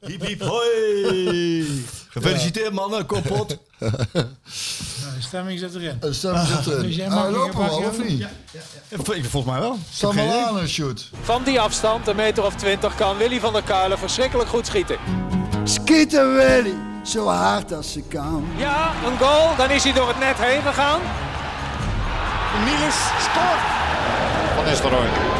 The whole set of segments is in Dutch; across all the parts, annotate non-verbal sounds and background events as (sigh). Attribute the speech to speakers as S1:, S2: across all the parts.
S1: Hiep, hiep, hoi. Gefeliciteerd mannen, kopot.
S2: Nou, de stemming zit erin.
S3: Een stem zit erin.
S2: Dus jij mag
S3: Ah,
S2: je
S3: lopen we al,
S2: pakje
S3: of niet?
S2: Ja.
S1: Volgens mij wel.
S3: Staan we aan een shoot.
S4: Van die afstand, een meter of twintig, kan Willy van der Kuilen verschrikkelijk goed schieten.
S5: Schieten Willy, zo hard als ze kan.
S4: Ja, een goal, dan is hij door het net heen gegaan.
S6: Niels scoort. Van Nistelrooy.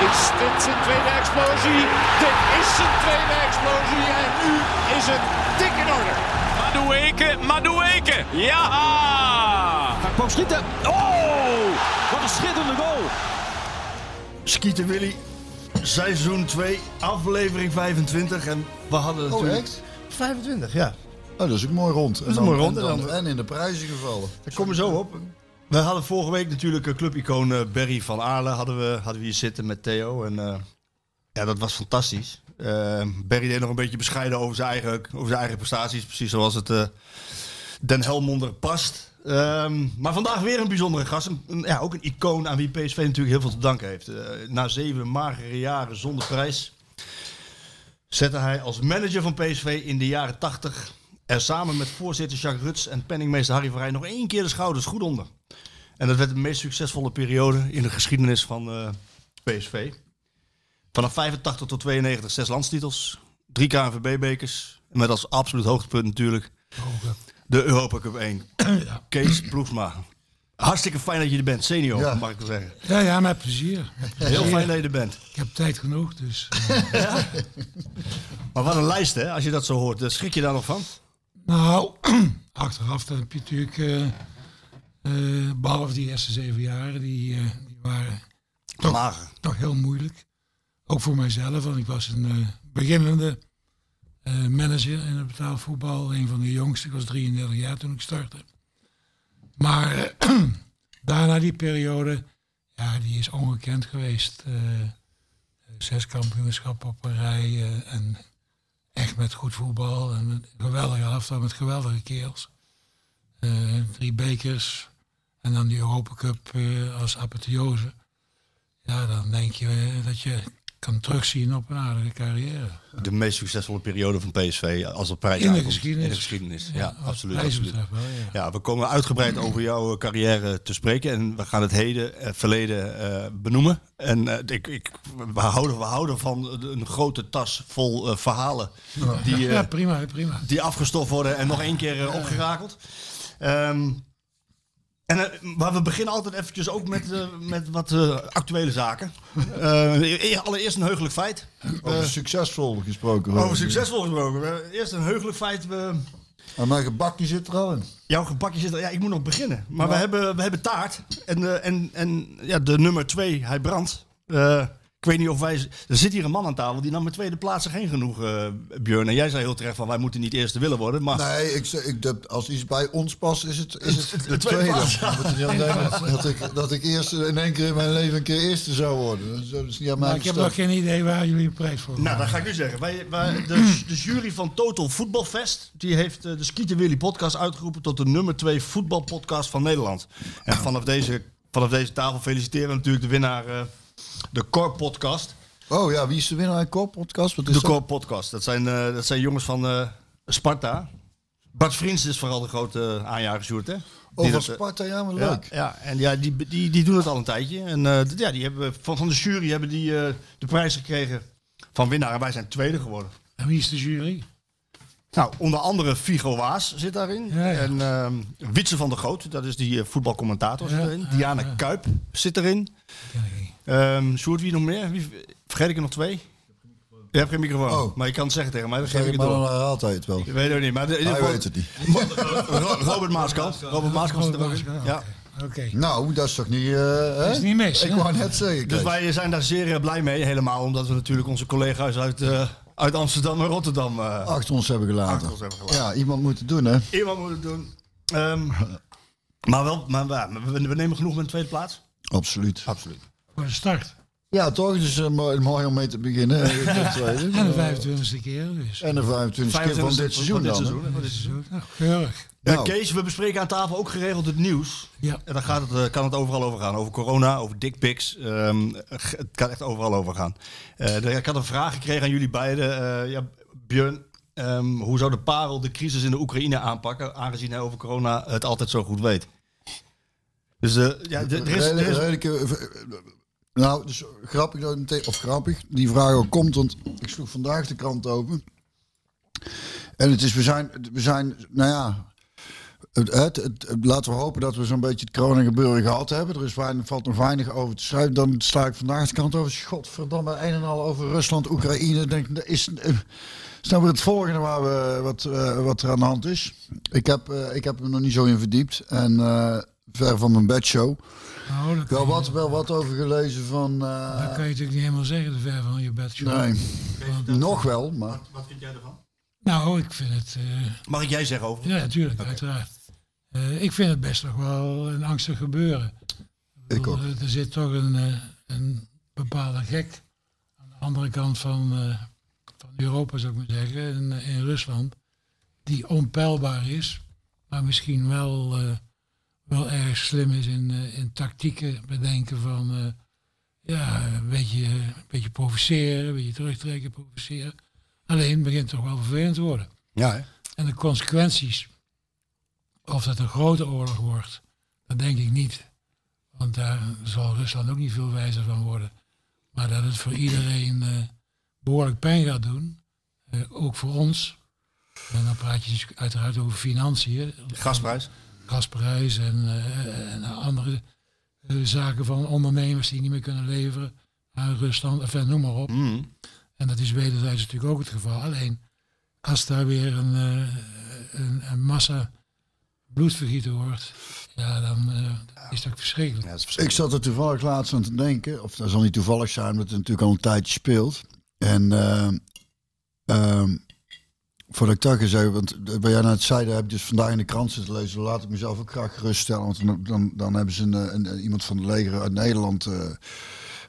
S6: Is dit zijn tweede explosie? Dit is zijn tweede explosie en nu is het dik in orde.
S7: Madueke, Madueke, ja! Hij kwam schieten. Oh, wat een schitterende goal.
S1: Skieten Willy, seizoen 2, aflevering 25. En we hadden
S3: Oh,
S1: natuurlijk...
S3: echt?
S2: 25, ja.
S3: Oh, dat is ook mooi rond. Dat
S1: is mooi rond,
S3: En,
S1: en
S3: dan,
S1: dan-
S3: en in de prijzen gevallen.
S1: Daar komen we zo op. We hadden vorige week natuurlijk eh, clubicoon eh, Barry van Aarle hadden we, hadden we hier zitten met Theo. En eh, ja, dat was fantastisch. Eh, Barry deed nog een beetje bescheiden over zijn eigen, over zijn eigen prestaties. Precies zoals het eh, Den Helmonder past. Ehm, maar vandaag weer een bijzondere gast. Een- een- ja, ook een icoon aan wie PSV natuurlijk heel veel te danken heeft. Eh, na zeven magere jaren zonder prijs zette hij als manager van PSV in de jaren 80 er samen met voorzitter Jacques Ruts en penningmeester Harry Verrij nog één keer de schouders goed onder. En dat werd de meest succesvolle periode in de geschiedenis van eh, PSV. Vanaf 85 tot 92 zes landstitels, drie KNVB-bekers, met als absoluut hoogtepunt natuurlijk de Europa Cup 1. Kees Ploegsma. Hartstikke fijn dat je er bent, senior,
S3: Ja.
S1: mag ik wel zeggen.
S2: (clears throat) Ja, ja, met plezier. Met
S1: Heel
S2: plezier.
S1: fijn dat je er bent.
S2: Ik heb tijd genoeg, dus... eh,
S1: Maar wat een lijst, hè, als je dat zo hoort. Dan Schrik je daar nog van?
S2: Nou, (clears throat) achteraf dan heb je natuurlijk, eh, eh, behalve die eerste zeven jaren, die, eh, die waren Toch.
S1: Mager.
S2: toch heel moeilijk. Ook voor mijzelf, want ik was een eh, beginnende eh, manager in het betaalvoetbal. Een van de jongste, ik was 33 jaar toen ik startte. Maar (clears throat) eh, daarna die periode, ja, die is ongekend geweest. Eh, zes kampioenschappen op een rij eh, en echt met goed voetbal. En een geweldige elftal met geweldige kerels. Eh, drie bekers en dan die Europa Cup eh, als apotheose. Ja, dan denk je eh, dat je kan terugzien op een aardige carrière.
S1: De meest succesvolle periode van PSV als het prijs
S2: In de
S1: aankomt.
S2: geschiedenis.
S1: In de geschiedenis, ja,
S2: Wat
S1: absoluut.
S2: prijzen
S1: absoluut.
S2: betreft wel, ja.
S1: Ja, we komen uitgebreid over jouw eh, carrière te spreken. En we gaan het heden, eh, verleden eh, benoemen. En eh, ik, ik, we, houden, we houden van een grote tas vol eh, verhalen die, eh,
S2: ja, prima, prima.
S1: die afgestoft worden en nog één keer eh, opgerakeld. Ehm, en, eh, maar we beginnen altijd eventjes ook met, eh, met wat eh, actuele
S2: (laughs)
S1: zaken. Eh, e- allereerst een heugelijk feit.
S3: Over succesvol gesproken.
S1: eh. Over succesvol gesproken. Eh, Eerst een heugelijk feit. We,
S3: En mijn gebakje zit er al in.
S1: jouw gebakje zit er. Ja, ik moet nog beginnen. Maar we, hebben, we hebben taart. En, eh, en, en ja, de nummer twee, hij brandt. Eh, ik weet niet of wij. Er zit hier een man aan tafel die nam met tweede plaats zich heen genoeg, eh Björn. En jij zei heel terecht van wij moeten niet eerste willen worden. Maar
S3: Nee, ik, zeg- ik, dat, als iets bij ons past, is het, is
S1: (laughs)
S3: het de
S1: tweede
S3: tweede.
S1: plaats,
S3: Ik moet er niet aan denken dat ik, dat ik eerst in één keer in mijn leven een keer eerste zou worden. Dat is- Dat is niet aan mij
S2: Maar ik heb nog geen idee waar jullie een prijs voor
S1: Nou,
S2: hebben.
S1: dat ga ik nu zeggen. Wij, wij, de, de jury van Total Voetbalfest die heeft eh, de Skieten Willy podcast uitgeroepen tot de nummer 2 voetbalpodcast van Nederland. En vanaf deze, vanaf deze tafel feliciteren we natuurlijk de winnaar, eh, de Cor podcast.
S3: Oh ja, wie is de winnaar in Kop podcast? Wat is
S1: De
S3: dat?
S1: Core Podcast. Dat zijn, eh, dat zijn jongens van eh, Sparta. Bart Vriends is vooral de grote aanjager, Sjoerd, hè? Die
S3: Over
S1: dat, eh,
S3: Sparta, ja, maar
S1: ja,
S3: leuk.
S1: ja, en ja, die, die, die doen het al een tijdje. En eh, d- ja, die hebben, van, van de jury hebben die eh, de prijs gekregen van winnaar. En wij zijn tweede geworden.
S2: En wie is de jury?
S1: Nou, onder andere Figo Waas zit daarin.
S2: Ja, ja.
S1: En ehm Witse van der Goot, dat is die eh, voetbalcommentator, zit
S2: Ja,
S1: erin.
S2: ja,
S1: Diana
S2: ja.
S1: Kuip zit erin.
S2: Ken ik niet.
S1: Ehm Sjoerd, wie nog meer? Wie, vergeet ik er nog twee? Je hebt geen microfoon.
S3: Oh.
S1: Maar je kan het zeggen tegen mij, dan geef
S3: Zeg
S1: ik
S3: je
S1: het
S3: maar
S1: door.
S3: dan herhaalt hij het wel.
S1: Ik weet het ook niet, maar de- in ieder
S3: Hij
S1: geval-
S3: weet het niet.
S1: Ro- Robert Maaskant. Robert Maaskant zit er ook in.
S2: Robert
S1: Ja. Dus
S2: Maaskant, Oké,
S3: Nou, dat is toch niet... eh, hè?
S2: dat is niet mis.
S3: Ik
S2: hè?
S3: wou net zeggen,
S1: Dus
S3: Kees.
S1: wij zijn daar zeer eh, blij mee, helemaal omdat we natuurlijk onze collega's uit, eh, uit Amsterdam en Rotterdam eh,
S3: achter ons hebben gelaten.
S1: achter ons hebben gelaten.
S3: Ja, iemand moet het doen, hè?
S1: Iemand moet het doen. Ehm, maar wel, maar, maar we, we nemen genoeg met de tweede plaats.
S3: Absoluut.
S1: Absoluut.
S2: Voor de start.
S3: Ja, toch? Dus eh, mooi mooi om mee te beginnen. De tweede.
S2: En de 25e keer dus.
S3: En de 25 keer van dit seizoen dan. hè?
S1: hè? Van dit seizoen.
S2: Nou, keurig.
S1: Eh,
S3: Nou.
S1: Kees, we bespreken aan tafel ook geregeld het nieuws.
S2: Ja.
S1: En dan gaat het, eh, kan het overal over gaan. Over corona, over dickpics. ehm, g- het kan echt overal over gaan. Eh, er- ik had een vraag gekregen aan jullie beiden. eh, ja, Björn, ehm, hoe zou de parel de crisis in de Oekraïne aanpakken, aangezien hij over corona het altijd zo goed weet? Dus eh, ja, d- er is, er is-
S3: Redelijke- eh, nou, dus grappig dat het meteen, of grappig, die vraag ook komt, want ik sloeg vandaag de krant open. En het is, we zijn, we zijn nou ja, het, het, het- het- laten we hopen dat we zo'n beetje het Groningen-gebeuren gehad hebben. Er is weinig, valt nog weinig over te schrijven. Dan sla ik vandaag de krant over, godverdamme, een en al over Rusland, Oekraïne. Ik Denk, dat is, eh, is nou weer het volgende waar we, wat, eh, wat er aan de hand is. Ik heb, eh, ik heb me nog niet zo in verdiept en eh, ver van mijn bedshow.
S2: Nou, dat
S3: Wel
S2: kan,
S3: wat, wel wat over gelezen van. eh,
S2: dat kan je natuurlijk niet helemaal zeggen, de ver van je bed. joh.
S3: nee, nog wel, maar.
S1: Wat vind jij ervan?
S2: Nou, ik vind het... eh,
S1: Mag ik jij zeggen over?
S2: ja, natuurlijk, uiteraard. Eh, ik vind het best nog wel een angstig gebeuren.
S3: Ik ook.
S2: bedoel, Er zit toch een, eh, een bepaalde gek aan de andere kant van, eh, van Europa, zou ik maar zeggen, in, eh, in Rusland, die onpeilbaar is, maar misschien wel, eh, wel erg slim is in, eh, in tactieken bedenken van eh, ja, een beetje, een beetje provoceren, een beetje terugtrekken, provoceren. Alleen het begint toch wel vervelend te worden.
S1: Ja, hè?
S2: En de consequenties, of dat een grote oorlog wordt, dat denk ik niet. Want daar zal Rusland ook niet veel wijzer van worden. Maar dat het voor iedereen eh, behoorlijk pijn gaat doen, eh, ook voor ons. En dan praat je dus uiteraard over financiën,
S1: Gasprijs.
S2: gasprijs en, eh, en andere eh, zaken van ondernemers die niet meer kunnen leveren aan Rusland, enfin, noem maar op.
S1: Mm.
S2: En dat is wederzijds natuurlijk ook het geval. Alleen als daar weer een, eh, een, een massa bloedvergieten wordt, ja, dan eh, is dat verschrikkelijk.
S1: Ja, dat is verschrikkelijk.
S3: Ik zat er toevallig laatst aan te denken, of dat zal niet toevallig zijn, omdat het natuurlijk al een tijdje speelt. En ehm, ehm, voordat ik dat ga zeggen, want bij jij naar het zijde heb ik dus vandaag in de krant zitten lezen, dan laat ik mezelf ook graag geruststellen, want dan, dan, dan hebben ze een, eh, een- iemand van het leger uit Nederland eh,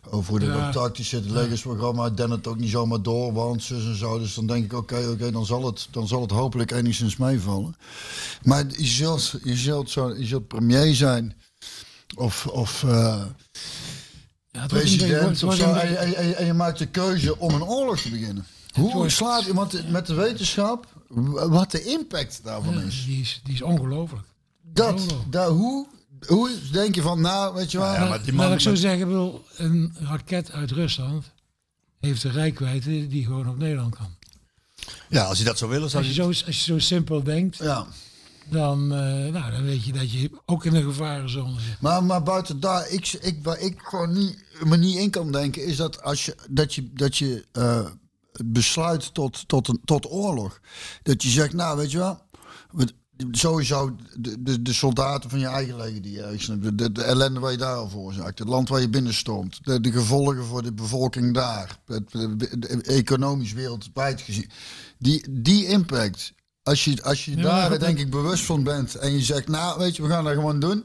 S3: over hoe dat
S2: Ja.
S3: ook tactisch zit. Het legersprogramma den het ook niet zomaar door, want zus en zo. Dus dan denk ik, oké, oké, dan, zal het, dan zal het hopelijk enigszins meevallen. Maar je zult, je zult, zo, je zult premier zijn of, of eh,
S2: Ja, het wordt een beetje-
S3: president
S2: het
S3: of
S2: wordt
S3: zo.
S2: een
S3: En,
S1: eh,
S2: beetje- eh,
S3: en- en- en je maakt de keuze om een oorlog te beginnen. Hoe
S2: wordt-
S3: slaat iemand met de wetenschap w- wat de impact daarvan
S2: Ja,
S3: is?
S2: die is, die is ongelooflijk.
S3: Dat,
S2: oorlog.
S3: daar, hoe, hoe denk je van, nou, weet je wel,
S1: Ja, maar die
S2: Laat
S1: man-
S2: ik zo
S1: maar-
S2: zeggen, ik bedoel, een raket uit Rusland heeft een rijkwijde die gewoon op Nederland kan.
S1: Ja, als je dat zou willen, zou
S2: Als je
S1: je...
S2: zo, als je zo simpel denkt,
S3: ja.
S2: dan, eh, nou, dan weet je dat je ook in een gevarenzone zit.
S3: Maar, maar buiten daar, ik, ik, waar ik gewoon niet, me niet in kan denken, is dat als je dat je, dat je eh, besluit tot, tot, een, tot oorlog. Dat je zegt, nou weet je wel, we- sowieso de, de, de soldaten van je eigen leger die je ergens hebt, de, de ellende waar je daar al veroorzaakt, het land waar je binnenstoomt, de, de gevolgen voor de bevolking daar, het, het- het- economisch wereldwijd gezien, die, die impact. Als je, als je
S2: maar
S3: daar
S2: dat-
S3: denk ik bewust van bent en je zegt, nou weet je, we gaan dat gewoon doen.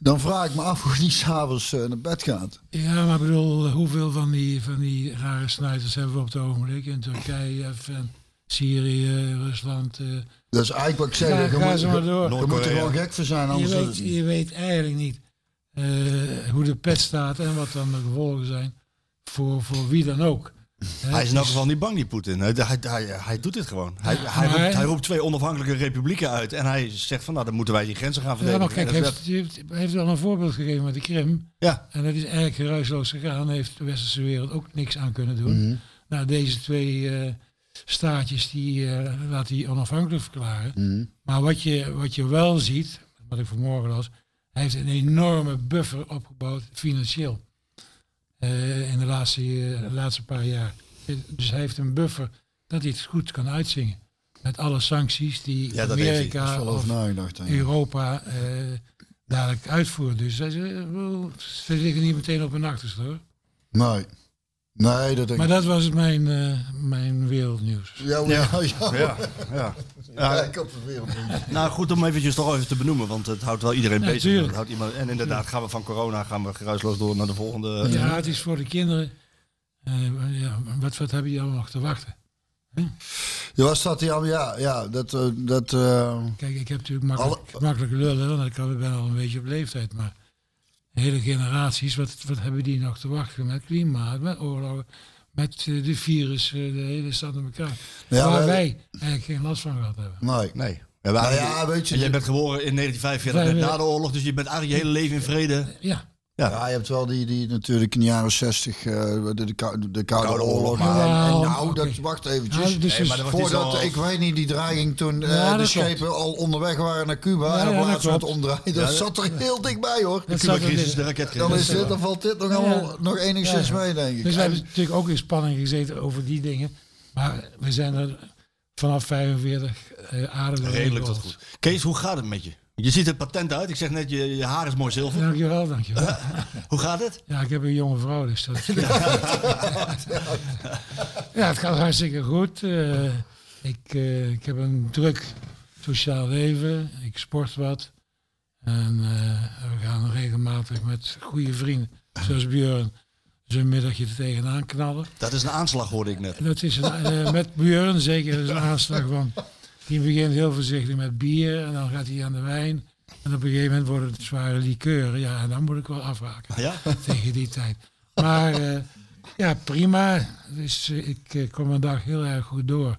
S3: Dan vraag ik me af hoe die s'avonds eh, naar bed gaat.
S2: Ja, maar ik bedoel, hoeveel van die, van die rare snijders hebben we op het ogenblik in Turkije, even Syrië, Rusland? eh.
S3: Dat is eigenlijk wat ik zeg.
S2: Ga-
S3: je
S2: ga
S3: moet,
S2: ze maar door.
S3: je moet er
S1: Noord-Korea.
S3: wel gek voor zijn.
S2: Je
S3: Anders
S2: weet, je weet eigenlijk niet eh, hoe de pet staat en wat dan de gevolgen zijn voor, voor wie dan ook. Hè,
S1: Hij is in
S2: het
S1: elk geval niet bang, die Poetin. Hij, hij, hij, hij doet dit gewoon. Hij, hij,
S2: maar-
S1: roept, hij roept twee onafhankelijke republieken uit. En hij zegt van, nou, dan moeten wij die grenzen gaan
S2: Dus- Ja,
S1: verdedigen.
S2: maar kijk,
S1: En
S2: hij
S1: dat-
S2: heeft, hij heeft, hij heeft al een voorbeeld gegeven met de Krim.
S1: Ja.
S2: En dat is eigenlijk geruisloos gegaan. Daar heeft de westerse wereld ook niks aan kunnen doen.
S1: Mhm.
S2: Nou, deze twee eh, staatjes, die eh, laat hij onafhankelijk verklaren.
S1: Mhm.
S2: Maar wat je, wat je wel ziet, wat ik vanmorgen las, hij heeft een enorme buffer opgebouwd financieel. Eh, in de laatste, eh, de laatste paar jaar. Dus hij heeft een buffer dat hij het goed kan uitzingen. Met alle sancties die
S1: Ja, dat heeft hij.
S3: is
S2: Amerika
S3: wel
S2: of
S3: over nagedacht. hè.
S2: Europa eh, dadelijk uitvoert. Dus dat is, eh, wel, ze liggen niet meteen op hun achterste hoor.
S3: Nee. Nee, dat denk
S2: Maar
S3: ik.
S2: dat was mijn, eh, mijn wereldnieuws.
S3: Ja, ja, (laughs) ja.
S1: Ja, ja.
S3: Ja, ik op de wereld.
S1: Nou, goed om eventjes toch even te benoemen, want het houdt wel iedereen
S2: Ja,
S1: bezig.
S2: tuurlijk.
S1: Het houdt iemand, en inderdaad, gaan we van corona gaan we geruisloos door naar de volgende.
S2: Ja, het is voor de kinderen. eh, ja, wat, wat hebben die allemaal nog te wachten?
S3: Ja, was dat die al? Ja, ja, dat. eh, dat eh,
S2: Kijk, ik heb natuurlijk makkelijk,
S3: Alle-
S2: makkelijk lullen, want ik kan- ik ben al een beetje op leeftijd, maar hele generaties, wat, wat hebben die nog te wachten met klimaat, met oorlogen, met eh, de virus, eh, de hele stad in elkaar.
S3: Ja,
S2: waar
S3: we-
S2: wij eigenlijk geen last van gehad hebben.
S3: Nee.
S1: Nee.
S3: Nou ja, weet je,
S1: jij bent geboren in 1945 net
S2: Wij-
S1: na de oorlog, dus je bent eigenlijk je hele leven in vrede.
S2: Ja,
S3: Ja, je hebt wel die, die natuurlijk in de jaren 60, eh, de, de, kou- de Koude
S1: Koude
S3: Oorlog.
S1: Oorlog,
S3: En,
S2: maar-
S3: en nou,
S2: Oké.
S3: dat, wacht eventjes.
S2: Nou, dus-
S1: Nee, maar dat was niet
S3: Voordat,
S1: zo-
S3: ik weet niet, die dreiging toen eh,
S2: Ja,
S3: de
S2: dat klopt.
S3: schepen al onderweg waren naar Cuba.
S2: Ja, ja,
S3: en op
S2: dat
S3: laatst
S2: klopt.
S3: wordt omdraaien. Dat zat er heel dichtbij hoor.
S2: dat
S1: Cuba
S2: staat er
S1: crisis, de
S2: in.
S1: raketcrisis.
S3: Dan, is dit, dan valt dit nog, allemaal,
S2: Ja.
S3: Nou, nog enigszins
S2: Ja.
S3: mee, denk ik.
S2: Dus we
S3: En-
S2: hebben natuurlijk ook in spanning gezeten over die dingen. Maar we zijn er vanaf 45 eh aardig doorheen
S1: Redelijk tot
S2: gerold.
S1: goed. Kees, hoe gaat het met je? Je ziet er patent uit. Ik zeg net, je, je haar is mooi zilver.
S2: Dankjewel, dankjewel.
S1: Hoe gaat het?
S2: Ja, ik heb een jonge vrouw, dus
S3: (laughs)
S2: dat... ja, het gaat hartstikke goed. Eh, ik, eh, ik heb een druk sociaal leven. Ik sport wat. En eh, we gaan regelmatig met goede vrienden, zoals Björn, zo'n middagje er tegenaan knallen.
S1: Dat is een aanslag, hoorde ik net.
S2: Dat is een, eh, met Björn zeker is een aanslag van. Die begint heel voorzichtig met bier en dan gaat hij aan de wijn. En op een gegeven moment worden het zware likeuren. Ja, en dan moet ik wel afhaken (laughs)
S1: Ja?
S2: tegen die tijd. Maar eh, ja, prima. Dus eh, ik eh, kom een dag heel erg goed door.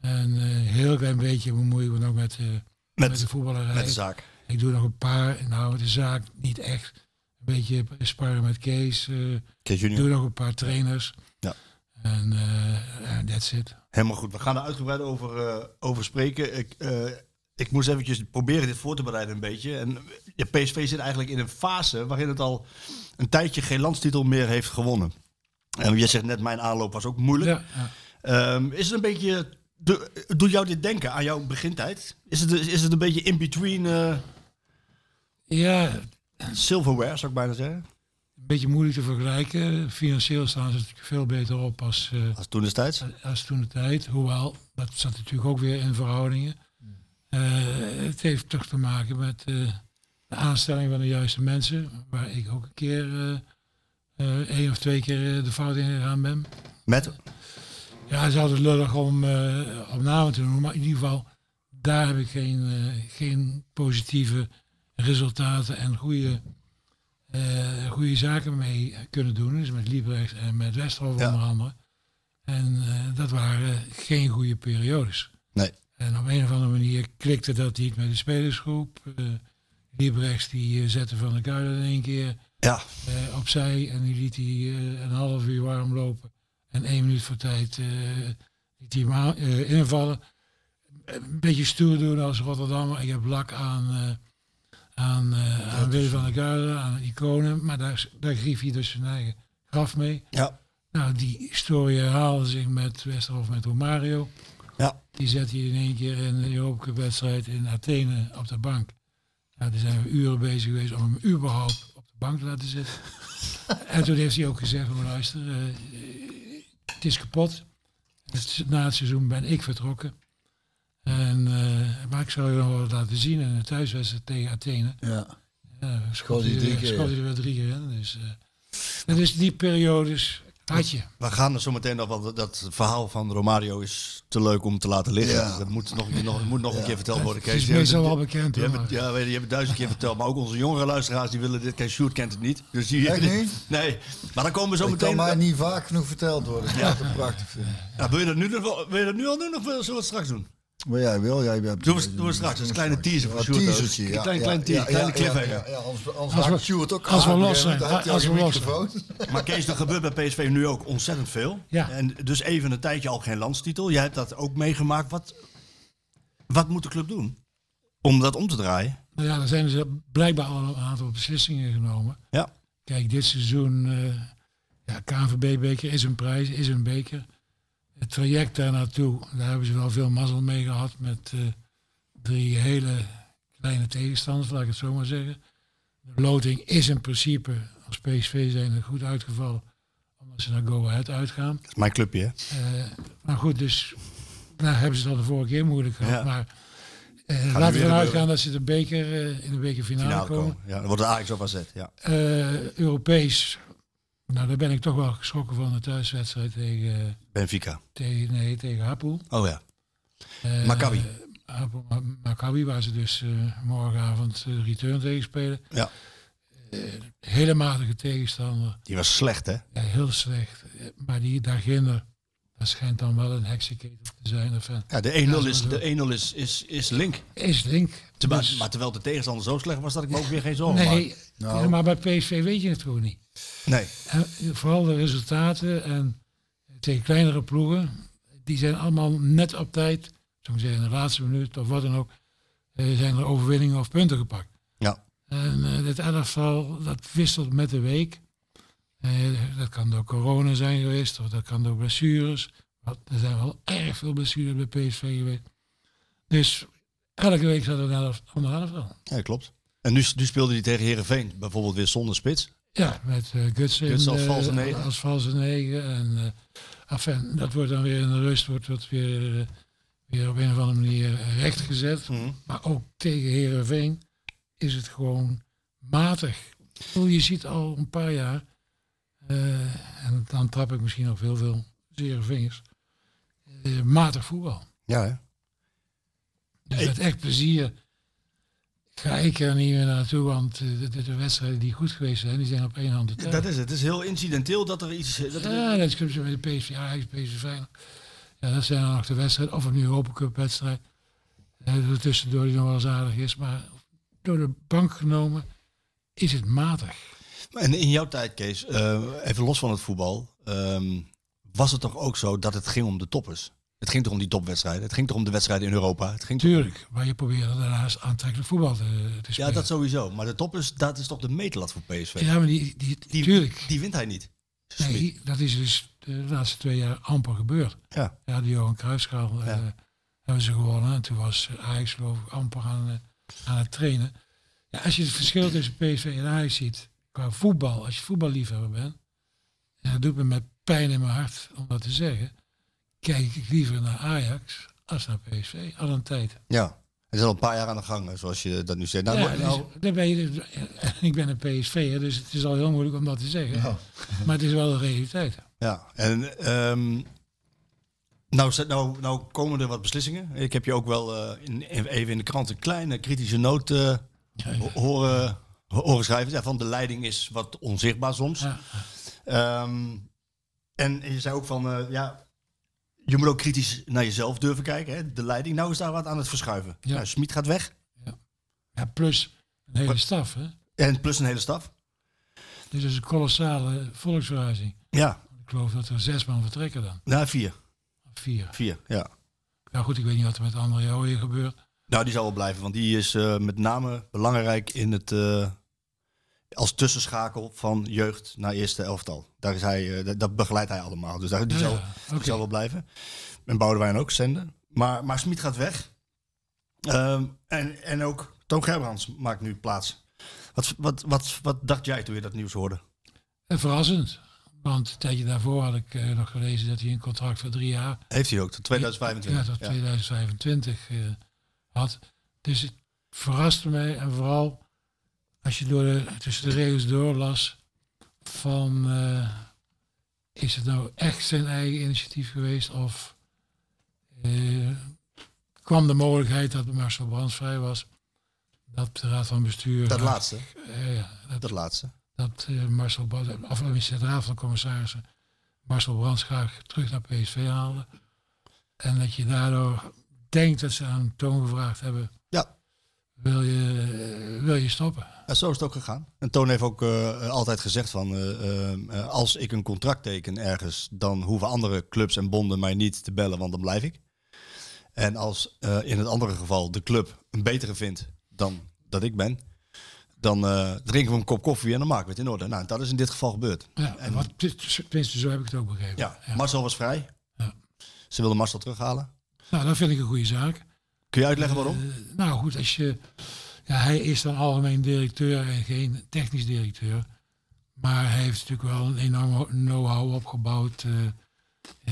S2: En eh, een heel klein beetje bemoei ik me nog met, eh, met, de
S1: Met,
S2: voetballerij.
S1: met de zaak.
S2: Ik doe nog een paar, nou de zaak niet echt. Een beetje sparren met Kees. eh,
S1: Kees
S2: ik
S1: junior.
S2: doe nog een paar trainers.
S1: Ja.
S2: En eh, eh, that's it.
S1: Helemaal goed. We gaan er uitgebreid over, eh, over spreken. Ik, eh, ik moest eventjes proberen dit voor te bereiden een beetje. En ja, PSV zit eigenlijk in een fase waarin het al een tijdje geen landstitel meer heeft gewonnen. En jij zegt net, mijn aanloop was ook moeilijk.
S2: Ja, ja.
S1: Ehm, is het een beetje. do- Doet jou dit denken aan jouw begintijd? Is het, is het een beetje in between eh,
S2: Ja, een
S1: silverware, zou ik bijna zeggen?
S2: beetje moeilijk te vergelijken. Financieel staan ze natuurlijk veel beter op als, eh,
S1: Als toen destijds.
S2: als toen de tijd. Hoewel, dat zat natuurlijk ook weer in verhoudingen. Eh, het heeft toch te maken met eh, de aanstelling van de juiste mensen. Waar ik ook een keer eh, eh, één of twee keer eh, de fout in gegaan ben.
S1: Met.
S2: Ja, het is altijd lullig om, eh, om namen te noemen. Maar in ieder geval, daar heb ik geen, eh, geen positieve resultaten en goede, eh, goede zaken mee kunnen doen. Dus met Liebrecht en met Westerhof
S1: Ja.
S2: onder andere. En eh, dat waren geen goede periodes.
S1: Nee.
S2: En op een of andere manier klikte dat niet met de spelersgroep. Eh Liebrechts die eh, zette Van der Kuilen in één keer
S1: Ja.
S2: eh, opzij en die liet hij eh, een half uur warm lopen. En één minuut voor tijd eh, liet hij hem aan- eh, invallen. Een beetje stoer doen als Rotterdammer. Ik heb lak aan, eh aan, eh, aan Willem van der Kuilen, aan iconen. Maar daar, daar grief hij dus zijn eigen graf mee.
S1: Ja.
S2: Nou, die story herhaalde zich met Westerhof, met Romario.
S1: Ja.
S2: Die zet hij in één keer in de Europese wedstrijd in Athene op de bank. Nou, daar zijn we uren bezig geweest om hem überhaupt op de bank te laten zitten.
S1: (laughs)
S2: en toen heeft hij ook gezegd, van, luister, eh, eh, het is kapot. Het is- na het seizoen ben ik vertrokken. En, eh, maar ik zal je nog wel wat laten zien in de thuiswedstrijd tegen Athene.
S3: ja.
S2: Ja,
S3: Schoot
S2: schoot
S3: hij
S2: hij
S3: drie
S2: er-
S3: keer
S2: schoot
S3: in.
S2: hij er weer drie keer in. Dus, eh, en dus die periodes had je.
S1: We gaan er zo meteen nog, want dat verhaal van Romario is te leuk om te laten liggen.
S3: Ja.
S1: Dat moet nog, nog, moet nog een keer verteld worden,
S2: Het
S1: Kees.
S2: is
S1: Je hebt
S2: meestal
S1: het-
S2: wel bekend.
S1: Je
S2: hoor,
S1: hebt, het,
S2: maar-
S1: ja, weet je, je hebt het duizend keer verteld, maar ook onze jongere luisteraars die willen dit. Kijk, Sjoerd kent het niet. Dus die,
S3: Echt niet?
S1: (laughs) Nee, maar dan komen we zo
S3: Dat kan
S1: meteen.
S3: mij niet vaak genoeg verteld worden. Ik vind het een prachtig film.
S1: Ja, wil, je dat nu, nog wel- wil je dat nu al doen of zullen we het straks doen?
S3: Maar jij wil, jij hebt...
S1: Doen we- doen we straks, dat is een kleine teaser voor
S3: Een
S1: Sjoerd ook.
S3: teasertje,
S1: Een
S3: ja,
S1: klein-
S3: ja,
S1: klein
S3: ja,
S1: teaser,
S3: ja,
S1: kleine
S3: ja,
S1: cliffhanger.
S3: ja, ja, anders anders
S2: Als we-
S3: haakt Sjoerd ook
S2: als we
S3: aan,
S2: los
S3: hè,
S2: zijn,
S3: want hij heeft
S2: als
S3: al
S2: we
S3: geen
S2: los zijn.
S3: microfoon.
S1: Maar Kees, er gebeurt bij PSV nu ook ontzettend veel.
S2: Ja.
S1: En dus even een tijdje al geen landstitel. Jij hebt dat ook meegemaakt. Wat, wat moet de club doen om dat om te draaien?
S2: Nou ja, er zijn dus blijkbaar al een aantal beslissingen genomen.
S1: Ja.
S2: Kijk, dit seizoen, eh ja, KNVB-beker is een prijs, is een beker. Het traject daar naartoe, daar hebben ze wel veel mazzel mee gehad met eh, drie hele kleine tegenstanders, laat ik het zo maar zeggen. De loting is in principe, als PSV zijn, er goed uitgevallen, omdat ze naar Go Ahead uitgaan.
S1: Dat is mijn clubje, hè?
S2: Eh, maar goed, dus nou, hebben ze het al de vorige keer moeilijk gehad.
S1: Ja.
S2: Maar
S1: weer
S2: eh, laten we ervan
S1: gebeuren.
S2: uitgaan dat ze de beker, eh, in de bekerfinale
S1: Finale
S2: komen.
S1: komen. Ja, dan wordt de Ajax op AZ, ja.
S2: Eh, Europees, nou daar ben ik toch wel geschrokken van de thuiswedstrijd tegen,
S1: Benfica.
S2: tegen, nee, tegen Hapoel.
S1: Oh ja.
S2: Eh,
S1: Maccabi.
S2: Hapoel- Ma- Maccabi, waar ze dus eh, morgenavond eh, return tegen spelen.
S1: Ja.
S2: Eh, hele matige tegenstander.
S1: Die was slecht, hè?
S2: Ja, heel slecht. Eh, Maar die daarginder, dat schijnt dan wel een heksenketel te zijn. Of, een-
S1: Ja, de 1-0 is, de 1-0 is, is, is link.
S2: is link.
S1: Terwijl-
S2: Dus-
S1: maar Nou. terwijl de tegenstander zo slecht was dat ik me ook weer geen zorgen maakte.
S2: nee, ja, maar bij PSV weet je het gewoon niet.
S1: Nee.
S2: En vooral de resultaten en tegen kleinere ploegen, die zijn allemaal net op tijd, zoals zeggen in de laatste minuut of wat dan ook, eh, zijn er overwinningen of punten gepakt.
S1: Ja.
S2: En eh, dit elftal, dat wisselt met de week. Eh, dat kan door corona zijn geweest, of dat kan door blessures. Want er zijn wel erg veel blessures bij PSV geweest. Dus elke week zat er een elf, ander elftal.
S1: ja, klopt. En nu, nu speelde hij tegen Herenveen bijvoorbeeld weer zonder spits.
S2: Ja, met eh Gutsen
S1: Gutsen als valse negen.
S2: als valse negen. En, eh, enfin, dat wordt dan weer in de rust, wordt, wordt weer, eh, weer op een of andere manier rechtgezet. Maar ook tegen Herenveen is het gewoon matig. Ik bedoel, Je ziet al een paar jaar, eh, en dan trap ik misschien nog heel veel zere vingers, eh, matig voetbal.
S1: Ja, hè?
S2: Dus met echt plezier ga ik er niet meer naartoe, want eh, de, de- de wedstrijden die goed geweest zijn, die zijn op één hand te tellen.
S1: Dat is het. Het is heel incidenteel dat er iets... Dat er-
S2: Ja, dat is met de PSV, Ajax, PSV Feyenoord. Ja, dat zijn dan nog de wedstrijden. Of een Europa Cup wedstrijd. Eh, er tussendoor die nog wel eens aardig is. Maar door de bank genomen is het matig.
S1: En in jouw tijd, Kees, eh, even los van het voetbal, ehm, was het toch ook zo dat het ging om de toppers? Het ging toch om die topwedstrijden? Het ging toch om de wedstrijden in Europa? Het ging toch-
S2: Tuurlijk, maar je probeert daarnaast aantrekkelijk voetbal te, te
S1: Ja,
S2: spelen.
S1: dat sowieso. Maar de toppers, dat is toch de meetlat voor PSV?
S2: Ja, maar die, die,
S1: Die,
S2: tuurlijk.
S1: die wint hij niet.
S2: Nee, die- dat is dus de laatste twee jaar amper gebeurd.
S1: Ja.
S2: Ja, de Johan Cruijffschaal eh,
S1: Ja.
S2: hebben ze gewonnen. En toen was eh, Ajax geloof ik amper aan, eh, aan het trainen. Ja, als je het verschil tussen PSV en Ajax ziet qua voetbal, als je voetballiefhebber bent, en dat doet me met pijn in mijn hart om dat te zeggen, kijk ik liever naar Ajax als naar PSV al een tijd.
S1: ja. Hij is al een paar jaar aan de gang, hè, zoals je dat nu zegt. Nou,
S2: Ja,
S1: nou,
S2: dus daar ben je dus- (laughs) ik ben een PSV'er, dus het is al heel moeilijk om dat te zeggen. Maar het is wel de realiteit.
S1: Ja, en ehm, nou, zet- nou, nou komen er wat beslissingen. Ik heb je ook wel eh, in, even in de krant een kleine kritische noot eh, ho- horen, ho- horen schrijven. Ja, van de leiding is wat onzichtbaar soms.
S2: Ja.
S1: Ehm, en je zei ook van, eh, ja, je moet ook kritisch naar jezelf durven kijken. Hè? De leiding, nou is daar wat aan het verschuiven.
S2: Ja.
S1: Nou, Smit gaat weg.
S2: Ja, plus een hele staf. Hè?
S1: En plus een hele staf.
S2: Dit is een kolossale volksverhuizing.
S1: Ja,
S2: Ik geloof dat er zes man vertrekken dan.
S1: nou vier.
S2: Vier.
S1: Vier, ja.
S2: Ja goed, ik weet niet wat er met André Ooyen gebeurt.
S1: Nou, die zal wel blijven, want die is eh, met name belangrijk in het. eh, als tussenschakel van jeugd naar eerste elftal. Daar is hij, eh, dat- dat begeleidt hij allemaal. Dus daar, die,
S2: Ja,
S1: zal,
S2: ja,
S1: die
S2: oké.
S1: zal wel blijven. En Boudewijn ook, zenden. Maar, maar Smit gaat weg. Ehm, en, en ook Toon Gerbrands maakt nu plaats. Wat, wat, wat, wat dacht jij toen je dat nieuws hoorde?
S2: En verrassend. Want een tijdje daarvoor had ik eh, nog gelezen dat hij een contract voor drie jaar.
S1: Heeft hij ook, tot
S2: Ja,
S1: 2025.
S2: tot
S1: Ja,
S2: 2025 eh, had. Dus het verraste mij. En vooral als je door de, tussen de regels doorlas van... eh, is het nou echt zijn eigen initiatief geweest? Of eh, kwam de mogelijkheid dat Marcel Brands vrij was... dat de raad van bestuur...
S1: Dat laatste,
S2: Eh, ja, dat
S1: dat laatste.
S2: dat eh, Marcel Brands, of tenminste de Raad van Commissarissen, Marcel Brands graag terug naar PSV haalde. En dat je daardoor denkt dat ze aan Toon gevraagd hebben,
S1: Ja,
S2: wil je, eh, wil je stoppen?
S1: Ja, zo is het ook gegaan. En Toon heeft ook eh, altijd gezegd van, eh, eh, eh, als ik een contract teken ergens, dan hoeven andere clubs en bonden mij niet te bellen, want dan blijf ik. En als eh, in het andere geval de club een betere vindt dan dat ik ben, dan eh, drinken we een kop koffie en dan maken we het in orde. Nou, dat is in dit geval gebeurd.
S2: Ja, en wat, tenminste, zo heb ik het ook begrepen.
S1: Ja, Marcel was vrij. Ze wilden Marcel terughalen.
S2: Nou, dat vind ik een goede zaak.
S1: Kun je uitleggen waarom?
S2: Eh, nou goed, als je, ja, hij is dan algemeen directeur en geen technisch directeur. Maar hij heeft natuurlijk wel een enorme know-how opgebouwd eh,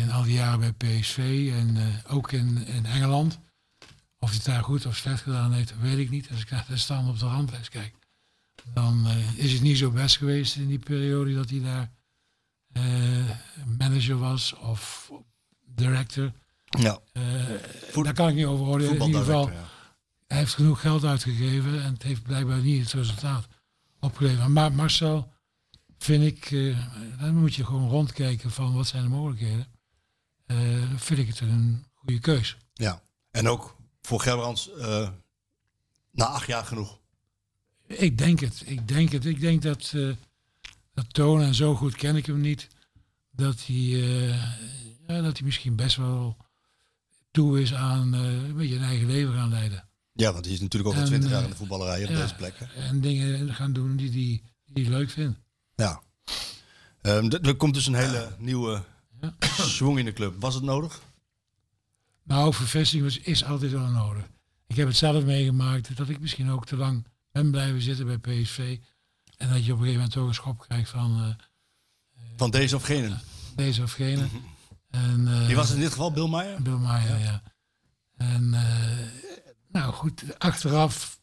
S2: in al die jaren bij PSV en eh, ook in, in Engeland. Of hij het daar goed of slecht gedaan heeft, weet ik niet. Als ik naar de stand op de randlijst kijk, dan eh, is het niet zo best geweest in die periode dat hij daar eh, manager was of director.
S1: Ja,
S2: Eh, daar kan ik niet over oordelen. In ieder geval,
S1: voetbaldirector, ja.
S2: hij heeft genoeg geld uitgegeven en het heeft blijkbaar niet het resultaat opgeleverd. Maar Marcel, vind ik, eh, dan moet je gewoon rondkijken van wat zijn de mogelijkheden. Eh, vind ik het een goede keus.
S1: Ja. En ook voor Gerbrands eh, na acht jaar genoeg.
S2: Ik denk het. Ik denk het. Ik denk dat, eh dat Toon, en zo goed ken ik hem niet, dat hij, eh, ja, dat hij misschien best wel toe is aan eh, een beetje een eigen leven gaan leiden.
S1: Ja, want die is natuurlijk
S2: En,
S1: over twintig jaar
S2: eh,
S1: in de voetballerij op
S2: ja.
S1: deze plekken.
S2: En dingen gaan doen die hij die, die hij leuk vindt.
S1: Ja. Ehm, d- er komt dus een hele nieuwe (coughs) swing in de club. Was het nodig?
S2: Nou, vervestiging was- is altijd wel nodig. Ik heb het zelf meegemaakt dat ik misschien ook te lang ben blijven zitten bij PSV. En dat je op een gegeven moment toch een schop krijgt van eh,
S1: Van deze of gene?
S2: deze of gene. En, eh,
S1: Die was in dit geval Bill Meijer.
S2: Bill Meijer, ja. En eh, nou goed, achteraf,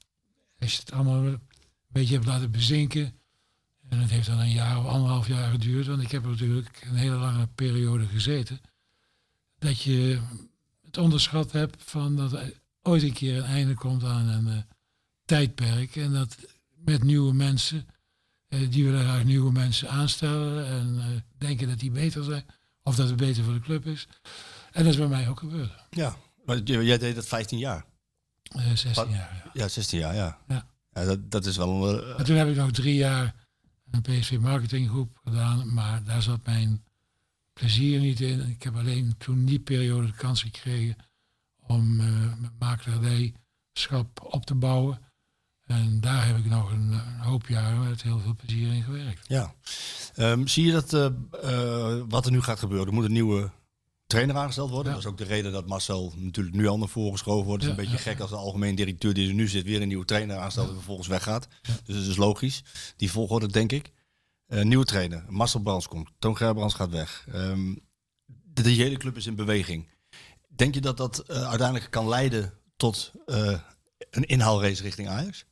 S2: als je het allemaal een beetje hebt laten bezinken. En het heeft dan een jaar of anderhalf jaar geduurd, want ik heb er natuurlijk een hele lange periode gezeten. Dat je het onderschat hebt van dat er ooit een keer een einde komt aan een eh, tijdperk. En dat met nieuwe mensen, eh, die willen graag nieuwe mensen aanstellen en eh, denken dat die beter zijn. Of dat het beter voor de club is. En dat is bij mij ook gebeurd.
S1: Ja. Want j- Jij deed dat 15 jaar.
S2: Eh, 16
S1: Wat?
S2: jaar. Ja.
S1: Ja, 16 jaar, ja.
S2: Ja.
S1: dat, dat is wel een... eh,
S2: En toen heb ik nog drie jaar een PSV marketinggroep gedaan, maar daar zat mijn plezier niet in. Ik heb alleen toen die periode de kans gekregen om eh mijn makelaarschap op te bouwen. En daar heb ik nog een, een hoop jaren met heel veel plezier in gewerkt.
S1: ja. Ehm, zie je dat, eh, eh, wat er nu gaat gebeuren? Er moet een nieuwe trainer aangesteld worden.
S2: Ja.
S1: Dat is ook de reden dat Marcel natuurlijk nu al naar voren geschoven wordt. Het is
S2: Ja,
S1: een beetje
S2: ja,
S1: gek als de algemeen directeur die er nu zit weer een nieuwe trainer aanstelt en vervolgens weggaat. Dus dat is logisch. Die volgorde denk ik. Eh, nieuwe trainer. Marcel Brands komt. Toon Gerbrands gaat weg. Ehm, de, de hele club is in beweging. Denk je dat dat eh, uiteindelijk kan leiden tot eh, een inhaalrace richting Ajax?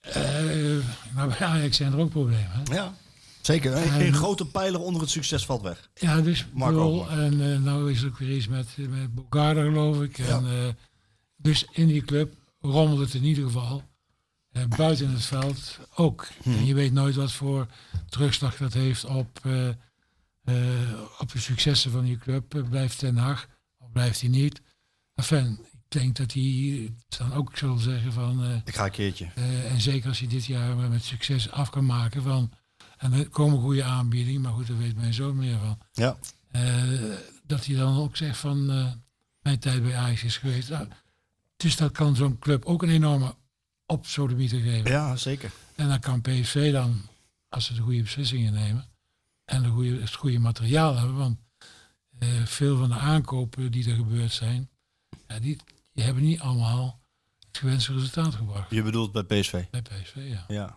S2: Eh, maar bij Ajax zijn er ook problemen. Hè?
S1: Ja, zeker. Een,
S2: Ehm,
S1: een grote pijler onder het succes valt weg.
S2: Ja, dus
S1: Marco
S2: Marco.
S1: ook nog.
S2: en eh, nou is er ook weer iets met, eh, met Bogarde, geloof ik. En, eh, dus in die club rommelt het in ieder geval. Eh, buiten het veld ook. En je weet nooit wat voor terugslag dat heeft op, eh, eh, op de successen van die club. Eh, Blijft Ten Hag of blijft hij niet? Enfin, ik denk dat hij dan ook zal zeggen van... eh,
S1: Ik ga een keertje.
S2: eh, en zeker als hij dit jaar maar met succes af kan maken van... En er komen goede aanbiedingen, maar goed, daar weet mijn zoon meer van.
S1: Ja.
S2: Eh, dat hij dan ook zegt van eh, mijn tijd bij Ajax is geweest. Nou, dus dat kan zo'n club ook een enorme opsodemieter geven.
S1: ja, zeker.
S2: En dan kan PSV dan, als ze de goede beslissingen nemen en de goede, het goede materiaal hebben, want eh, veel van de aankopen die er gebeurd zijn, ja, die, die hebben niet allemaal het gewenste resultaat gebracht
S1: Je bedoelt bij PSV.
S2: bij PSV. Ja.
S1: Ja.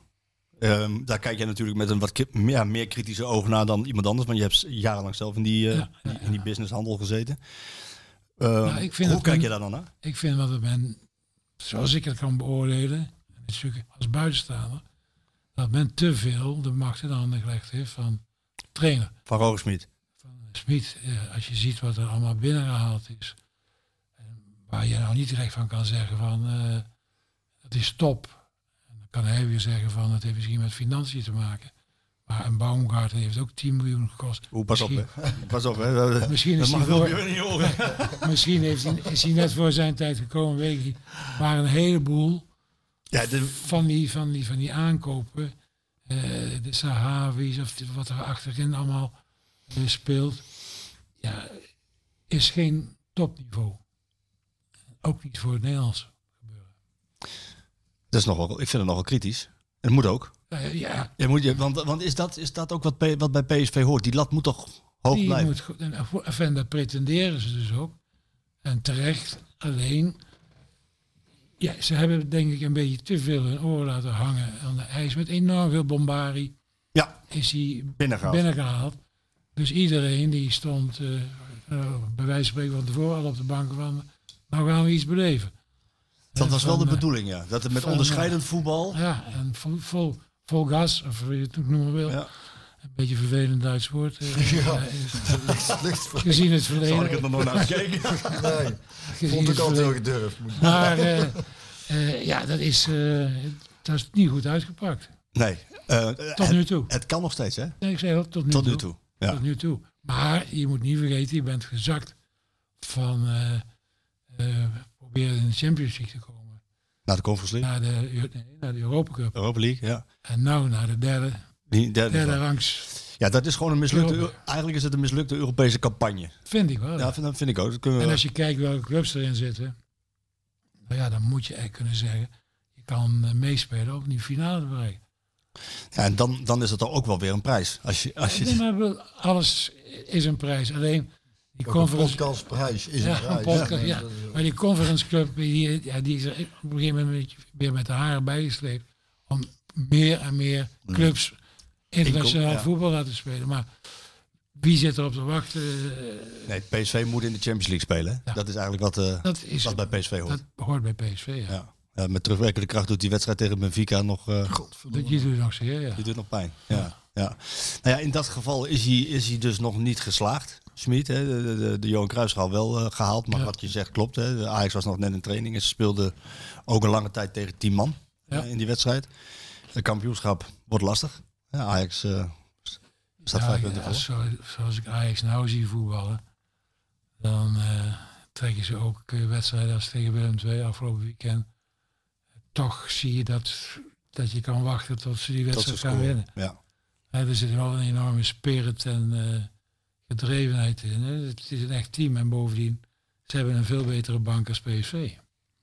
S1: Ehm, daar kijk jij natuurlijk met een wat ki- ja, meer kritische oog naar dan iemand anders. Want je hebt jarenlang zelf in die, eh,
S2: Ja, ja,
S1: in die businesshandel gezeten. Ehm,
S2: ik vind
S1: hoe
S2: dat
S1: kijk
S2: men-
S1: je daar dan naar?
S2: Ik vind dat het men, zoals ik het kan beoordelen, en dat is natuurlijk als buitenstaander, dat men te veel de macht in de handen gelegd heeft van trainer.
S1: Van Roosmit.
S2: Smit, eh, als je ziet wat er allemaal binnengehaald is, en waar je nou niet direct van kan zeggen van eh, dat is top. En dan kan hij weer zeggen van het heeft misschien met financiën te maken. Maar een Baumgart heeft ook 10 miljoen gekost.
S1: Oeh, pas op,
S2: Misschien-
S1: hè. (laughs) Pas op, hè. Dat-
S2: Misschien
S1: dat
S2: is hij
S1: mag wel
S2: voor-
S1: weer niet horen.
S2: Misschien heeft hij, is hij net voor zijn tijd gekomen, weet ik niet. Maar een heleboel
S1: Ja, de-
S2: van die, van die, van die aankopen, eh, de Sahavi's of dit- wat er achterin allemaal eh, speelt, ja, is geen topniveau. Ook niet voor het Nederlands.
S1: dat is nogal, ik vind het nogal kritisch. Het moet ook.
S2: Eh, ja,
S1: Je moet, je- want want is, dat, is dat ook wat, P- wat bij PSV hoort? Die lat moet toch hoog
S2: die
S1: blijven?
S2: moet goed. En, af- en dat pretenderen ze dus ook. En terecht, alleen. Ja, ze hebben denk ik een beetje te veel hun oren laten hangen. aan de- Hij is met enorm veel bombarie.
S1: Ja,
S2: Is hij
S1: binnengaan.
S2: binnengehaald. Dus iedereen die stond, eh, eh, bij wijze van spreken van tevoren al op de bank van, nou gaan we iets beleven.
S1: dat
S2: Eh,
S1: was wel de
S2: van, eh,
S1: bedoeling, ja. Dat het met
S2: van, eh,
S1: onderscheidend voetbal...
S2: Ja, en vol, vol, vol gas, of hoe je het ook noemen wil.
S1: Ja.
S2: Een beetje vervelend Duits
S1: (laughs)
S2: woord. eh, eh,
S3: Licht voor-
S2: (laughs) gezien het
S1: Zo had ik
S2: verleden.
S1: het nog nooit
S2: (laughs)
S1: naar gekeken.
S3: nee,
S2: gezien het
S3: vond
S2: eh, (laughs)
S3: ik altijd
S2: verleden.
S3: heel gedurfd. Moet-
S2: Maar eh, eh, ja, dat is, eh, dat is niet goed uitgepakt.
S1: Nee. eh,
S2: Tot
S1: het,
S2: nu toe.
S1: Het kan nog steeds, hè?
S2: Nee, ik zeg dat tot nu
S1: Tot
S2: toe.
S1: nu toe. Ja.
S2: Tot nu toe. Maar je moet niet vergeten, je bent gezakt van eh, eh, proberen in de Champions League te komen.
S1: Naar de Conference League.
S2: Naar de, Eu- nee, naar de Europa Cup.
S1: Europa League, ja.
S2: En nou naar de derde,
S1: Die derde
S2: derde
S1: van.
S2: rangs.
S1: ja, dat is gewoon een mislukte...
S2: Europa.
S1: Eu- Eigenlijk is het een mislukte Europese campagne.
S2: Vind ik wel.
S1: Ja, vind, dat vind ik ook. Dat kunnen we...
S2: En als je kijkt welke clubs erin zitten, nou ja, dan moet je echt kunnen zeggen, je kan eh, meespelen om die finale te bereiken.
S1: Ja, en dan, dan is het dan ook wel weer een prijs. Als je, als je...
S2: Nee, maar ik bedoel, alles is een prijs. Alleen die
S3: Ook een
S2: conference.
S3: podcastprijs is een
S2: Ja,
S3: prijs.
S2: een podcast,
S3: Ja,
S2: ja.
S3: dat is ook-
S2: Maar die conference club, die, ja, die is er op een gegeven moment weer met de haren bijgestreept. Om meer en meer clubs internationaal
S1: Mm. ja.
S2: voetbal laten spelen. Maar wie zit erop te wachten? Eh,
S1: Nee, PSV moet in de Champions League spelen. hè?
S2: Ja.
S1: Dat is eigenlijk wat, eh,
S2: Dat is
S1: wat bij PSV hoort.
S2: Dat hoort bij PSV. Ja.
S1: Ja. Ja, met terugwerkende kracht doet die wedstrijd tegen Benfica nog... eh,
S2: Dat je doet nog zeer. Ja.
S1: Die doet nog pijn. Ja. Ja. Nou ja, in dat geval is hij, is hij dus nog niet geslaagd. Smit, hè, de, de- de, de Johan Cruijffschaal wel eh, gehaald. Maar
S2: Ja.
S1: wat je zegt klopt. Hè. De Ajax was nog net in training en ze speelden ook een lange tijd tegen 10 man
S2: Ja.
S1: eh, in die wedstrijd. Het kampioenschap wordt lastig. Ja, Ajax eh, staat
S2: Ja,
S1: vijf
S2: ja,
S1: punten voor.
S2: zo- zoals ik Ajax nou zie voetballen, dan eh, trekken ze ook eh, wedstrijden als tegen Willem II afgelopen weekend. Toch zie je dat, dat je kan wachten tot ze die
S1: Tot ze
S2: wedstrijd gaan
S1: scoren.
S2: winnen.
S1: Ja.
S2: Hè, er zit wel een enorme spirit en eh, gedrevenheid in. hè. Het is een echt team en bovendien, ze hebben een veel betere bank als PSV.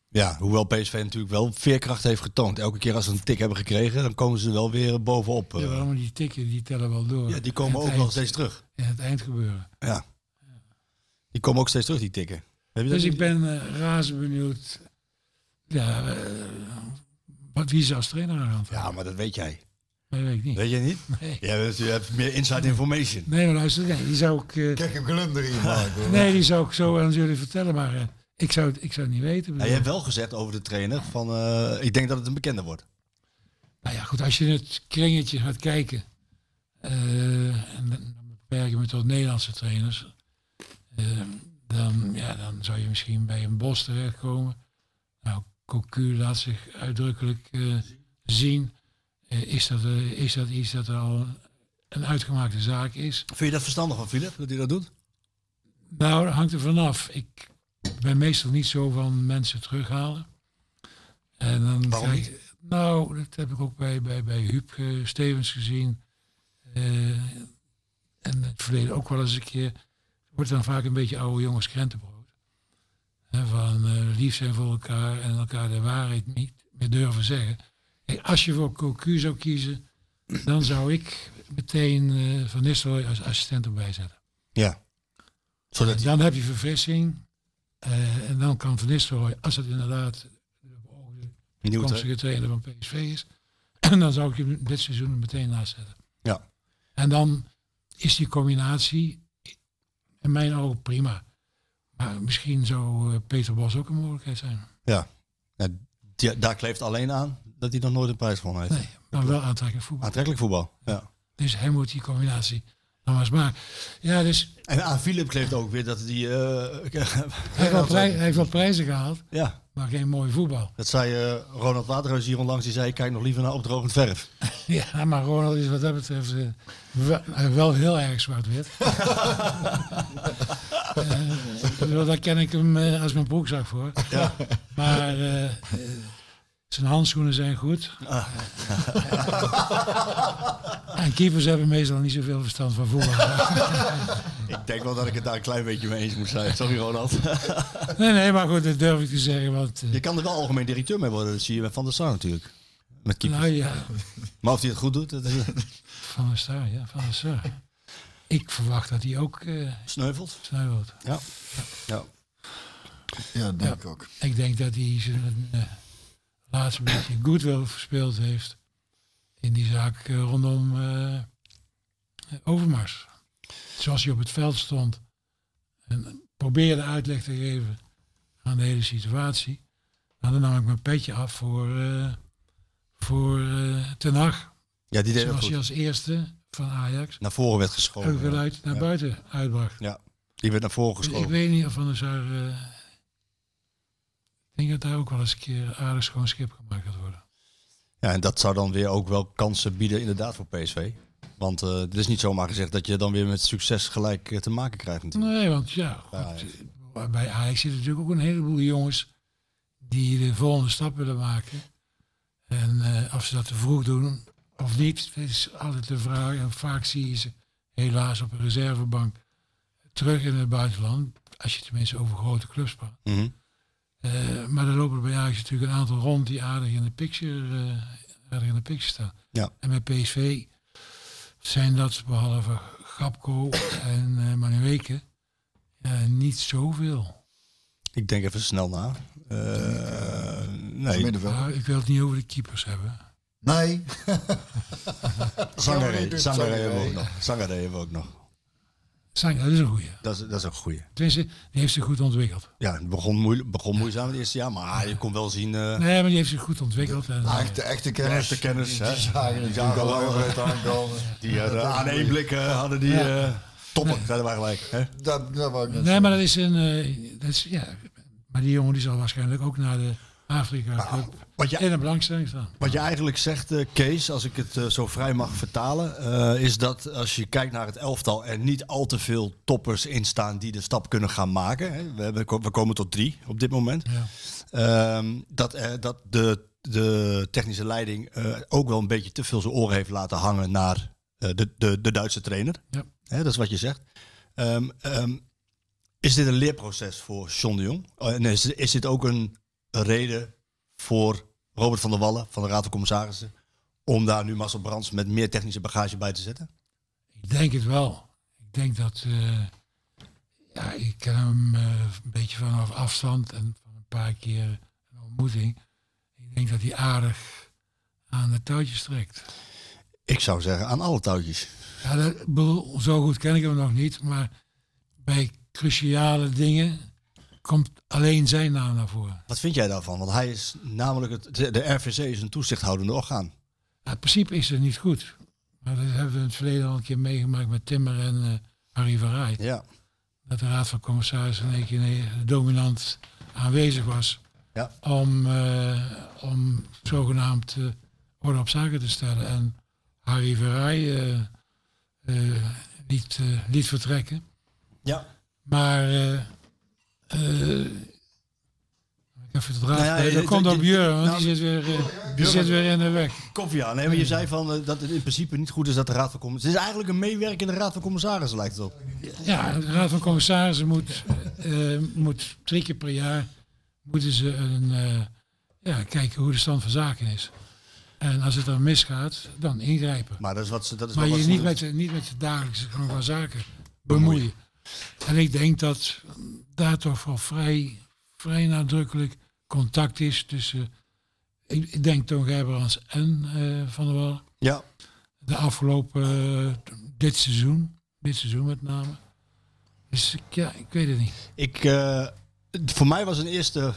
S1: ja, hoewel PSV natuurlijk wel veerkracht heeft getoond. Elke keer als ze een tik hebben gekregen, dan komen ze wel weer bovenop. eh.
S2: Ja, waarom die tikken, die tellen wel door.
S1: ja, die komen
S2: In
S1: ook
S2: het
S1: nog
S2: eind-
S1: steeds terug.
S2: In het eindgebeuren.
S1: Ja. Die komen ook steeds terug, die tikken. Heb je dat
S2: Dus
S1: niet?
S2: ik ben eh, razend benieuwd ja, eh, wat wie ze als trainer aan gaan
S1: Ja, maar dat weet jij.
S2: Dat weet ik niet.
S1: (laughs) Weet je niet?
S2: Nee.
S1: Jij hebt, je hebt meer inside information.
S2: Nee, maar luister, nee, die zou ik, eh,
S3: Kijk, hem glunder
S2: (laughs)
S3: hier maken. hoor.
S2: nee, die zou ik zo aan jullie vertellen, maar eh, ik, zou het, ik zou het niet weten.
S1: Ja,
S2: bedoel.
S1: je hebt wel gezegd over de trainer van, eh, ik denk dat het een bekende wordt.
S2: Nou ja, goed, als je in het kringetje gaat kijken, eh, en dan beperk je me tot Nederlandse trainers, eh, dan, ja, dan zou je misschien bij een bos terechtkomen. Nou, Cocu laat zich uitdrukkelijk eh, zien. Eh, is, dat, eh, is dat iets dat al een uitgemaakte zaak is?
S1: Vind je dat verstandig van Philip, dat hij dat doet?
S2: Nou, dat hangt er vanaf. Ik ben meestal niet zo van mensen terughalen. En dan
S1: Waarom
S2: ga ik- nou, dat heb ik ook bij, bij, bij Huub eh, Stevens gezien. Eh, en in het verleden ook wel eens een keer. Wordt dan vaak een beetje oude jongens krentenbrood. Hè, van eh, lief zijn voor elkaar en elkaar de waarheid niet meer durven zeggen. Kijk, als je voor Cocu zou kiezen, dan zou ik meteen eh, Van Nistelrooy als assistent erbij zetten.
S1: Ja. Zodat
S2: En
S1: hij...
S2: dan heb je verfrissing. eh, en dan kan Van Nistelrooy, als het inderdaad de beoogde
S1: Nieuw te-
S2: toekomstige trainer van PSV is, (clears throat) dan zou ik hem dit seizoen er meteen naast zetten.
S1: Ja.
S2: En dan is die combinatie in mijn ogen prima. Maar misschien zou eh, Peter Bos ook een mogelijkheid zijn.
S1: ja. Ja, Nou, die- daar kleeft alleen aan dat hij nog nooit een prijs gewonnen heeft.
S2: Nee, maar wel aantrekkelijk voetbal.
S1: Aantrekkelijk voetbal. Ja.
S2: Dus hij moet die combinatie nog eens maken. Ja, dus
S1: En aan Philip kleeft ook weer dat hij... eh, (laughs)
S2: hij heeft wel prij- hij heeft wel prijzen gehaald,
S1: ja,
S2: maar geen mooi voetbal.
S1: dat zei eh, Ronald Waterhuis hier onlangs. Die zei, ik kijk nog liever naar opdrogend verf.
S2: Ja, maar Ronald is wat dat betreft eh, wel, eh, wel heel erg zwart-wit. Eh, ik bedoel, daar ken ik hem eh, als mijn broekzak voor. Maar eh, eh, zijn handschoenen zijn goed. en keepers hebben meestal niet zoveel verstand van voetbal.
S1: Ik denk wel dat ik het daar een klein beetje mee eens moet zijn. Sorry (laughs) Ronald.
S2: nee, nee, maar goed, dat durf ik te zeggen. Want, eh,
S1: Je kan er wel algemeen directeur mee worden. Dat zie je bij Van der Sar natuurlijk. Met keeper.
S2: nou ja,
S1: Maar of hij het goed doet, dat is...
S2: Van der Sar, ja, Van der Sar. Ik verwacht dat hij ook eh
S1: Sneuvelt.
S2: (laughs) sneuvelt.
S1: Ja. ja.
S3: Ja, dat denk ik ook.
S2: Ik denk dat hij zijn eh, laatste beetje goodwill verspeeld heeft in die zaak eh, rondom eh, Overmars. Zoals hij op het veld stond en probeerde uitleg te geven aan de hele situatie. Nou, dan nam ik mijn petje af voor, eh, voor eh, Ten Hag.
S1: Ja, die deed dat
S2: Zoals hij
S1: goed.
S2: als eerste van Ajax
S1: Naar voren werd
S2: een
S1: geschoven.
S2: geluid naar
S1: Ja.
S2: buiten uitbracht.
S1: Ja. Die werd naar voren
S2: Dus ik
S1: geschoven.
S2: weet niet of Van der Sar... eh, ik denk dat daar ook wel eens een keer aardig schoon schip gemaakt gaat worden.
S1: Ja, en dat zou dan weer ook wel kansen bieden inderdaad voor PSV. Want eh, het is niet zomaar gezegd dat je dan weer met succes gelijk eh, te maken krijgt natuurlijk.
S2: Nee, want ja, goed, bij Ajax zitten natuurlijk ook een heleboel jongens die de volgende stap willen maken. En eh, of ze dat te vroeg doen of niet, is altijd de vraag. En vaak zie je ze helaas op een reservebank terug in het buitenland. Als je tenminste over grote clubs praat.
S1: Mhm.
S2: Eh, maar er lopen er bij Ajax natuurlijk een aantal rond die aardig in de picture, eh, aardig in de picture staan.
S1: Ja.
S2: En bij PSV zijn dat behalve Gapko en eh Manuweke eh, niet zoveel.
S1: Ik denk even snel na. Eh, nee,
S3: Middenveld.
S2: Maar Nou, ik wil het niet over de keepers hebben.
S3: Nee.
S1: Zangaré Zangaré
S3: Sangaré.
S1: hebben we ook nog. Zangaré hebben we ook nog.
S2: Zijn, dat is een goeie.
S1: Dat is, dat is een goeie.
S2: Tenminste, die heeft zich goed ontwikkeld.
S1: Ja, het begon, moeilijk, begon moeizaam het eerste jaar, maar je kon wel zien... eh
S2: Nee, maar die heeft zich goed ontwikkeld. En, eh,
S3: Maar de echte
S1: de
S3: kennis.
S1: echte kennis, hè?
S3: Die zagen natuurlijk al
S1: wel.
S3: over het aankomen.
S1: (laughs) Die
S3: Dat
S1: hadden
S3: is
S1: aan één
S3: moeilijk.
S1: blik eh, hadden die
S2: Ja.
S1: eh toppen, zeiden wij gelijk. Hè?
S3: Dat, dat wou ik net
S2: nee,
S3: zeggen.
S2: maar dat is een... eh, dat is, ja, maar die jongen die zal waarschijnlijk ook naar de Afrika
S1: Ah.
S2: Cup
S1: Wat je
S2: in de belangstelling staan.
S1: Wat je eigenlijk zegt, eh, Kees, als ik het eh, zo vrij mag vertalen, eh, is dat als je kijkt naar het elftal er niet al te veel toppers in staan die de stap kunnen gaan maken. Hè. We, hebben, we komen tot drie op dit moment.
S2: Ja.
S1: Ehm, dat eh, dat de, de technische leiding eh, ook wel een beetje te veel zijn oren heeft laten hangen naar eh, de, de, de Duitse trainer.
S2: Ja.
S1: Hè, dat is wat je zegt. Ehm, ehm, is dit een leerproces voor John de Jong? Eh, en is, is dit ook een reden voor Robert van der Wallen van de Raad van Commissarissen om daar nu Marcel Brands met meer technische bagage bij te zetten?
S2: Ik denk het wel. Ik denk dat. eh, ja, ik ken hem eh, een beetje vanaf afstand en van een paar keer een ontmoeting. Ik denk dat hij aardig aan de touwtjes trekt.
S1: Ik zou zeggen aan alle touwtjes.
S2: Ja, dat, ik bedoel, zo goed ken ik hem nog niet, maar bij cruciale dingen komt alleen zijn naam naar voren.
S1: Wat vind jij daarvan? Want hij is namelijk het, de- de RVC is een toezichthoudende orgaan.
S2: Ja, in principe is het niet goed. Maar dat hebben we in het verleden al een keer meegemaakt met Timmer en eh, Harry van Rij.
S1: Ja.
S2: dat de Raad van Commissarissen in één keer eh, dominant aanwezig was.
S1: Ja.
S2: Om, eh, om zogenaamd eh, orde op zaken te stellen. En Harry Verrij eh, eh, liet, eh, liet vertrekken.
S1: Ja.
S2: Maar eh, eh, ik heb het draad.
S1: Nou ja,
S2: kwijt.
S1: je-
S2: dat komt
S1: je-
S2: op Björn, want
S1: nou,
S2: die zit weer, eh, die zit weer in de weg.
S1: Koffie aan. Nee, maar je zei van eh, dat het in principe niet goed is dat de Raad van Commissarissen... Het is eigenlijk een meewerkende Raad van Commissarissen, lijkt het op.
S2: Ja, de Raad van Commissarissen moet, eh, moet drie keer per jaar moeten ze een, eh, ja, kijken hoe de stand van zaken is. En als het dan misgaat, dan ingrijpen.
S1: Maar dat is wat ze... Dat is
S2: Maar
S1: wel
S2: je
S1: wat ze
S2: niet
S1: doen.
S2: met, de- niet met de dagelijkse gang van zaken bemoeien. En ik denk dat daar toch wel vrij, vrij nadrukkelijk contact is tussen, ik, ik denk Toon Gerbrands en eh, Van der Wal
S1: Ja,
S2: de afgelopen eh, dit seizoen, dit seizoen met name. Dus ik, ja, ik weet het niet.
S1: ik... eh, het- voor mij was een eerste...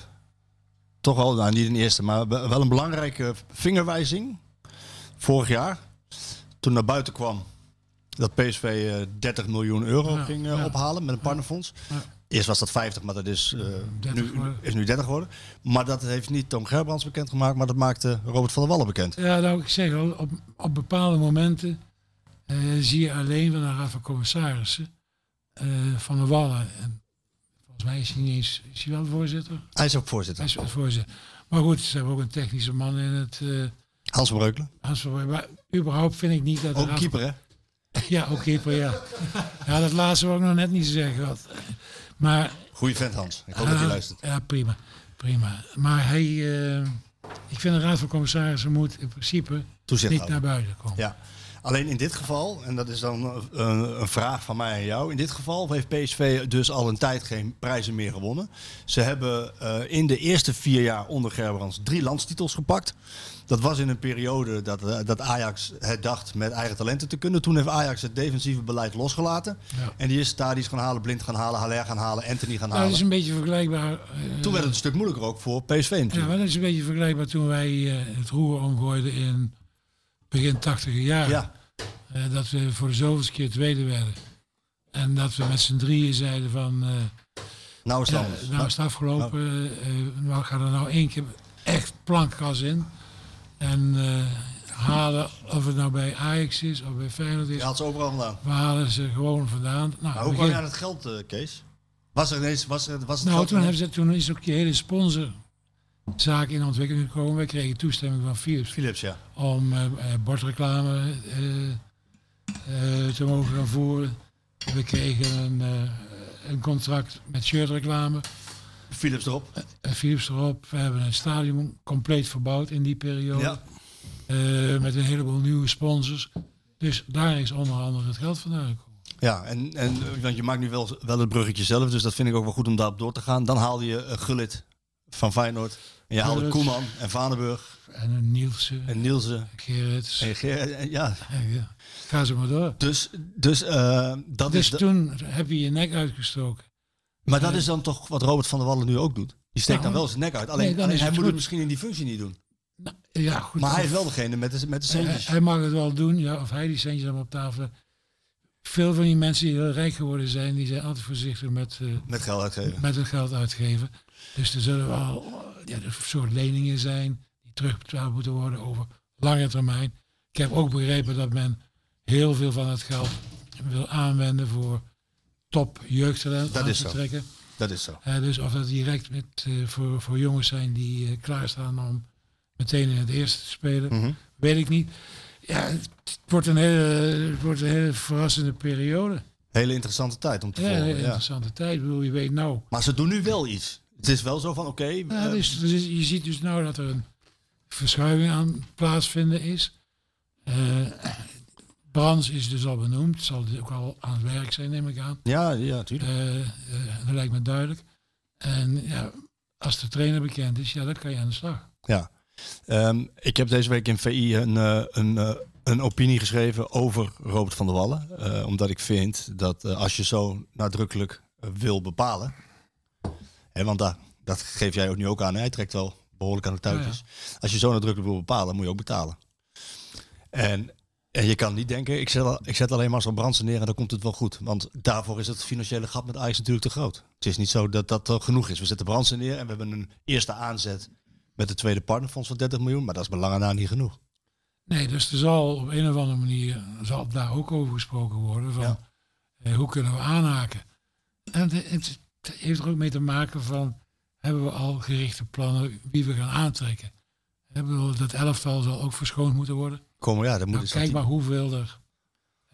S1: Toch wel, nou niet een eerste, maar be- wel een belangrijke vingerwijzing. Vorig jaar. Toen naar buiten kwam dat PSV eh, 30 miljoen euro
S2: Ja,
S1: ging eh,
S2: ja.
S1: ophalen met een partnerfonds.
S2: Ja.
S1: Eerst was dat 50, maar dat is, eh,
S2: 30
S1: nu,
S2: geworden.
S1: is nu 30 geworden. Maar dat heeft niet Tom Gerbrands bekendgemaakt, maar dat maakte Robert van der Wallen bekend.
S2: Ja, nou, ik zeg al, op, op bepaalde momenten eh, zie je alleen van de Raad van Commissarissen eh, van de Wallen. En volgens mij is hij niet eens, is hij wel voorzitter?
S1: Hij is ook
S2: Hij
S1: voorzitter.
S2: is wel voorzitter. Maar goed, ze hebben ook een technische man in het... eh
S1: Hans van Breukelen.
S2: Hans van Rooij. maar überhaupt vind ik niet dat... de
S1: Ook
S2: Raad van-
S1: keeper, hè?
S2: Ja, ook keeper, ja. Ja, dat laatste wil ik nog net niet zeggen. wat. Maar
S1: Goeie vent, Hans. Ik hoop Oh, dat hij
S2: Ah,
S1: luistert.
S2: Ja, prima. prima. Maar hij, eh, ik vind de Raad van Commissarissen moet in principe
S1: Toezicht
S2: niet
S1: houden.
S2: naar buiten komen.
S1: Ja. Alleen in dit geval, en dat is dan eh, een, een vraag van mij aan jou. In dit geval heeft PSV dus al een tijd geen prijzen meer gewonnen. Ze hebben eh, in de eerste vier jaar onder Gerbrands drie landstitels gepakt. Dat was in een periode dat, eh, dat Ajax het dacht met eigen talenten te kunnen. Toen heeft Ajax het defensieve beleid losgelaten.
S2: Ja.
S1: En die is Stadies gaan halen, Blind gaan halen, Haller gaan halen, Anthony gaan
S2: Nou,
S1: halen.
S2: dat is een beetje vergelijkbaar. eh,
S1: Toen werd het een stuk moeilijker ook voor PSV
S2: ja,
S1: natuurlijk.
S2: maar dat is een beetje vergelijkbaar toen wij eh, het roer omgooiden in begin tachtiger jaren.
S1: ja.
S2: Eh, dat we voor de zoveelste keer tweede werden. En dat we met z'n drieën zeiden van, eh,
S1: Nou is het
S2: ja,
S1: anders.
S2: nou is het afgelopen, eh, eh, nou gaan er nou één keer echt plankgas in. En eh, halen, of het nou bij Ajax is of bij Feyenoord is,
S1: Je had ze overal gedaan.
S2: we halen ze gewoon vandaan.
S1: Maar
S2: Nou,
S1: hoe
S2: begin-
S1: kwam je aan het geld, eh, Kees? Was er ineens... Was er, was het
S2: nou,
S1: geld
S2: toen, hebben ze, toen is ook die hele sponsorzaak in ontwikkeling gekomen. Wij kregen toestemming van Philips
S1: Philips, ja.
S2: om eh, eh, bordreclame eh, eh, te mogen gaan voeren. We kregen een, eh, een contract met shirtreclame,
S1: Philips erop.
S2: eh, Philips erop. We hebben een stadion compleet verbouwd in die periode.
S1: Ja.
S2: Eh, met een heleboel nieuwe sponsors. Dus daar is onder andere het geld vandaan gekomen.
S1: Ja, en, en, eh, want je maakt nu wel, wel het bruggetje zelf, dus dat vind ik ook wel goed om daarop door te gaan. Dan haalde je eh, Gullit van Feyenoord. En je haalde
S2: Gullit.
S1: Koeman en Vaneburg
S2: En een Nielsen,
S1: en Nielsen.
S2: Gerrits.
S1: En Ger- en ja,
S2: eh, ja. Ga ze maar door.
S1: dus, dus eh, dat
S2: Dus
S1: is... de-
S2: toen heb je je nek uitgestoken.
S1: maar dat is dan toch wat Robert van der Wallen nu ook doet. Die steekt
S2: Nou,
S1: dan wel zijn nek uit. Alleen,
S2: nee, dan
S1: alleen
S2: is
S1: hij
S2: het
S1: moet
S2: goed.
S1: het misschien in die functie niet doen.
S2: Nou, ja, goed.
S1: Maar hij
S2: of-
S1: is wel degene met de, met de
S2: hij,
S1: centjes.
S2: hij mag het wel doen, ja, of hij die centjes allemaal op tafel. Veel van die mensen die heel rijk geworden zijn, die zijn altijd voorzichtig met, eh,
S1: met geld uitgeven.
S2: met het geld uitgeven. Dus er zullen wel eh, ja, een soort leningen zijn die terugbetaald moeten worden over lange termijn. Ik heb ook begrepen dat men heel veel van het geld wil aanwenden voor top jeugdtalent
S1: Dat
S2: aan
S1: is
S2: te
S1: zo.
S2: trekken.
S1: Dat is zo.
S2: Eh, dus of dat direct met, eh, voor, voor jongens zijn die eh, klaarstaan om meteen in het eerste te spelen, weet ik niet. Ja, het het wordt een hele, het wordt een hele verrassende periode.
S1: Hele interessante tijd om te
S2: Ja, een hele
S1: volgen. Ja.
S2: interessante tijd. Ik bedoel, je weet nou.
S1: Maar ze doen nu wel iets. Het is wel zo van, oké...
S2: Ja,
S1: eh,
S2: dus, dus je ziet dus nou dat er een verschuiving aan plaatsvinden is. Eh Brands is dus al benoemd, zal dus ook al aan het werk zijn, neem ik aan.
S1: ja, ja, tuurlijk.
S2: Eh, eh, dat lijkt me duidelijk. En ja, als de trainer bekend is, ja, dan kan je aan de slag.
S1: Ja. Ehm, ik heb deze week in VI een, eh, een, eh, een opinie geschreven over Robert van der Wallen. Eh, omdat ik vind dat eh, als je zo nadrukkelijk eh, wil bepalen. Hè, want daar, dat geef jij ook nu ook aan. hè, Hij trekt wel behoorlijk aan de touwtjes. Als je zo nadrukkelijk wil bepalen, moet je ook betalen. En, en je kan niet denken, ik zet, al- ik zet alleen Marcel Brandsen neer en dan komt het wel goed. Want daarvoor is het financiële gat met Ajax natuurlijk te groot. Het is niet zo dat dat eh, genoeg is. We zetten Brandsen neer en we hebben een eerste aanzet met het tweede partnerfonds van 30 miljoen. Maar dat is bij lange na niet genoeg.
S2: Nee, dus er zal op een of andere manier zal daar ook over gesproken worden. Van,
S1: Ja.
S2: eh, hoe kunnen we aanhaken? En het, het- het heeft er ook mee te maken van, hebben we al gerichte plannen wie we gaan aantrekken? Hebben we dat elftal zal ook verschoond moeten worden?
S1: Kom, ja, dat moet
S2: Nou,
S1: eens
S2: kijk
S1: wat-
S2: maar hoeveel er.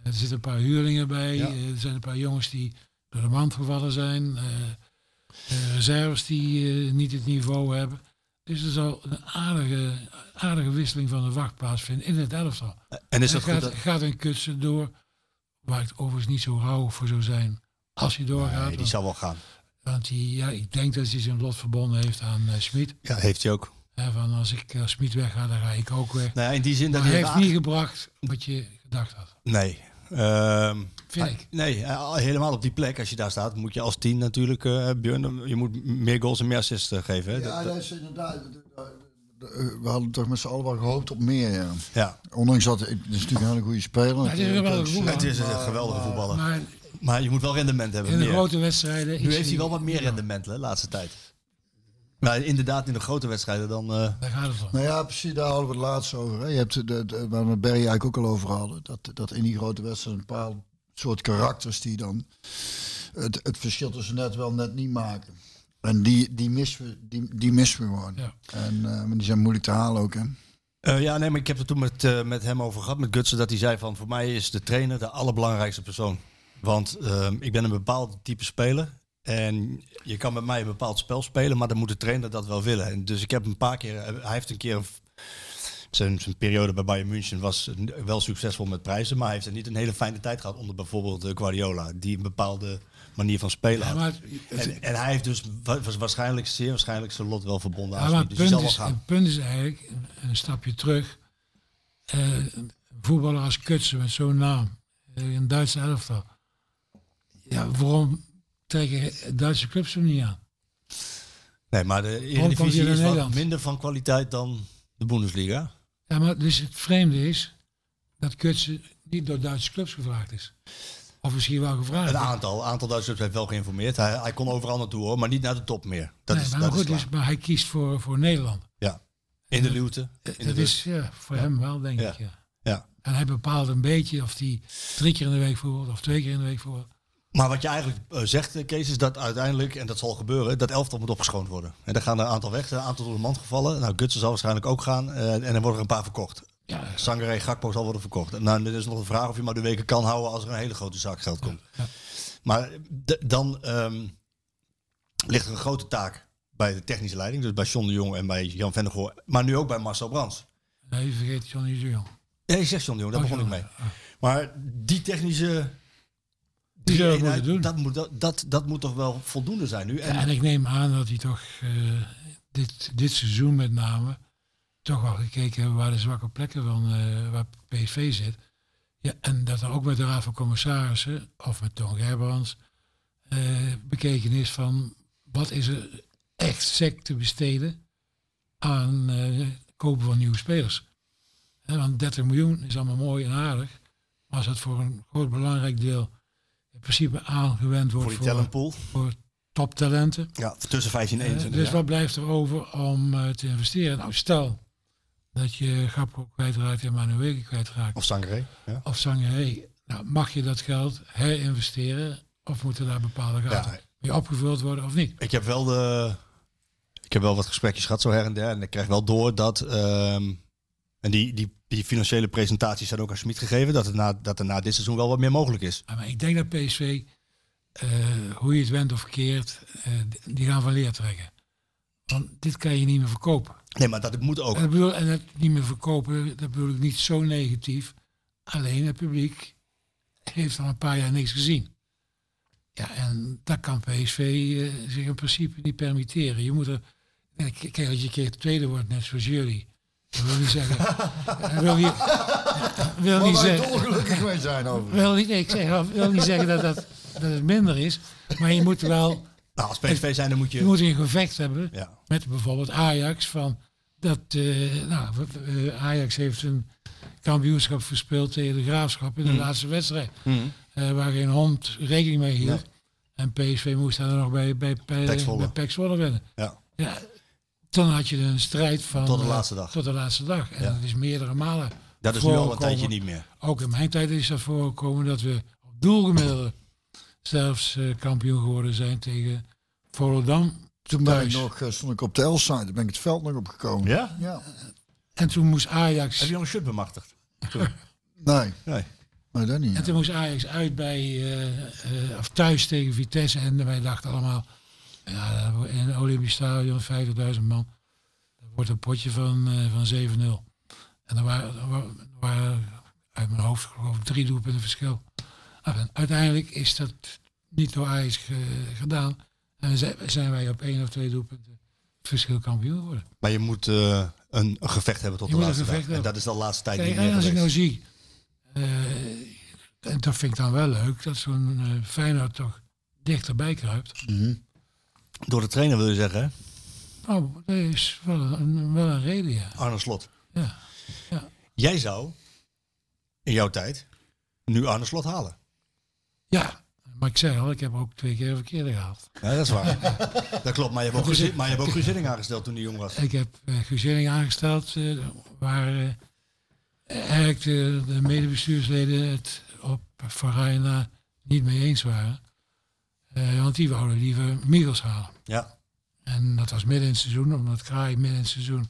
S2: Er zitten een paar huurlingen bij.
S1: Ja.
S2: eh, Er zijn een paar jongens die door de mand gevallen zijn. eh, eh, reserves die eh, niet het niveau hebben. Dus er zal een aardige, aardige wisseling van de wacht plaatsvinden in het elftal.
S1: En is
S2: Er
S1: dat goed?
S2: gaat,
S1: dat-
S2: gaat een kutsen door. Waar ik overigens niet zo rauw voor zou zijn. Als hij doorgaat.
S1: Nee, die
S2: want-
S1: zal wel gaan.
S2: Want die, ja, ik denk dat hij zijn lot verbonden heeft aan eh, Smit.
S1: Ja, heeft hij ook.
S2: Hè, van als ik als Smit wegga, dan ga ik ook weg.
S1: Nou, ja, in die zin dat
S2: Maar hij
S1: hij...
S2: heeft niet gebracht wat je gedacht had.
S1: Nee. Ehm,
S2: Vind
S1: hij-
S2: ik.
S1: Nee, hij- al- helemaal op die plek. Als je daar staat, moet je als team natuurlijk... eh Björn, dan- je moet m- meer goals en meer assists eh, geven. Hè?
S3: Ja,
S1: Dat- dat-
S3: dat is inderdaad. We hadden toch met z'n allen wel gehoopt op meer. Ja.
S1: ja.
S3: Ondanks dat het is natuurlijk een hele goede speler.
S2: het is wel een goede
S1: Het is een geweldige voetballer. Maar,
S2: Maar
S1: je moet wel rendement hebben.
S2: in de
S1: meer.
S2: grote wedstrijden...
S1: Nu heeft hij wel wat meer rendement, hè, laatste tijd. Maar inderdaad, in de grote wedstrijden dan... eh,
S2: Daar gaat het om.
S3: Nou ja, precies, daar hadden we het laatst over. Hè. Je hebt de, de, waar we Barry eigenlijk ook al over hadden. Dat, dat in die grote wedstrijden een bepaald soort karakters die dan het, het verschil tussen net wel net niet maken. En die, die, missen, we, die, die missen we gewoon.
S2: Ja.
S3: En eh, maar die zijn moeilijk te halen ook. Hè.
S1: Eh, ja, nee, maar ik heb het toen met, eh, met hem over gehad, met Gutsen, dat hij zei van voor mij is de trainer de allerbelangrijkste persoon. Want ehm, ik ben een bepaald type speler en je kan met mij een bepaald spel spelen, maar dan moet de trainer dat wel willen. En dus ik heb een paar keer, hij heeft een keer, een f- zijn, zijn periode bij Bayern München was een- wel succesvol met prijzen, maar hij heeft er niet een hele fijne tijd gehad onder bijvoorbeeld eh, Guardiola, die een bepaalde manier van spelen
S2: Ja,
S1: had.
S2: maar het, het-
S1: en, en hij heeft dus wa- was waarschijnlijk, zeer waarschijnlijk zijn lot wel verbonden
S2: ja,
S1: aan
S2: maar
S1: zich. Dus hij
S2: het punt
S1: zal wel
S2: is,
S1: gaan.
S2: het punt is eigenlijk, een- een stapje terug, eh, een voetballer als Kutsen met zo'n naam, eh, een Duitse elftal. Ja, waarom trekken Duitse clubs hem niet aan?
S1: Nee, maar de
S2: komt hij
S1: Eredivisie
S2: naar
S1: is wat
S2: Nederland?
S1: minder van kwaliteit dan de Bundesliga.
S2: Ja, maar dus het vreemde is dat Kutsen niet door Duitse clubs gevraagd is. Of misschien wel gevraagd.
S1: Een
S2: is.
S1: aantal, aantal Duitsers heeft wel geïnformeerd. Hij, hij kon overal naartoe hoor, maar niet naar de top meer. Dat
S2: Nee,
S1: is,
S2: maar
S1: dat
S2: goed,
S1: is
S2: dus-
S1: klaar.
S2: maar hij kiest voor, voor Nederland.
S1: Ja. In de luwte. In de
S2: Het
S1: rust.
S2: is ja, voor hem wel, denk
S1: Ja.
S2: ik. Ja.
S1: Ja.
S2: En hij bepaalt een beetje of hij drie keer in de week voetbalt of twee keer in de week voetbalt.
S1: Maar wat je eigenlijk eh, zegt, eh, Kees, is dat uiteindelijk, en dat zal gebeuren, dat elftal moet opgeschoond worden. En dan gaan er een aantal weg, een aantal door de mand gevallen. Nou, Gutsen zal waarschijnlijk ook gaan. eh, en dan worden er een paar verkocht.
S2: Ja,
S1: Sangaré, Gakpo zal worden verkocht. Nou, dit is nog de vraag of je maar de weken kan houden als er een hele grote zak geld komt. Maar d- dan ehm, ligt er een grote taak bij de technische leiding. Dus bij John de Jong en bij Jan van der Goor. Maar nu ook bij Marcel Brands.
S2: nee, je vergeet Johnny de Jong.
S1: Nee, ik zeg John de Jong, daar
S2: Oh,
S1: begon ik
S2: John,
S1: mee. Maar die technische...
S2: Die zou het
S1: eenheid,
S2: moeten doen.
S1: Dat, moet, dat, dat, dat moet toch wel voldoende zijn nu? En,
S2: Ja, en ik neem aan dat hij toch eh, dit, dit seizoen met name toch wel gekeken hebben waar de zwakke plekken van eh, waar PSV zit. Ja, en dat er ook met de Raad van Commissarissen of met Toon Gerbrands eh, bekeken is van wat is er echt sec te besteden aan eh, kopen van nieuwe spelers. Hè, want 30 miljoen is allemaal mooi en aardig. Maar als dat voor een groot belangrijk deel in principe aangewend
S1: voor
S2: wordt
S1: die
S2: voor,
S1: talentpool.
S2: voor toptalenten.
S1: Ja, tussen 15 en
S2: Eh,
S1: 21
S2: dus
S1: jaar.
S2: wat blijft er over om eh, te investeren? Nou, stel dat je Gapro kwijtraakt en Manuel kwijtraakt.
S1: Of Sangaré. Ja.
S2: Of Sangeré. Nou, mag je dat geld herinvesteren? Of moeten daar bepaalde gaten
S1: Ja.
S2: mee opgevuld worden of niet?
S1: Ik heb wel de. Ik heb wel wat gesprekjes gehad zo her en der. En ik krijg wel door dat. ehm, en die, die, die financiële presentaties zijn ook aan Schmid gegeven. Dat, het na, dat er na dit seizoen wel wat meer mogelijk is.
S2: Maar ik denk dat PSV, eh, hoe je het went of verkeerd, eh, die gaan van leer trekken. Want dit kan je niet meer verkopen.
S1: Nee, maar dat moet ook.
S2: En, dat bedoel, en dat niet meer verkopen, dat bedoel ik niet zo negatief. Alleen het publiek heeft al een paar jaar niks gezien. Ja, en dat kan PSV eh, zich in principe niet permitteren. Je moet er, eh, k- kijk, als je een keer tweede wordt, net zoals jullie. Dat wil niet zeggen. dat wil niet, wil
S3: Waar
S2: niet
S3: wij
S2: zeggen.
S3: dolgelukkig mee zijn (laughs) over.
S2: Wil niet, nee, ik zeg, wel- wil niet zeggen dat, dat, dat het minder is. Maar je moet wel
S1: Nou, als PSV zijn, dan moet
S2: je
S1: je.
S2: eh, moet een gevecht hebben
S1: Ja.
S2: met bijvoorbeeld Ajax. Van dat, eh, nou, w- w- eh, Ajax heeft een kampioenschap verspeeld tegen de Graafschap
S1: Hmm.
S2: in de laatste wedstrijd. eh, waar geen hond rekening mee hield. En PSV moest daar nog bij, bij, bij,
S1: Pek E Zwolle.
S2: bij Pek Zwolle winnen.
S1: Ja.
S2: Ja, toen had je een strijd van...
S1: Tot de
S2: eh,
S1: laatste dag.
S2: Tot de laatste dag. En
S1: Ja.
S2: dat is meerdere malen
S1: Dat is nu al een
S2: voorgekomen
S1: tijdje niet meer.
S2: ook in mijn tijd is dat voorgekomen dat we op doelgemiddelde zelfs eh, kampioen geworden zijn tegen Volendam toen
S3: Toen ben ik
S2: thuis.
S3: nog, eh, stond ik op de Elside, daar ben ik het veld nog opgekomen.
S1: Ja?
S3: Ja.
S2: En toen moest Ajax
S1: Heb je al een shirt bemachtigd?
S3: Nee,
S1: Nee.
S3: nee, dat niet.
S2: en toen moest Ajax uit bij eh, eh, of thuis tegen Vitesse en wij dachten allemaal ja, in het Olympisch Stadion 50.000 man dat wordt een potje van, eh, van 7-0. En er waren, er wa- er waren uit mijn hoofd geloof ik drie doelpunten verschil. Ah, en uiteindelijk is dat niet door Ajax ge- gedaan. En zijn- zijn wij op één of twee doelpunten verschil kampioen geworden.
S1: Maar je moet eh, een, een gevecht hebben tot
S2: Je
S1: de
S2: moet een
S1: laatste dag.
S2: gevecht
S1: En
S2: hebben.
S1: dat is al de laatste tijd
S2: Kijk,
S1: niet meer
S2: en als ik nou
S1: geweest.
S2: zie, eh, en dat vind ik dan wel leuk, dat zo'n eh Feyenoord toch dichterbij kruipt.
S1: Door de trainer wil je zeggen, hè?
S2: Nou, dat is wel een, wel een reden, ja.
S1: Arne Slot.
S2: Ja. Ja.
S1: Jij zou in jouw tijd nu Arne Slot halen.
S2: Ja, maar ik zeg al, ik heb ook twee keer verkeerde gehaald.
S1: Ja, dat is waar. (laughs) dat klopt, maar je hebt ook, Guus- maar je hebt ook Guus Hiddink aangesteld toen die jong was.
S2: Ik heb eh Guzinning aangesteld, eh, waar eh, eigenlijk de, de medebestuursleden het op Faraya na niet mee eens waren. Eh, want die wouden liever Michels halen.
S1: Ja.
S2: En dat was midden in het seizoen, omdat Kraai midden in het seizoen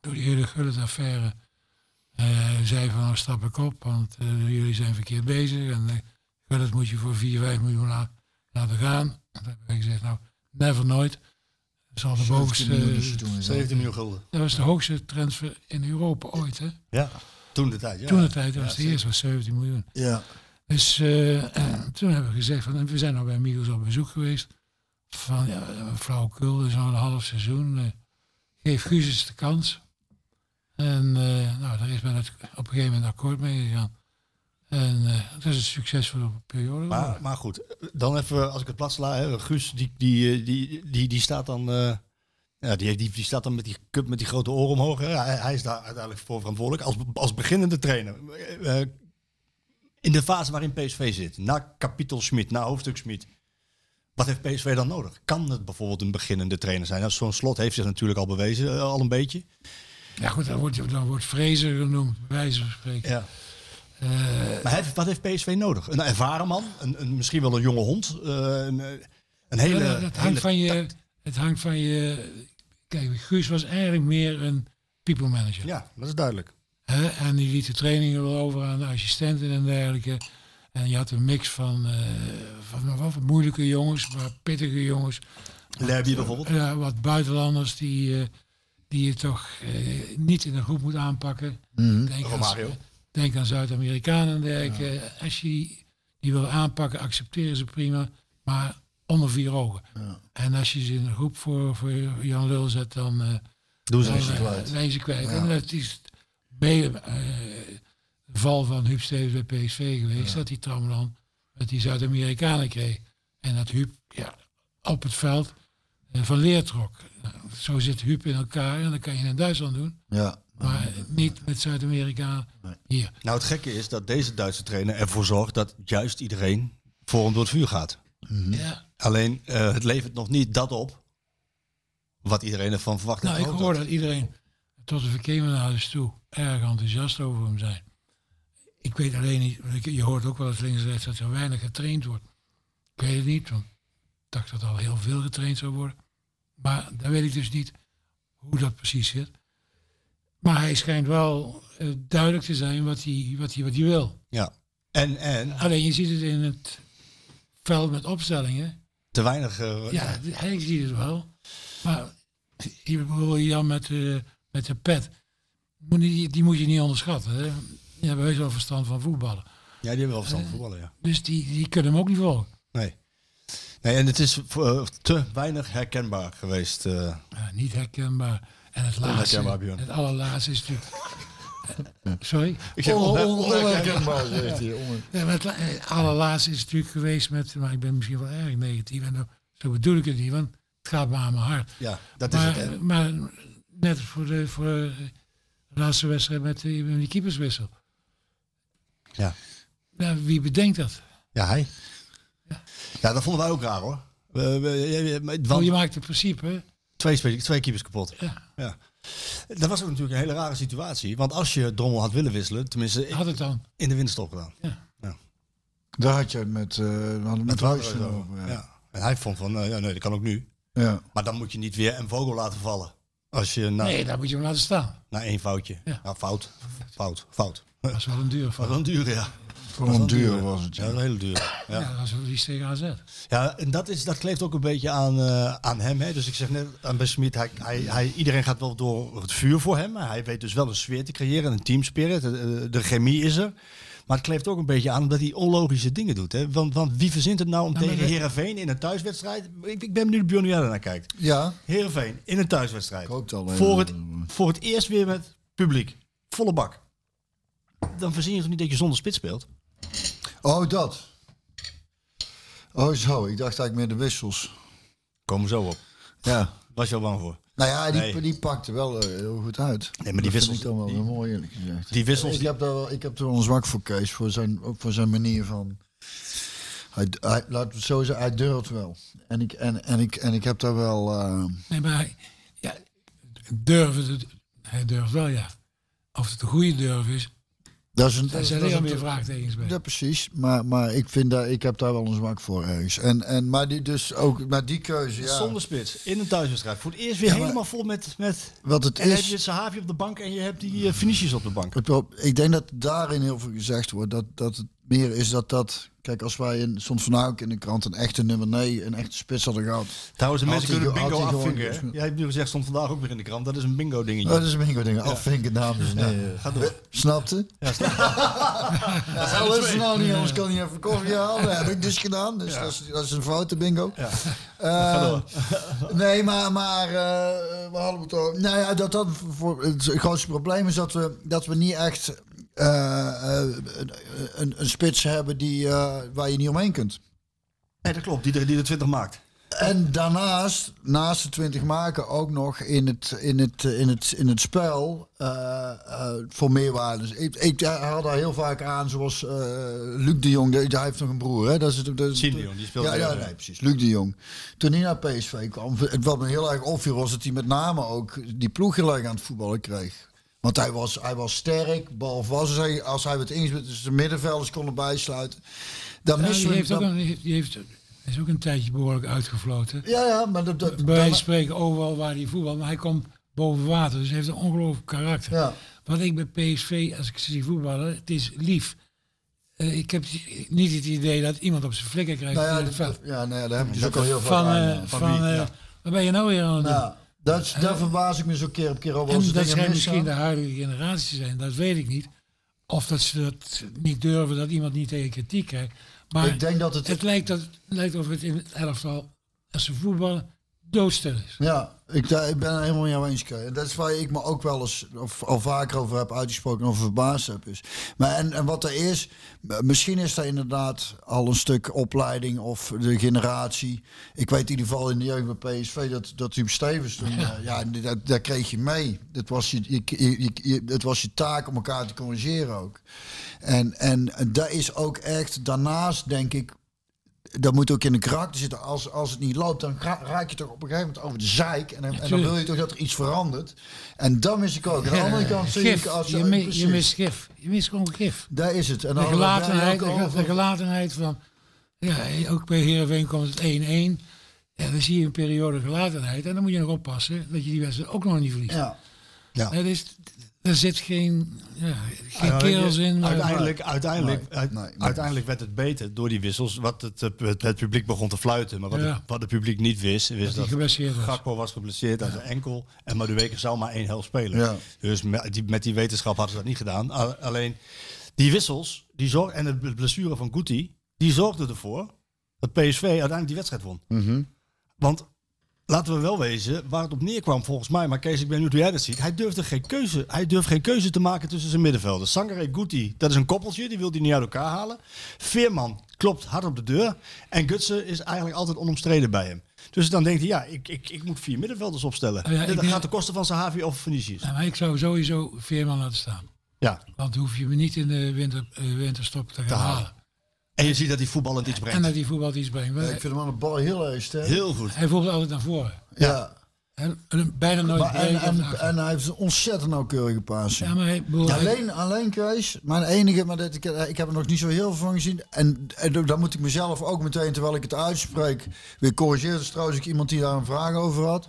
S2: door die hele Gullit affaire eh, zei van nou stap ik op, want eh, jullie zijn verkeerd bezig en eh Gullit moet je voor 4, 5 miljoen la- laten gaan. En toen heb ik gezegd nou never nooit. Dat, zal de
S3: 17 miljoen
S2: bovenste,
S3: is het toen, ja.
S1: 17 miljoen gulden.
S2: dat was de hoogste transfer in Europa ooit. Hè?
S1: Ja. Toen de tijd, ja.
S2: Toen de tijd was de
S1: zeker.
S2: eerste was 17 miljoen.
S3: Ja.
S2: Dus eh, toen hebben we gezegd, van, we zijn nou bij Michels op bezoek geweest. Van ja, flauwekul, dat is dus al een half seizoen. eh, geef Guus eens de kans. En eh, nou, daar is men het op een gegeven moment akkoord mee gegaan. En eh dat is een succesvolle periode.
S1: Maar,
S2: geworden.
S1: maar goed, dan even, als ik het plat sla, hè, Guus, die, die, eh, die, die, die staat dan... eh, ja, die, heeft- die, die staat dan met die cup met die grote oren omhoog. Hè. Hij, hij is daar uiteindelijk voor verantwoordelijk. Als, als beginnende trainer. Eh, eh, in de fase waarin PSV zit. Na kapitel Schmid, na hoofdstuk Schmid. Wat heeft PSV dan nodig? Kan het bijvoorbeeld een beginnende trainer zijn? Nou, Zo'n slot heeft zich natuurlijk al bewezen, eh, al een beetje.
S2: Ja goed, dan wordt, dan wordt Fraser genoemd, bij wijze van spreken.
S1: Ja.
S2: Eh,
S1: Maar heeft- wat heeft PSV nodig? Een ervaren man, een, een, misschien wel een jonge hond, eh, een, een hele...
S2: ja, dat- dat hangt
S1: hele-
S2: van je, het hangt van je... Kijk, Guus was eigenlijk meer een people manager.
S1: Ja, dat is duidelijk.
S2: Hè, en die liet de trainingen wel over aan de assistenten en dergelijke. En je had een mix van, eh van wat moeilijke jongens, maar pittige jongens.
S1: Lerby bijvoorbeeld.
S2: Ja, wat buitenlanders die, eh, die je toch eh, niet in een groep moet aanpakken. Denk,
S1: Romario.
S2: Aan, denk aan Zuid-Amerikanen en dergelijke. Als je die, die wil aanpakken, accepteren ze prima. Maar onder vier ogen. En als je ze in een groep voor, voor Jan Lul zet, dan... eh,
S1: Doen ze
S2: dan,
S1: niet
S2: eh,
S1: kwijt.
S2: zijn ze kwijt. En dat is bij, eh, de val van Huub Stevens bij PSV geweest. Dat die Tramland met die Zuid-Amerikanen kreeg. En dat Huub ja, op het veld eh, van leer trok. Nou, zo zit Huub in elkaar en dat kan je in Duitsland doen.
S3: Ja.
S2: Maar niet met Zuid-Amerika hier.
S1: Nou, het gekke is dat deze Duitse trainer ervoor zorgt dat juist iedereen voor hem door het vuur gaat.
S2: Ja.
S1: Alleen, eh, het levert nog niet dat op wat iedereen ervan verwacht. en
S2: Nou, ik
S1: gehoopt
S2: hoor
S1: had.
S2: dat iedereen tot de verkeermenades toe erg enthousiast over hem zijn. Ik weet alleen niet, want ik- je hoort ook wel eens links en rechts dat er weinig getraind wordt. Ik weet het niet, want ik dacht dat al heel veel getraind zou worden. Maar dan weet ik dus niet hoe dat precies zit. Maar hij schijnt wel eh, duidelijk te zijn wat hij, wat, hij, wat hij wil.
S1: Ja. En, en
S2: Alleen je ziet het in het veld met opstellingen.
S1: te weinig... eh,
S2: Ja, hij ziet het wel. Maar hier bedoel je Jan met, eh, met de pet. Moet die, die moet je niet onderschatten. Hè? Die hebben heus wel verstand van voetballen.
S1: Ja, die hebben
S2: Eh.
S1: wel verstand van voetballen, ja.
S2: Dus die, die kunnen hem ook niet volgen.
S1: Nee. nee en het is eh, te weinig herkenbaar geweest. eh.
S2: Ja, niet herkenbaar. En het laatste,
S1: Onherkenbaar, Björn.
S2: het allerlaatste is natuurlijk...
S1: (laughs)
S2: Eh, Sorry? Oh,
S1: ik zeg
S3: On-
S1: onher-
S2: "Nou,
S3: on-
S1: onherkenbaar.
S3: onherkenbaar,
S2: eh."
S3: zegt hij. Onher-
S2: Ja, maar het la- eh, allerlaatste is natuurlijk geweest met... Maar ik ben misschien wel erg negatief. En dan- zo bedoel ik het niet, want het gaat me aan mijn hart.
S1: Ja, dat is het.
S2: Maar,
S1: hè.
S2: maar net voor de, voor de laatste wedstrijd met die, met die keeperswissel.
S1: Ja.
S2: Nou, wie bedenkt dat?
S1: Ja, hij. Ja, dat vonden wij ook raar hoor. We, we- je- je-
S2: Oh,
S1: want
S2: je maakt in principe. hè?
S1: twee, spe- twee keepers kapot.
S2: Ja.
S1: Ja. Dat was ook natuurlijk een hele rare situatie. Want als je Drommel had willen wisselen, tenminste
S2: Had het dan.
S1: in de winterstop gedaan.
S3: Daar had je het met, eh we hadden met
S1: Ja.
S3: Huisje over. Ja.
S1: Ja. En hij vond van, eh, ja, nee, dat kan ook nu.
S3: Ja.
S1: Maar dan moet je niet weer een vogel laten vallen. Als je na,
S2: Nee, daar moet je hem laten staan.
S1: na één foutje.
S2: Ja.
S1: Nou, fout. Fout. Fout.
S2: Dat was wel een duur
S1: Maar
S2: van.
S1: wel een dure, ja.
S3: Voor een duur was het.
S1: Ja,
S3: Ja.
S1: een hele duur. Ja.
S2: Ja, dat was wel iets tegen AZ.
S1: Ja, en dat, is, dat kleeft ook een beetje aan, eh, aan hem. Hè? Dus ik zeg net aan Best Smit, hij, hij, hij, iedereen gaat wel door het vuur voor hem. Maar hij weet dus wel een sfeer te creëren, een teamspirit. eh, eh, De chemie is er. Maar het kleeft ook een beetje aan omdat hij onlogische dingen doet. Hè? Want, want wie verzint het nou om
S2: Nou, maar
S1: tegen
S2: we-
S1: Herenveen in een thuiswedstrijd? Ik, ik ben benieuwd hoe Björn naar kijkt.
S3: ja.
S1: Herenveen in een thuiswedstrijd.
S3: Ik hoop het al, eh. hè.
S1: voor, het, voor het eerst weer met publiek. Volle bak. Dan verzin je toch niet dat je zonder spits speelt?
S3: Oh, dat. Oh, zo. Ik dacht eigenlijk meer de wissels.
S1: Komen zo op.
S3: Ja.
S1: Was je al bang voor?
S3: Nou ja, die,
S1: Nee.
S3: die pakte wel eh, heel goed uit.
S1: Nee, maar die
S3: Dat
S1: wissels-
S3: Vind ik dan wel
S1: die-
S3: weer mooi, eerlijk gezegd.
S1: Die wissels.
S3: Ik
S1: Die,
S3: heb, daar wel, ik heb er wel een zwak voor Kees, voor zijn, ook voor zijn manier van. Hij, hij, laat het zo zeggen, hij durft wel. En ik, en, en ik, en ik heb daar wel. eh,
S2: Nee, maar hij ja, durft het. Hij durft wel, ja. Of het de goede durf is,
S3: dat is een,
S2: daar
S3: dat
S2: zijn
S3: is
S2: heel
S3: een-
S2: meer vraagtekens bij.
S3: Ja, precies. Maar, maar ik, vind daar, ik heb daar wel een zwak voor ergens. En, en, maar die, dus ook, maar die keuze. Ja,
S1: Zonder spits in een thuiswedstrijd. Voor het eerst weer
S3: Ja, maar-
S1: helemaal vol met. met
S3: wat het
S1: en dan heb je
S3: is.
S1: het Sahavi op de bank en je hebt die eh Venetius op de bank.
S3: Het wel- Ik denk dat daarin heel veel gezegd wordt. Dat, dat het meer is dat dat. Kijk, als wij in, stond vandaag ook in de krant een echte nummer 9, een echte spits hadden gehad.
S1: Trouwens, de
S3: Had
S1: mensen
S3: hij
S1: kunnen
S3: ge- had
S1: bingo
S3: hij gewoon-
S1: afvinken. hè? Jij hebt nu gezegd, stond vandaag ook weer in de krant. Dat is een bingo
S3: Oh,
S1: dingetje.
S3: dat is een bingo ding. Afvinken, dames en heren.
S1: Ga door.
S3: Snapte? Ja, (laughs) dat is nou niet, anders kan hij even koffie halen. Dat heb ik dus gedaan. Dus dat, is, dat is een foute bingo. Eh, nee, maar, maar eh, we hadden het over. Nou ja, dat dat voor het grootste probleem is dat we, dat we niet echt eh, eh, een, een, een spits hebben die, eh, waar je niet omheen kunt.
S1: Nee, dat klopt. Die, er- die er 20 maakt.
S3: En daarnaast, naast de 20 maken, ook nog in het, in het, in het, in het spel eh, eh, voor meerwaarde. Dus ik, ik haal daar heel vaak aan, zoals eh, Luc de Jong, die- hij heeft nog een broer. Hè? Dat is het, dat is-
S1: Sien de Jong, die speelt
S3: ja,
S1: bij
S3: ja,
S1: Jong.
S3: nee, precies. Luc de Jong. Toen hij naar PSV kwam, het wat me heel erg opviel, was dat hij met name ook die ploeg heel erg aan het voetballen kreeg. Want hij was, hij was sterk, balvast. Als hij, als hij werd ingespeeld, dus de middenvelders konden bijsluiten. Dan
S2: Ja,
S3: missen
S2: Nou, die
S3: we...
S2: heeft ook
S3: dan-
S2: een, die heeft, die heeft- is ook een tijdje behoorlijk uitgefloten.
S3: Ja, ja, maar... Dat, dat,
S2: Bij wijze van spreken overal waar hij voetbal, maar hij komt boven water. Dus hij heeft een ongelooflijk karakter.
S3: Ja.
S2: Wat ik bij PSV, als ik ze zie voetballen, het is lief. Eh, ik heb niet het idee dat iemand op zijn flikker krijgt.
S3: Nou ja,
S2: in het
S3: dat-
S2: veld.
S3: ja, nou ja, daar heb ik dus ook al
S2: van,
S3: heel vaak aan.
S2: eh,
S3: ja.
S2: van,
S1: wie,
S2: eh,
S1: ja.
S2: wat ben je nou weer aan het doen?
S3: Ja, dat, is- daar verbaas ik me zo keer op keer over.
S2: en dat zijn misschien de huidige generatie zijn, dat weet ik niet. Of dat ze dat niet durven, dat iemand niet tegen kritiek krijgt. Maar
S3: Ik denk dat het-
S2: het, lijkt, dat, lijkt of het in het elftal, als ze voetballen, doodstil is.
S3: Ja, ik, da- ik ben het helemaal met jou eens. Kai. En dat is waar ik me ook wel eens of, al vaker over heb uitgesproken en over verbaasd heb. Is. Maar en, en wat er is, m- misschien is daar inderdaad al een stuk opleiding of de generatie. Ik weet in ieder geval in de jeugd bij PSV dat, dat Huub Stevens toen, ja, ja die- dat, daar kreeg je mee. Dat was je, je, je, je- het was je taak om elkaar te corrigeren ook. En, en dat is ook echt, daarnaast denk ik, dat moet ook in de karakter zitten. Als, als het niet loopt, dan ra- raak je toch op een gegeven moment over de zeik. En, dan- en dan
S2: tuurlijk.
S3: wil je toch dat er iets verandert. En dan mis ik ook. Aan de andere kant zie
S2: Eh, Gif.
S3: ik als
S2: je, mi-
S3: precies.
S2: je mist gif. Je mist gewoon gif.
S3: Daar is het. En
S2: De
S3: dan
S2: gelatenheid,
S3: hadden wij
S2: de,
S3: ook
S2: de
S3: over-
S2: gelatenheid van... Ja, ook bij Heerenveen komt het 1-1. Ja, dan zie je een periode gelatenheid. En dan moet je nog oppassen dat je die wedstrijd ook nog niet verliest.
S3: Ja.
S2: Nee, er, is, er zit geen, ja, geen
S1: Ja,
S2: kerels in. eh, maar-
S1: Nou, Uiteindelijk, uiteindelijk,
S3: Nee,
S1: uit-
S3: nee, nee.
S1: uiteindelijk werd het beter door die wissels. Wat het, eh, het, het publiek begon te fluiten. Maar wat,
S2: Ja.
S1: het, wat het publiek niet wist, wist
S2: hij
S1: dat,
S2: geblesseerd was.
S1: Gakpo was geblesseerd aan zijn enkel. En Madueke zou maar één helft spelen.
S3: Ja.
S1: Dus met die, met die wetenschap hadden ze dat niet gedaan. A- alleen die wissels die zorg, en het blessure van Guti, die zorgden ervoor dat PSV uiteindelijk die wedstrijd won. Want laten we wel wezen, waar het op neerkwam volgens mij, maar Kees, ik ben nu hoe jij dat ziet, hij durfde geen keuze, hij durfde geen keuze te maken tussen zijn middenvelden. Sangare Guti, dat is een koppeltje, die wil hij niet uit elkaar halen. Veerman klopt hard op de deur en Gutsen is eigenlijk altijd onomstreden bij hem. Dus dan denkt hij, ja, ik, ik, ik moet vier middenvelders opstellen.
S2: Oh ja, ik
S1: dat
S2: denk-
S1: gaat ten koste van Sahavi of Venetius.
S2: Ja, maar ik zou sowieso Veerman laten staan.
S1: Ja.
S2: Want dan hoef je me niet in de winter, eh, winterstop te gaan
S1: halen.
S2: halen.
S1: En je ziet dat hij voetballend iets
S2: En
S1: brengt.
S2: dat die voetbal iets brengt. Want
S3: Ja, ik vind hem aan de bal heel erg sterk.
S1: Heel goed.
S2: Hij voelt altijd naar voren.
S3: ja.
S2: En, en bijna nooit
S3: Maar en,
S2: breed of
S3: en,
S2: naar achter.
S3: en hij heeft een ontzettend nauwkeurige paas.
S2: ja, maar hij, bedoel, hij-
S3: Alleen, alleen Kees, mijn enige, maar dat, ik, eh, ik heb er nog niet zo heel veel van gezien. En, en dan moet ik mezelf ook meteen, terwijl ik het uitspreek, weer corrigeren. Dat is trouwens ook iemand die daar een vraag over had.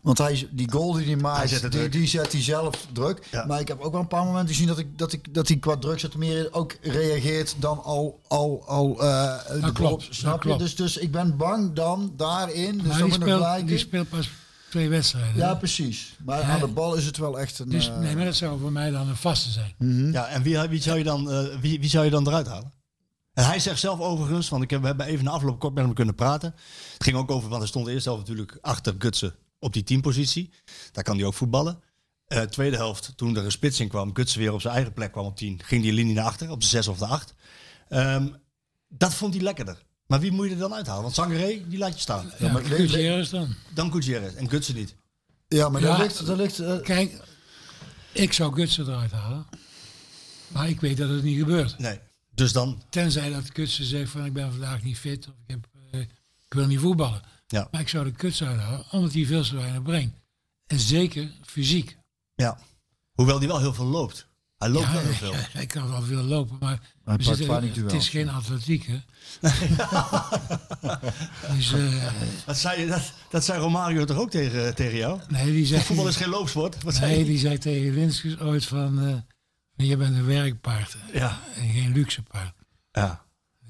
S3: Want hij, die goal die hij maakt,
S1: zet de
S3: die,
S1: druk.
S3: die zet hij zelf druk.
S1: Ja.
S3: Maar ik heb ook wel een paar momenten gezien dat, ik, dat, ik, dat hij qua druk zetten meer ook reageert dan al... al, al eh, de bal-
S2: klopt, dat
S3: Snap je?
S2: klopt.
S3: Dus, dus ik ben bang dan daarin. Dus
S2: maar
S3: dat
S2: die,
S3: moet nog
S2: speelt, die
S3: blijken.
S2: speelt pas twee wedstrijden.
S3: Ja,
S2: hè?
S3: precies. Maar
S2: Ja.
S3: aan de bal is het wel echt een...
S2: dus,
S3: eh,
S2: nee, maar dat zou voor mij dan een vaste zijn.
S1: Ja, en wie, wie, zou je dan, eh, wie, wie zou je dan eruit halen? En hij zegt zelf overigens, want ik heb, we hebben even na afloop kort met hem kunnen praten. Het ging ook over, want hij stond eerst zelf natuurlijk achter Gutsen op die teampositie. Daar kan hij ook voetballen. Eh, tweede helft, toen er een spits in kwam, Gutsen weer op zijn eigen plek kwam op 10. Ging die linie naar achter, op de 6 of de 8. dat vond hij lekkerder. Maar wie moet je er dan uithalen? Want Sangaré, die laat je staan.
S2: Ja,
S3: maar
S2: maar
S3: le- le-
S2: dan.
S1: Dan Gutierrez en Gutsen niet.
S3: Ja, maar daar
S2: Ja.
S3: ligt... Daar ligt eh,
S2: Kijk, ik zou Gutsen eruit halen. Maar ik weet dat het niet gebeurt.
S1: Nee. Dus dan,
S2: Tenzij dat Kutsen zegt van ik ben vandaag niet fit of ik, heb, eh, ik wil niet voetballen.
S1: ja.
S2: Maar ik zou de Kutsen uithouden omdat hij veel te weinig brengt. En zeker fysiek.
S1: ja. Hoewel die wel heel veel loopt. Hij loopt wel
S2: (laughs)
S1: heel veel.
S2: ja, hij kan wel veel lopen, maar
S3: Hij
S2: we
S3: pakt vaak niet
S2: het
S3: duels.
S2: is geen atletiek
S1: (laughs)
S2: hè. dus, eh,
S1: Dat zei, dat, dat zei Romario toch ook tegen, tegen jou?
S2: nee, die zegt,
S1: Voetbal is geen loopsport. Wat zei
S2: nee,
S1: je?
S2: die zei tegen Winskus ooit van eh, je bent een werkpaard
S1: Ja.
S2: en geen luxe paard.
S1: ja.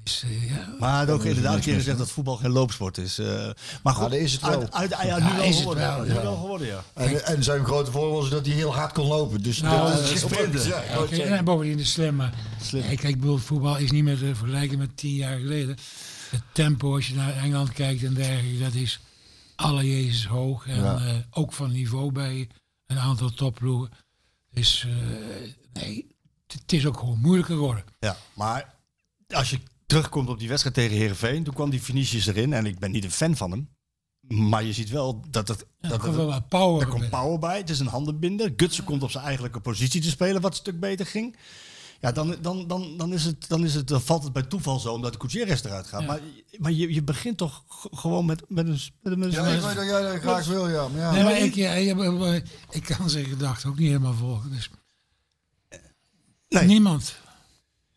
S2: Dus, eh, ja,
S1: Maar hij had ook inderdaad een keer gezegd dat voetbal geen loopsport is. Eh, maar goed,
S3: dat Nou, is het wel.
S1: Uit, uit, ja, nu
S2: Ja,
S1: wel
S2: is het
S1: geworden.
S2: wel,
S1: Nu
S2: ja.
S1: wel geworden, ja.
S3: En, en zijn grote voordeel is dat hij heel hard kon lopen. Dus
S2: Nou,
S3: dat
S2: dat
S1: is
S3: is
S1: sprinten.
S3: Ja,
S2: Oké, en bovendien is slim, maar
S1: Slim.
S2: Nee, kijk, ik bedoel, voetbal is niet meer te vergelijken met tien jaar geleden. Het tempo, als je naar Engeland kijkt en dergelijke, dat is alle Jezus hoog. En
S3: Ja.
S2: eh, ook van niveau bij een aantal topploegen. Dus eh, nee, het- het is ook gewoon moeilijker geworden.
S1: ja. Maar als je terugkomt op die wedstrijd tegen Heerenveen, toen kwam die Vinicius erin. En ik ben niet een fan van hem. Maar je ziet wel dat het...
S2: er
S1: dat
S2: komt
S1: het-
S2: wel wat power
S1: er komt
S2: bij.
S1: power bij. Het is een handenbinder. Gutsen komt op zijn eigenlijke positie te spelen, wat een stuk beter ging. Ja, dan, dan, dan, dan, is het, dan, is het, dan valt het bij toeval zo, omdat de Gutierrez eruit gaat. Maar, maar je, je begint toch g- gewoon met, met een... s- Met een
S3: Ja, ik weet dat jij dat graag wil, ja. Maar ja.
S2: Nee, maar ik, ja, ik, heb- ik kan zijn gedachten ook niet helemaal volgen. Dus
S1: Nee.
S2: Niemand.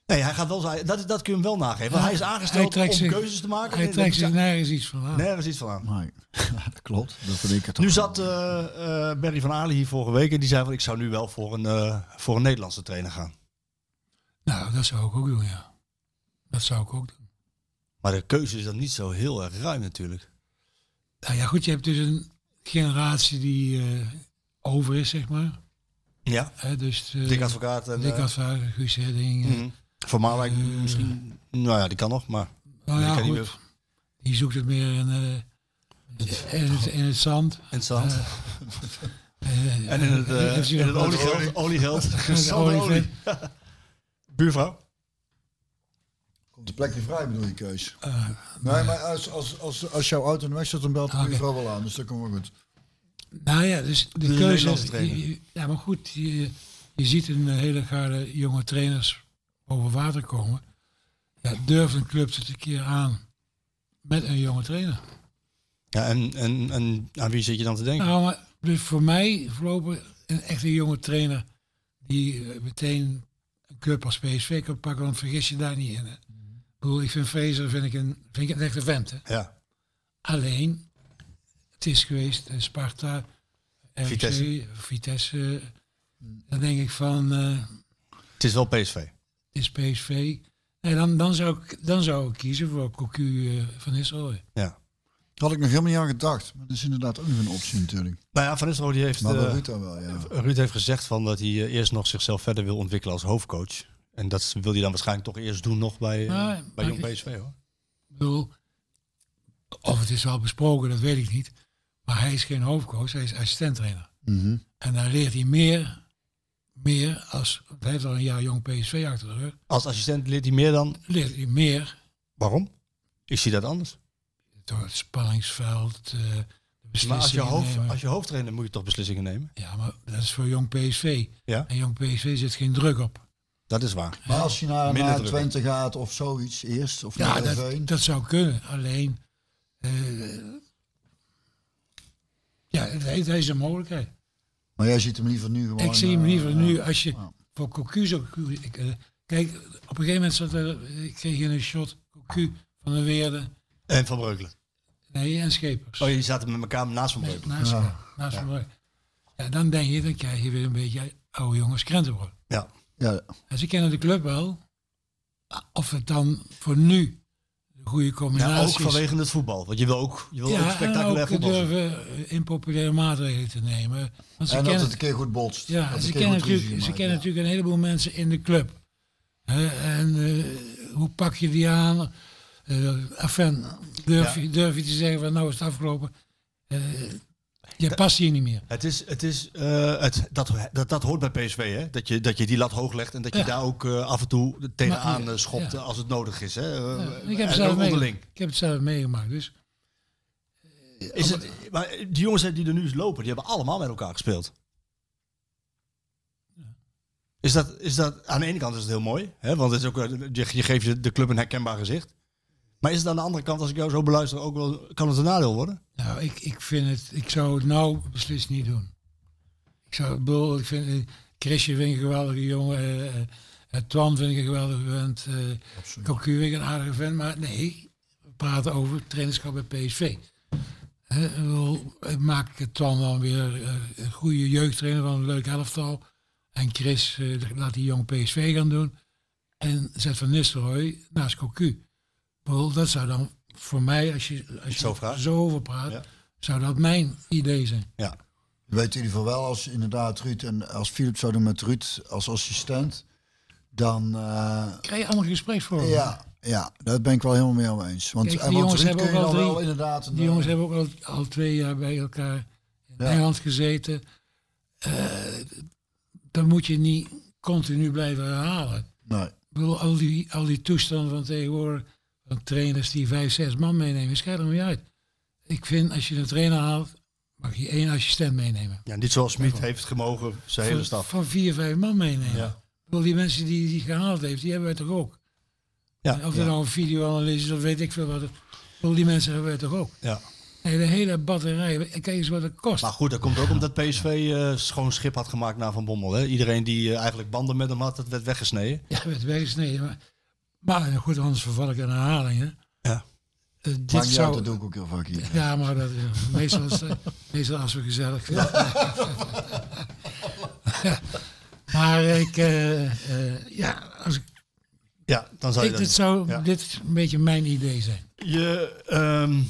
S1: Nee, hij gaat wel zijn... Dat, dat kun je hem wel nageven. Want hij is aangesteld om keuzes te maken.
S2: Hij
S1: Nee, dus
S2: trekt
S1: dat-
S2: zich nergens iets van aan.
S1: Nergens iets van aan.
S3: Nee. (laughs) Ja, dat klopt. Dat vind ik het
S1: Nu zat eh, eh, Berry van Aarle hier vorige week en die zei van ik zou nu wel voor een, eh, voor een Nederlandse trainer gaan.
S2: Nou, dat zou ik ook doen, ja. Dat zou ik ook doen.
S1: Maar de keuze is dan niet zo heel erg ruim natuurlijk.
S2: Nou ja, goed, je hebt dus een generatie die eh, over is, zeg maar.
S1: Ja.
S2: Hè, dus, eh,
S1: Dick Advocaat en
S2: Dick
S1: eh,
S2: Advocaat, Guus Hiddink, eh,
S1: mhm. Van Marwijk misschien. Nou ja, die kan nog, maar
S2: Nou
S1: die
S2: ja,
S1: kan niet
S2: goed. Die zoekt het meer in, eh, in, het, in het zand.
S1: in het zand.
S2: Eh,
S1: (laughs) en in het, eh,
S2: heeft hij
S1: in
S2: nog
S1: het oliegeld.
S2: wat-
S1: oliegeld. (laughs)
S2: het
S1: Zand en olie. (laughs) Buurvrouw?
S3: Komt de plekje vrij, bedoel je, Kees?
S2: Eh,
S3: Nee, maar als, als, als, als jouw auto in de weg zit, dan belt de
S2: Oké.
S3: mevrouw wel aan. Dus dat komt wel goed.
S2: nou ja, dus de
S1: een Nederlandse
S2: keuze.
S1: trainer.
S2: je- je- Ja, maar goed, je, je ziet een hele garde jonge trainers boven water komen. Ja, durft een club het een keer aan met een jonge trainer?
S1: Ja, en, en, en aan wie zit je dan te denken?
S2: Nou, maar dus voor mij voorlopig een echte jonge trainer die eh, meteen een club als PSV kan pakken, want vergis je daar niet in. Hè. Ik bedoel, ik vind Fraser vind ik een, vind ik een echte vent. Hè.
S1: Ja,
S2: Alleen, het is geweest eh, Sparta, RKC,
S1: Vitesse.
S2: Vitesse. Dan denk ik van, eh,
S1: het is wel PSV.
S2: het is PSV. Nee, dan, dan, zou ik, dan zou ik kiezen voor Cocu eh, van Nistelrooy.
S1: Ja.
S3: Daar had ik nog helemaal niet aan gedacht. Maar dat is inderdaad ook nog een optie natuurlijk.
S1: Nou ja, Van Nistelrooy die heeft...
S3: Maar
S1: eh,
S3: dat doet dan wel, ja.
S1: Ruud heeft gezegd van dat hij eh, eerst nog zichzelf verder wil ontwikkelen als hoofdcoach. En dat wil hij dan waarschijnlijk toch eerst doen nog bij, eh,
S2: Maar-
S1: bij
S2: maar
S1: Jong
S2: ik-
S1: PSV hoor.
S2: Ik bedoel, of het is wel besproken, dat weet ik niet. Maar hij is geen hoofdcoach, hij is assistenttrainer.
S3: Mhm.
S2: En daar leert hij meer, meer als, want hij heeft al een jaar jong PSV achter de rug,
S1: Als assistent leert hij meer dan.
S2: leert hij meer
S1: Waarom? Ik zie dat anders.
S2: door het spanningsveld, eh, de
S1: Maar als je,
S2: beslissingen
S1: hoofd,
S2: nemen.
S1: als je hoofdtrainer moet je toch beslissingen nemen?
S2: Ja, maar dat is voor jong PSV.
S1: Ja,
S2: En jong PSV zit geen druk op.
S1: dat is waar.
S3: Maar als je naar,
S1: Minder
S3: naar
S1: druk.
S3: Twente gaat of zoiets eerst, of
S2: Ja,
S3: naar Heerenveen.
S2: dat, dat zou kunnen. Alleen, eh, ja, het, het is een mogelijkheid.
S3: Maar jij ziet hem liever nu gewoon...
S2: Ik zie hem
S3: eh,
S2: liever
S3: ja.
S2: nu als je
S3: Ja.
S2: voor Cocu zo... ik, eh, Kijk, op een gegeven moment zat er, ik kreeg je een shot Cocu van de Weerde.
S1: En Van Breukelen.
S2: Nee, en Schepers.
S1: Oh, jullie zaten met elkaar naast Van Breukelen.
S2: Naast elkaar, naast elkaar. Ja, dan denk je, dan krijg je weer een beetje oude jongens krentenbrood.
S1: Ja.
S3: Ja,
S2: En ze kennen de club wel. Of het dan voor nu de goede
S1: ja,
S2: combinatie
S1: ook vanwege het voetbal. Want je wil ook, je wil ook
S2: en
S1: spectaculair
S2: ook
S1: voetbal zien.
S2: durven eh, impopulaire maatregelen te nemen. Want ze
S3: en dat
S2: kennen,
S3: het een keer goed botst.
S2: ja,
S3: Dat
S2: ze
S3: een keer
S2: kennen,
S3: goed ruzie
S2: natuurlijk, ze
S3: maakt,
S2: kennen
S3: ja.
S2: natuurlijk een heleboel mensen in de club. Hè, en eh, hoe pak je die aan? Eh enfin, durf,
S1: Ja.
S2: je, durf je te zeggen van nou is het afgelopen. Eh, je past hier niet meer.
S1: Het is, het is, eh, het, dat, dat, dat hoort bij PSV, hè? Dat je, dat je die lat hoog legt en dat je
S2: Ja.
S1: daar ook eh, af en toe tegenaan
S2: Maar-
S1: eh, schopt
S2: ja.
S1: eh, als het nodig is. Hè? Eh,
S2: Ja, ik, heb
S1: en ook
S2: het zelf meegemaakt.
S1: onderling.
S2: ik heb het zelf meegemaakt. Dus
S1: Is het, maar die jongens die er nu lopen, die hebben allemaal met elkaar gespeeld. Is dat, is dat, aan de ene kant is het heel mooi, hè? want het is ook, eh, je, je geeft je de club een herkenbaar gezicht. Maar is het aan de andere kant, als ik jou zo beluister, ook wel, kan het een nadeel worden?
S2: Nou, ik, ik vind het, ik zou het nou beslist niet doen. Ik zou, ik bedoel, ik vind, eh, Chrisje vind ik een geweldige jongen, eh, eh, eh, Twan vind ik een geweldige vent, eh Cocu vind ik een aardige vent, maar nee, we praten over trainerschap bij PSV. Hè, ik bedoel, ik maak het Twan dan weer eh, een goede jeugdtrainer van een leuk elftal. En Chris eh, laat die jong PSV gaan doen. En zet Van Nistelrooy naast Cocu. Ik bedoel, Dat zou dan voor mij, als je, als je
S1: Zo vraagt.
S2: zo over praat,
S1: Ja.
S2: zou dat mijn idee zijn.
S1: Ja.
S3: Je weet in ieder geval wel, als inderdaad Ruud en als Philip zou doen met Ruud als assistent, dan... eh,
S2: Krijg je andere gespreksvormen?
S3: ja, ja, daar ben ik wel helemaal mee over eens. Want,
S2: Kijk,
S3: en
S2: die
S3: want
S2: jongens
S3: Ruud
S2: hebben
S3: kun je
S2: ook
S3: dan
S2: al
S3: wel
S2: drie-
S3: inderdaad... een- eh,
S2: Die jongens hebben ook al, al twee jaar bij elkaar in
S3: Ja.
S2: Engeland gezeten. Eh, dan moet je niet continu blijven herhalen.
S3: Nee,
S2: Ik bedoel, al die, al die toestanden van tegenwoordig, van trainers die vijf, zes man meenemen, schijt er niet uit. ik vind als je een trainer haalt, mag je één assistent meenemen.
S1: Ja, niet zoals Smit heeft gemogen, zijn hele
S2: Van-
S1: staf.
S2: Van vier, vijf man meenemen.
S1: Ja.
S2: Ik bedoel, die mensen die die gehaald heeft, die hebben wij toch ook.
S1: Ja,
S2: Of er
S1: ja,
S2: nou een videoanalyse is, of weet ik veel wat. Ik bedoel, die mensen hebben wij toch ook.
S1: ja.
S2: Nee, de hele batterij, kijk eens wat het kost.
S1: Maar goed, dat komt ook omdat PSV eh, schoon schip had gemaakt naar Van Bommel. Hè? Iedereen die eh, eigenlijk banden met hem had, dat werd weggesneden.
S2: Ja, werd weggesneden. Maar, maar goed, anders verval ik in herhalingen.
S1: Ja.
S2: Eh, dit
S3: Maakt niet uit,
S2: zou...
S3: dat doe ik ook heel vaak hier.
S2: ja, maar dat, is- meestal, is, (laughs) meestal als we gezellig zijn. (laughs) maar ik, eh, eh, ja, als ik,
S1: Ja, dan zou je
S2: ik-
S1: dat
S2: dit zou
S1: Ja.
S2: dit is een beetje mijn idee zijn.
S1: Je ehm,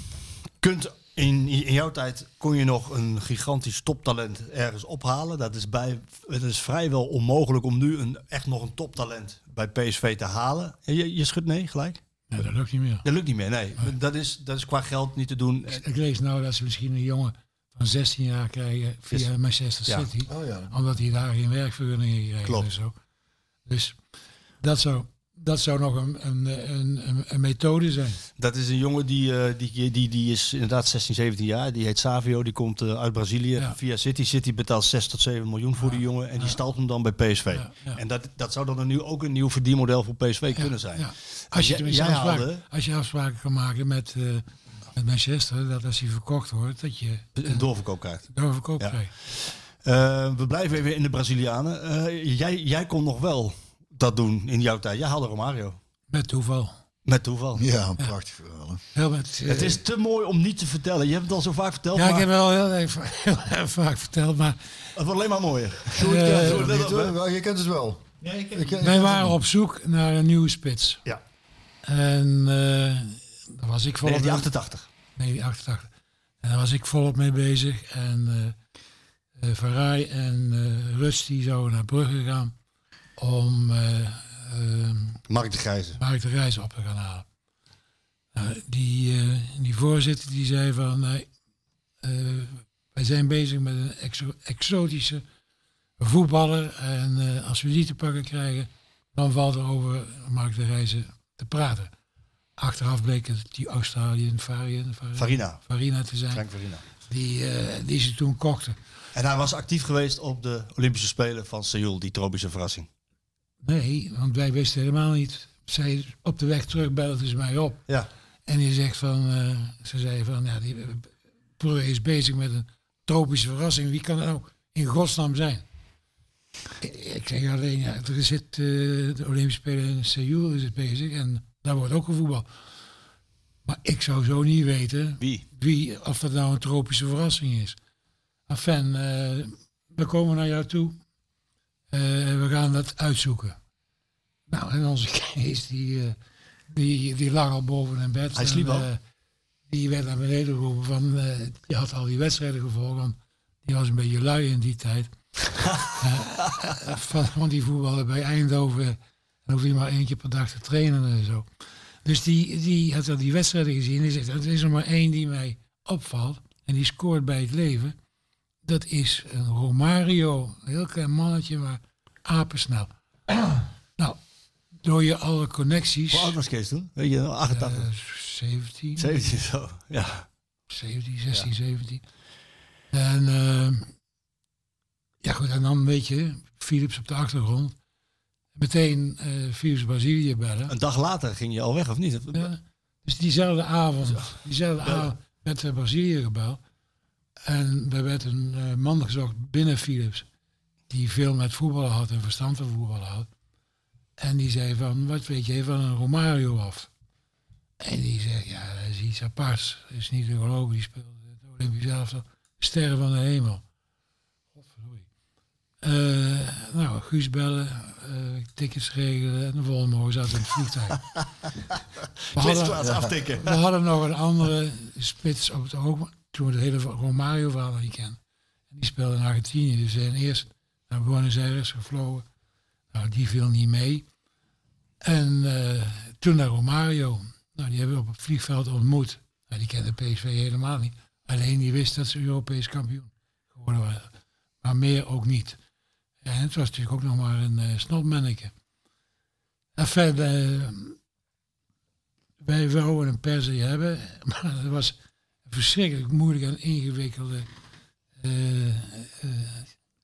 S1: kunt in, in jouw tijd kon je nog een gigantisch toptalent ergens ophalen. Dat is, bij, het is vrijwel onmogelijk om nu een, echt nog een toptalent bij PSV te halen. Je, je schudt nee gelijk?
S2: Nee, dat lukt niet meer.
S1: Dat lukt niet meer, nee. Dat is, dat is qua geld niet te doen.
S2: Ik lees nou dat ze misschien een jongen van 16 jaar krijgen via Manchester
S1: ja.
S2: City.
S3: Oh ja.
S2: Omdat hij daar geen werkvergunningen kreeg
S1: Klopt.
S2: en zo. Dus dat zou, dat zou nog een, een, een, een, een methode zijn.
S1: Dat is een jongen die, eh, die, die, die is inderdaad 16, 17 jaar. Die heet Savio, die komt eh, uit Brazilië
S2: Ja.
S1: via City. City betaalt 6 tot 7 miljoen voor die jongen en die stalt hem dan bij PSV.
S2: Ja, ja.
S1: En dat, dat zou dan een nieuw, ook een nieuw verdienmodel voor PSV kunnen zijn.
S2: Ja. Als, je
S1: Jij-
S2: tenminste
S1: jij
S2: afspraken,
S1: haalde-
S2: als je afspraken kan maken met, eh, met Manchester, dat als hij verkocht wordt, dat je
S1: Een doorverkoopkaart.
S2: daar verkoop
S1: Ja.
S2: krijgt.
S1: Eh, we blijven even in de Brazilianen. Eh, jij, jij kon nog wel dat doen in jouw tijd. Jij haalde Romario.
S2: Met toeval.
S1: Met toeval.
S3: Ja, een prachtig verhaal. hè.
S2: Heel met, eh,
S1: Het is te mooi om niet te vertellen. Je hebt het al zo vaak verteld,
S2: ja, ik
S1: maar
S2: heb wel heel, erg- (laughs) heel erg vaak verteld, maar
S1: het wordt alleen maar mooier.
S3: Sjoerd kent het
S1: Eh,
S3: ook niet,
S1: eh,
S3: hoor. Wel, Je kent het wel. ik ken- ik ken
S2: wij
S3: het
S2: waren
S3: wel.
S2: op zoek naar een nieuwe spits.
S1: Ja.
S2: En eh daar was ik volop
S1: Nee, die 88.
S2: 1988. En daar was ik volop mee bezig. En eh, eh, Van Rij en eh Rust die zouden naar Brugge gaan om eh, ehm,
S1: Mark de Grijze.
S2: Mark de Reis op te gaan halen. Nou, die, eh, die voorzitter die zei van, nee, eh, wij zijn bezig met een exo- exotische voetballer en eh, als we die te pakken krijgen, dan valt er over Mark de Reizen te praten. Achteraf bleek het die Australiën, Farina,
S1: Farina.
S2: Farina te zijn,
S1: Frank Farina.
S2: die, eh, die ze toen kochten.
S1: En hij was actief geweest op de Olympische Spelen van Seoul, die tropische verrassing.
S2: Nee, want wij wisten helemaal niet. Zij op de weg terug belden ze mij op.
S1: Ja.
S2: En die zegt van, eh, ze zei van, ja, die eh, Proe is bezig met een tropische verrassing. Wie kan er nou in godsnaam zijn? Ik, ik zeg alleen, ja, er zit eh, de Olympische Spelen in Seoul is het bezig en daar wordt ook gevoetbal. Maar ik zou zo niet weten
S1: Wie?
S2: wie, of dat nou een tropische verrassing is. Enfin, eh, we komen naar jou toe. Eh, we gaan dat uitzoeken. Nou, en onze (laughs) Kees, die, eh, die, die lag al boven in bed.
S1: Hij sliep
S2: en,
S1: al.
S2: eh, die werd naar beneden geroepen van, eh, die had al die wedstrijden gevolgd, want die was een beetje lui in
S1: (laughs)
S2: die tijd. Eh, van, want die voetballen bij Eindhoven, dan hoefde hij maar één keer per dag te trainen en zo. Dus die, die had al die wedstrijden gezien en die zegt, er is er maar één die mij opvalt en die scoort bij het leven. Dat is een Romario, een heel klein mannetje, maar apensnel. (clears throat) nou, door je alle connecties...
S1: Hoe oud was Kees toen? Weet je, 88.
S2: eh, 17,
S1: 17 zo. Ja.
S2: 17, 16, 17. En eh, ja goed, en dan weet je, Philips op de achtergrond. Meteen eh Philips Brazilië bellen.
S1: Een dag later ging je al weg, of niet?
S2: Ja. Dus diezelfde avond, diezelfde avond werd er Brazilië gebeld. En er werd een eh, man gezocht binnen Philips. Die veel met voetballen had en verstand van voetballen had. En die zei van, wat weet jij van een Romario af? En die zegt, ja, dat is iets aparts. Dat is niet te geloven, die speelt het Olympisch elftal. Sterren van de hemel. Godverdorie. Eh, nou, Guus bellen, eh, tickets regelen en de volgende morgen zaten we in het vliegtuig. We hadden,
S1: Klitsklaas aftikken.
S2: we hadden nog een andere spits op het oog, toen we het hele Romario-verhaal nog niet kennen. En die speelde in Argentinië, dus we zijn eerst naar Buenos Aires gevlogen. Nou, die viel niet mee. En eh, toen naar Romario. Nou, die hebben we op het vliegveld ontmoet. Nou, die kende PSV helemaal niet. Alleen die wist dat ze Europees kampioen geworden waren. Maar meer ook niet. En het was natuurlijk ook nog maar een eh snotmanneke. En eh, verder, wij wouden een persie hebben, (laughs) maar dat was verschrikkelijk moeilijk en ingewikkelde eh, eh,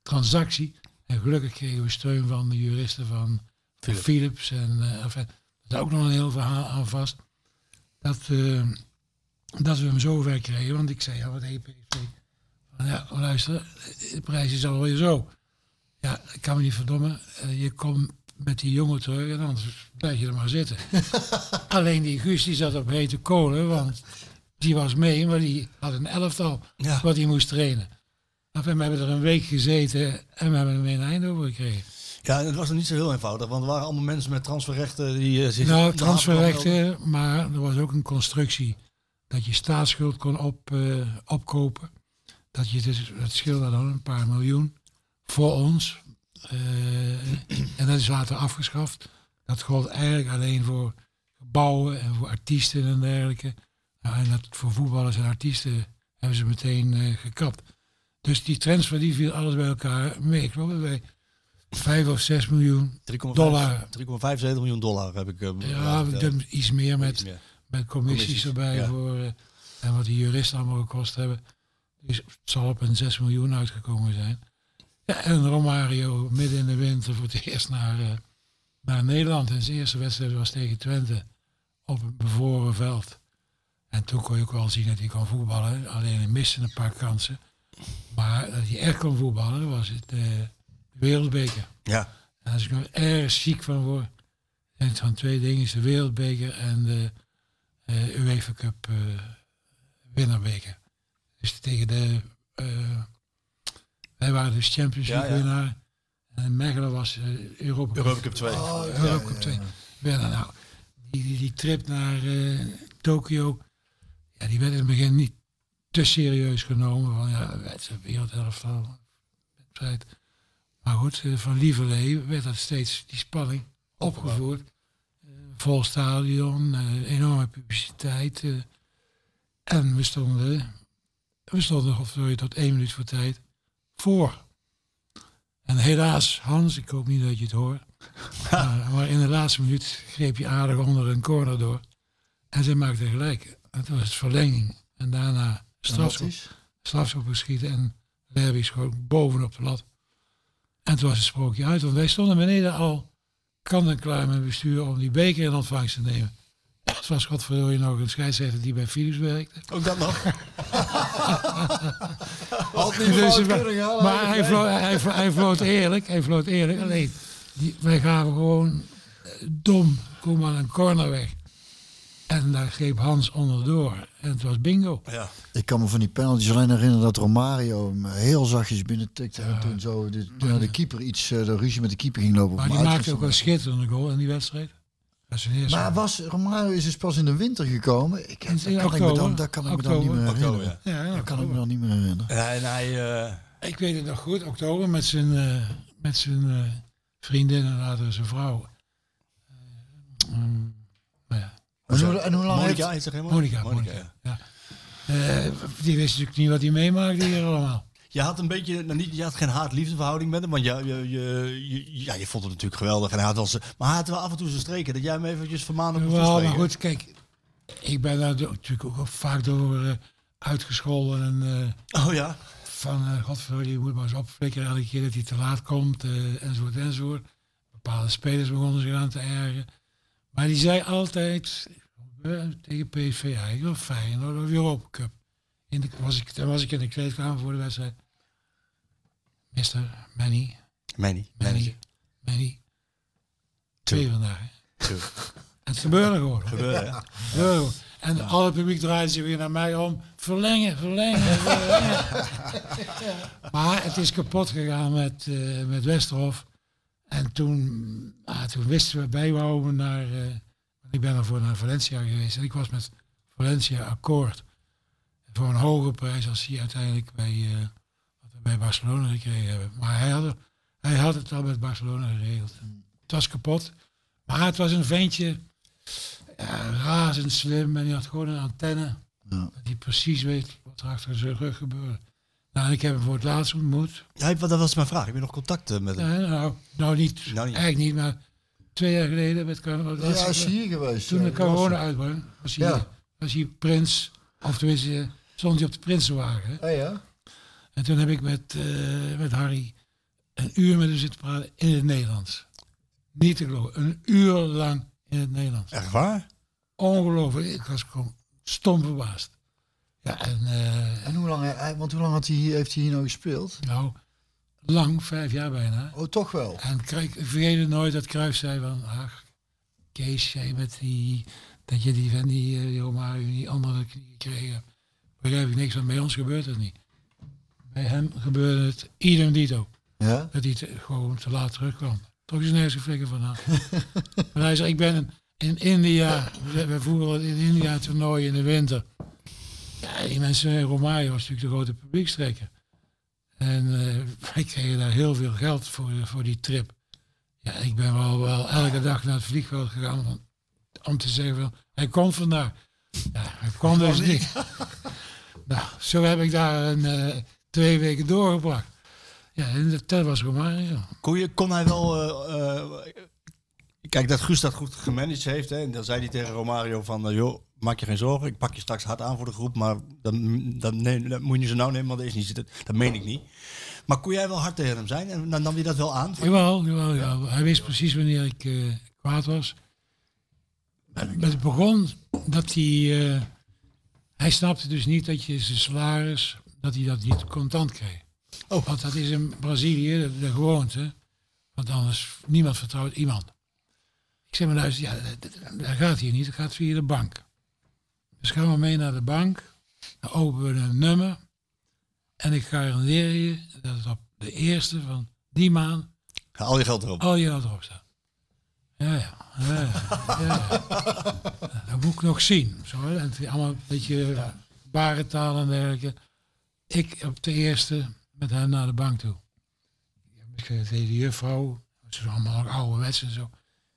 S2: transactie. En gelukkig kregen we steun van de juristen van Philips. En eh enfin, daar zat ook nog een heel verhaal aan vast. Dat, eh, dat we hem zover kregen. Want ik zei, ja, wat EPV. Van, ja, luister, de prijs is alweer zo. Ja, ik kan me niet verdommen. Eh, je komt met die jongen terug en anders blijf je er maar zitten. Alleen die Guus die zat op hete kolen, want die was mee, maar die had een elftal
S1: Ja.
S2: wat hij moest trainen. Enfin, we hebben er een week gezeten en we hebben hem in Eindhoven gekregen.
S1: Ja, en het was nog niet zo heel eenvoudig, want er waren allemaal mensen met transferrechten die eh, zich-
S2: Nou, transferrechten, maar er was ook een constructie dat je staatsschuld kon op, eh, opkopen. Dat je dus, het scheelde dan een paar miljoen voor ons. Eh, en dat is later afgeschaft. Dat gold eigenlijk alleen voor gebouwen en voor artiesten en dergelijke. Nou, en dat voor voetballers en artiesten hebben ze meteen eh, gekapt. Dus die transfer die viel alles bij elkaar mee. Ik geloof dat wij vijf of zes miljoen
S1: 3,5
S2: Dollar.
S1: 3,75 miljoen dollar heb ik. eh,
S2: ja,
S1: bedraad, eh,
S2: dan iets meer met,
S1: meer.
S2: met commissies,
S1: Commissies,
S2: erbij
S1: ja.
S2: voor eh, en wat die juristen allemaal gekost hebben. Dus het zal op een 6 miljoen uitgekomen zijn. Ja, en Romario midden in de winter voor het (laughs) eerst naar, eh, naar Nederland. En zijn eerste wedstrijd was tegen Twente op een bevroren veld. En toen kon je ook wel zien dat hij kon voetballen. Alleen hij miste een paar kansen. Maar dat hij echt kon voetballen was het eh, de wereldbeker.
S1: Ja.
S2: En als ik nog erg ziek van word, zijn het van twee dingen. is de wereldbeker en de eh, UEFA Cup eh, winnaarbeker. Dus tegen de... eh, wij waren dus Champions
S1: Ja,
S2: League
S1: ja.
S2: winnaar. En Mechelen was eh, Europa Cup,
S1: Europa Cup 2.
S3: Oh,
S2: Oh. Europa Cup 2 winnaar. Nou, die, die, die trip naar eh, Tokio, ja, die werd in het begin niet te serieus genomen. Van ja, het is een wereldelftal. wedstrijd. Maar goed, eh, van Lieverlee werd dat steeds die spanning opgevoerd. Eh, vol stadion, eh, enorme publiciteit. eh. en we stonden, we stonden godverdorie tot één minuut voor tijd voor. En helaas, Hans, ik hoop niet dat je het hoort. maar, maar in de laatste minuut greep je aardig onder een corner door. En ze maakte gelijk. En toen was het verlenging. En daarna strafschop strafschop geschieten en Lerby schoot bovenop de lat. En toen was het sprookje uit, want wij stonden beneden al kant en klaar met bestuur om die beker in ontvangst te nemen. Het was godverdorie nog een scheidsrechter die bij Philips werkte.
S1: Ook dat nog.
S3: Had niet
S2: Dus,
S3: fout
S2: maar
S3: kunnen gaan.
S2: maar hij, vlo hij, vlo hij floot eerlijk, hij floot eerlijk. Alleen, die, wij gaven gewoon eh, dom, kom aan een corner weg. En daar greep Hans onderdoor. En het was bingo.
S1: Ja.
S3: Ik kan me van die penalties alleen herinneren dat Romario hem heel zachtjes binnen tikte. En toen zo de, toen de keeper iets, eh, de ruzie met de keeper ging lopen.
S2: Maar
S3: om
S2: die
S3: uit te
S2: maakte ook
S3: wisselen.
S2: een schitterende goal in die wedstrijd. Dat is een eerste.
S3: Maar was, Romario is dus pas in de winter gekomen. Ik, dat, kan ik me dan,
S2: oktober.
S3: dat kan ik me dan niet
S2: Oktober.
S3: meer herinneren.
S1: Oktober, ja.
S2: ja,
S3: Dat kan ik me dan niet meer herinneren.
S1: En hij, en hij eh,
S2: Ik weet het nog goed, oktober met zijn, eh, met zijn eh, vriendin en later zijn vrouw. Eh, mm, nou ja,
S3: En hoe, en hoe lang
S1: Monica,
S3: heeft...
S1: heet ze helemaal?
S2: Monica. Monica, ja. Eh, die wist natuurlijk niet wat hij meemaakte hier allemaal.
S1: Je had een beetje, nou niet, je had geen haat-liefdeverhouding met hem, want je, je, je- je- ja, je vond hem natuurlijk geweldig en hij had wel ze, maar hij had wel af en toe zijn streken, dat jij hem eventjes vermaanden moest
S2: Wel,
S1: toespreken.
S2: maar goed, kijk. Ik ben daar do- natuurlijk ook vaak door eh, uitgescholden en... eh,
S1: Oh ja,
S2: van eh godverdorie, je moet maar eens opflikkeren elke keer dat hij te laat komt, eh enzovoort, enzovoort. Bepaalde spelers begonnen zich aan te ergeren. Maar die zei altijd, eh, tegen PSV eigenlijk, of Feyenoord, of Europa Cup. In de, was ik, dan was ik in de kleedkamer voor de wedstrijd. Mister, Manny,
S1: mij niet. Mij niet.
S2: Manny, Manny. Twee vandaag. hè. En het gebeurde gewoon. hoor.
S1: Gebeurde, ja.
S2: Gebeurde gewoon. En alle publiek draaide zich weer naar mij om. Verlengen, verlengen, verlengen. maar het is kapot gegaan met, eh, met Westerhof. En toen, ah, toen wisten we bij wou we naar... eh, ik ben ervoor naar Valencia geweest. En ik was met Valencia akkoord. Voor een hoge prijs als die uiteindelijk bij, eh, wat we bij Barcelona gekregen hebben. Maar hij had, hij had het al met Barcelona geregeld. En het was kapot. Maar het was een ventje ja, razend slim. En die had gewoon een antenne.
S3: Ja.
S2: Die precies weet wat er achter zijn rug gebeurde. Nou, en ik heb hem voor het laatst ontmoet.
S1: Ja, ik- dat was mijn vraag. Heb je nog contact eh, met hem?
S2: Eh, nou, nou, niet,
S1: Nou niet.
S2: eigenlijk niet, maar twee jaar geleden met carnaval.
S3: Ja, hij is hier geweest.
S2: Toen
S3: Ja,
S2: de
S3: dat was
S2: corona
S3: het.
S2: uitbrak, was hij,
S3: Ja.
S2: was hij prins, of tenminste eh, stond hij op de Prinsenwagen. hè.
S3: Hey, ja?
S2: En toen heb ik met, eh, met Harry een uur met hem zitten praten in het Nederlands. Niet te geloven, een uur lang in het Nederlands.
S1: Echt waar?
S2: Ongelooflijk, ik was gewoon stom verbaasd. Ja, en eh,
S3: En hoe lang, hij- want hoe lang had hij, hier- heeft hij hier nou gespeeld?
S2: nou, lang, vijf jaar bijna.
S3: Oh, toch wel.
S2: En Cruijff- ik vergeet het nooit dat Cruijff zei van, ach, Kees, jij met die, dat je die van die eh, Romario die andere knie kreeg. Begrijp ik niks, want bij ons gebeurt het niet. Bij hem gebeurde het idem dito.
S3: Ja?
S2: Dat hij te- gewoon te laat terugkwam. Toch is nergens geflikker van aan. maar hij zei, ik ben in, in India, we we voeren in India toernooi in de winter. Ja, die mensen in Romario was natuurlijk de grote publiekstrekker. En eh, (laughs) wij kregen daar heel veel geld voor, voor die trip. Ja, ik ben wel, wel elke dag naar het vliegveld gegaan om, om te zeggen, van, hij komt vandaag. Ja, hij kwam dus niet. (laughs) nou, zo heb ik daar een, eh, twee weken doorgebracht. Ja, en dat- dat was Romario.
S1: Kon, je, kon hij wel... eh, eh, kijk, dat Guus dat goed gemanaged heeft. Hè, en dan zei hij tegen Romario van... eh, joh, maak je geen zorgen. Ik pak je straks hard aan voor de groep. Maar dat, dat, neem- dat moet je niet zo nauw nemen, want dat is niet... Dat, dat meen ik niet. Maar kon jij wel hard tegen hem zijn? En dan nam hij dat wel aan?
S2: Jawel, jawel, jawel. Hij wist precies wanneer ik eh, kwaad was. Maar het begon dat hij... eh, hij snapte dus niet dat je zijn salaris... dat hij dat niet contant kreeg.
S1: Oh.
S2: Want dat is in Brazilië de, de gewoonte. Want anders niemand vertrouwt iemand. Ik zeg maar luister, ja, dat- dat, dat gaat hier niet. Dat gaat via de bank. Dus gaan we mee naar de bank. Dan openen we een nummer. En ik garandeer je dat het op de eerste van die maand
S1: Al je geld erop.
S2: al Oh, je had erop staan. Ja, ja. ja, ja, ja, ja. Dat moet ik nog zien. Zo, hè. en het is allemaal een beetje eh, barentaal en dergelijke. Ik op de eerste met hem naar de bank toe. Misschien tegen de juffrouw. Ze zijn allemaal nog ouderwets en zo.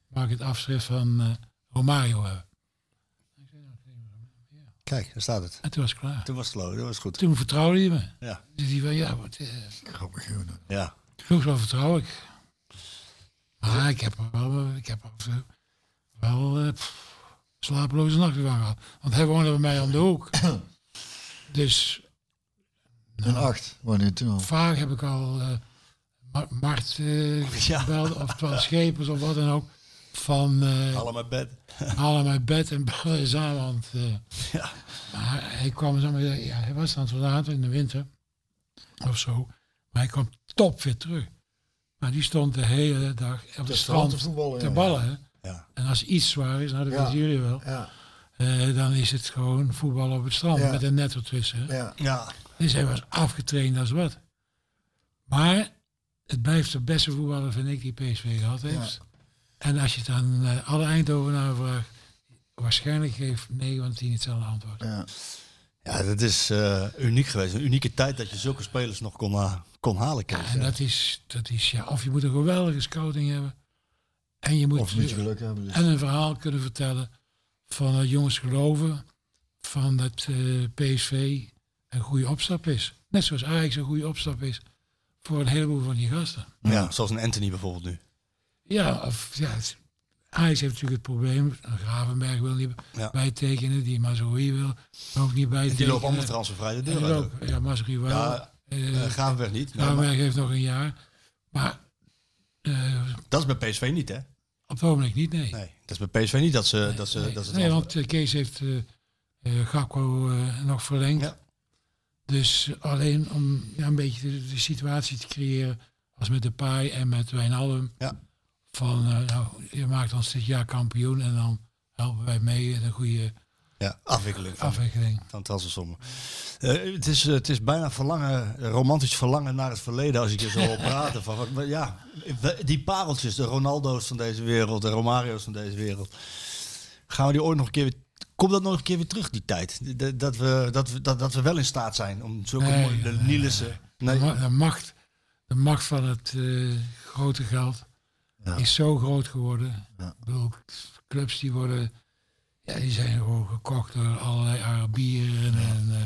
S2: Mag ik het afschrift van eh, Romario hebben.
S1: Kijk, daar staat het.
S2: En toen was ik klaar.
S1: Toen was het low, dat was goed.
S2: Toen vertrouwde hij me.
S1: Ja,
S2: Dus die van, ja, wat, eh,
S3: Grappig. joh.
S1: ja.
S2: Genoeg wel vertrouw ik. Maar ik heb er wel, eh, ik heb er wel, wel eh, pff, slapeloze nachten van gehad. Want hij woonde bij mij om de hoek. dus
S3: Een acht. Wanneer toen al?
S2: vaak heb ik al eh, Ma- Mart eh,
S1: Ja.
S2: gebeld, of van Schepers of wat dan ook. Van eh,
S1: Allemaal bed.
S2: haal hem uit bed en (laughs) bel eens aan, want... eh, Maar hij kwam, zeg maar, ja, hij was dan soldaat in de winter of zo. Maar hij kwam top weer terug. Maar die stond de hele dag op het strand
S3: te voetballen,
S2: te
S3: ja.
S2: ballen. hè.
S1: Ja.
S2: En als iets zwaar is, nou dat
S3: Ja.
S2: weten jullie wel,
S3: Ja.
S2: eh, dan is het gewoon voetbal op het strand
S3: Ja.
S2: met een net ertussen. hè.
S3: Ja.
S1: Ja.
S2: Dus hij was afgetraind als wat. Maar het blijft de beste voetballer, vind ik, die PSV gehad heeft. En als je het aan eh, alle Eindhovenaren vraagt, waarschijnlijk geeft 9 van 10 hetzelfde antwoord.
S3: ja.
S1: Ja, dat is eh, uniek geweest. Een unieke tijd dat je zulke spelers nog kon, ha- kon halen. Kees.
S2: En dat is, dat is ja, of je moet een geweldige scouting hebben. En je moet,
S3: Of moet je geluk hebben. Dus.
S2: en een verhaal kunnen vertellen van dat jongens geloven van dat eh, PSV een goede opstap is. Net zoals Ajax een goede opstap is voor een heleboel van die gasten.
S1: ja. Zoals een Anthony bijvoorbeeld nu.
S2: Ja, of, ja het- Ajax heeft natuurlijk het probleem. Gravenberg wil niet
S1: Ja.
S2: bijtekenen, die Mazoui wil ook niet bijtekenen.
S1: Die lopen allemaal transfervrij de
S2: En die
S1: deur uit.
S2: lopen- Ja, Mazoui wel.
S1: Ja,
S2: Eh,
S1: Eh Gravenberg niet. Nou,
S2: Gravenberg
S1: maar
S2: heeft nog een jaar. Maar eh,
S1: dat is bij PSV niet, hè?
S2: Op het ogenblik niet, nee.
S1: Nee, dat is bij PSV niet dat ze... dat ze,
S2: Nee,
S1: dat ze
S2: nee,
S1: transfer-
S2: want eh, Kees heeft eh eh, Gakpo eh, nog verlengd.
S1: Ja.
S2: Dus alleen om ja, een beetje de, de situatie te creëren als met Depay en met Wijnaldum.
S1: Ja.
S2: Van, eh, nou, je maakt ons dit jaar kampioen en dan helpen wij mee in een goede
S1: ja, afwikkeling
S2: Ah,
S1: van,
S2: afwikkeling.
S1: van transfersommen. Eh, het, is, eh, het is bijna verlangen, eh, romantisch verlangen naar het verleden als ik je zo hoor praten. Van, wat- wat- ja, we- die pareltjes, de Ronaldo's van deze wereld, de Romario's van deze wereld. Gaan we die ooit nog een keer weer... Komt dat nog een keer weer terug, die tijd? Dat- Dat we, dat we, dat, dat we wel in staat zijn om zulke
S2: Nee,
S1: mooie... De
S2: nee,
S1: Nielissen...
S2: De,
S1: Nee,
S2: ma- de macht, de macht van het eh, grote geld is zo groot geworden. Ik bedoel, clubs die worden, ja, die zijn gewoon gekocht door allerlei Arabieren. En, eh,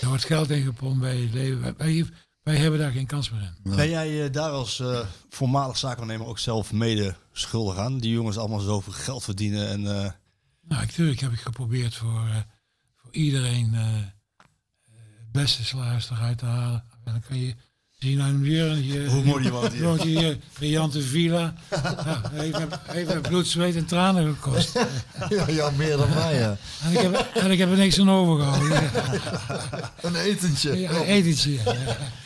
S2: er wordt geld ingepompt bij het leven. Wij, wij, wij hebben daar geen kans meer in.
S1: Ben jij eh, daar als eh, voormalig zaakwaarnemer ook zelf mede schuldig aan? Die jongens allemaal zoveel geld verdienen en eh,
S2: Nou, natuurlijk heb ik geprobeerd voor, eh, voor iedereen eh, eh, beste slaas eruit te halen. En dan kan je zien aan hem weer. Hier,
S1: Hoe mooi die (laughs) woont hier.
S2: woont hier, briljante villa. Ja, heeft, me- heeft me bloed, zweet en tranen gekost.
S3: (laughs) Ja, ja, meer dan mij, ja.
S2: En ik heb, en ik heb er niks aan overgehouden.
S3: Een etentje.
S2: Ja, een etentje. Ja.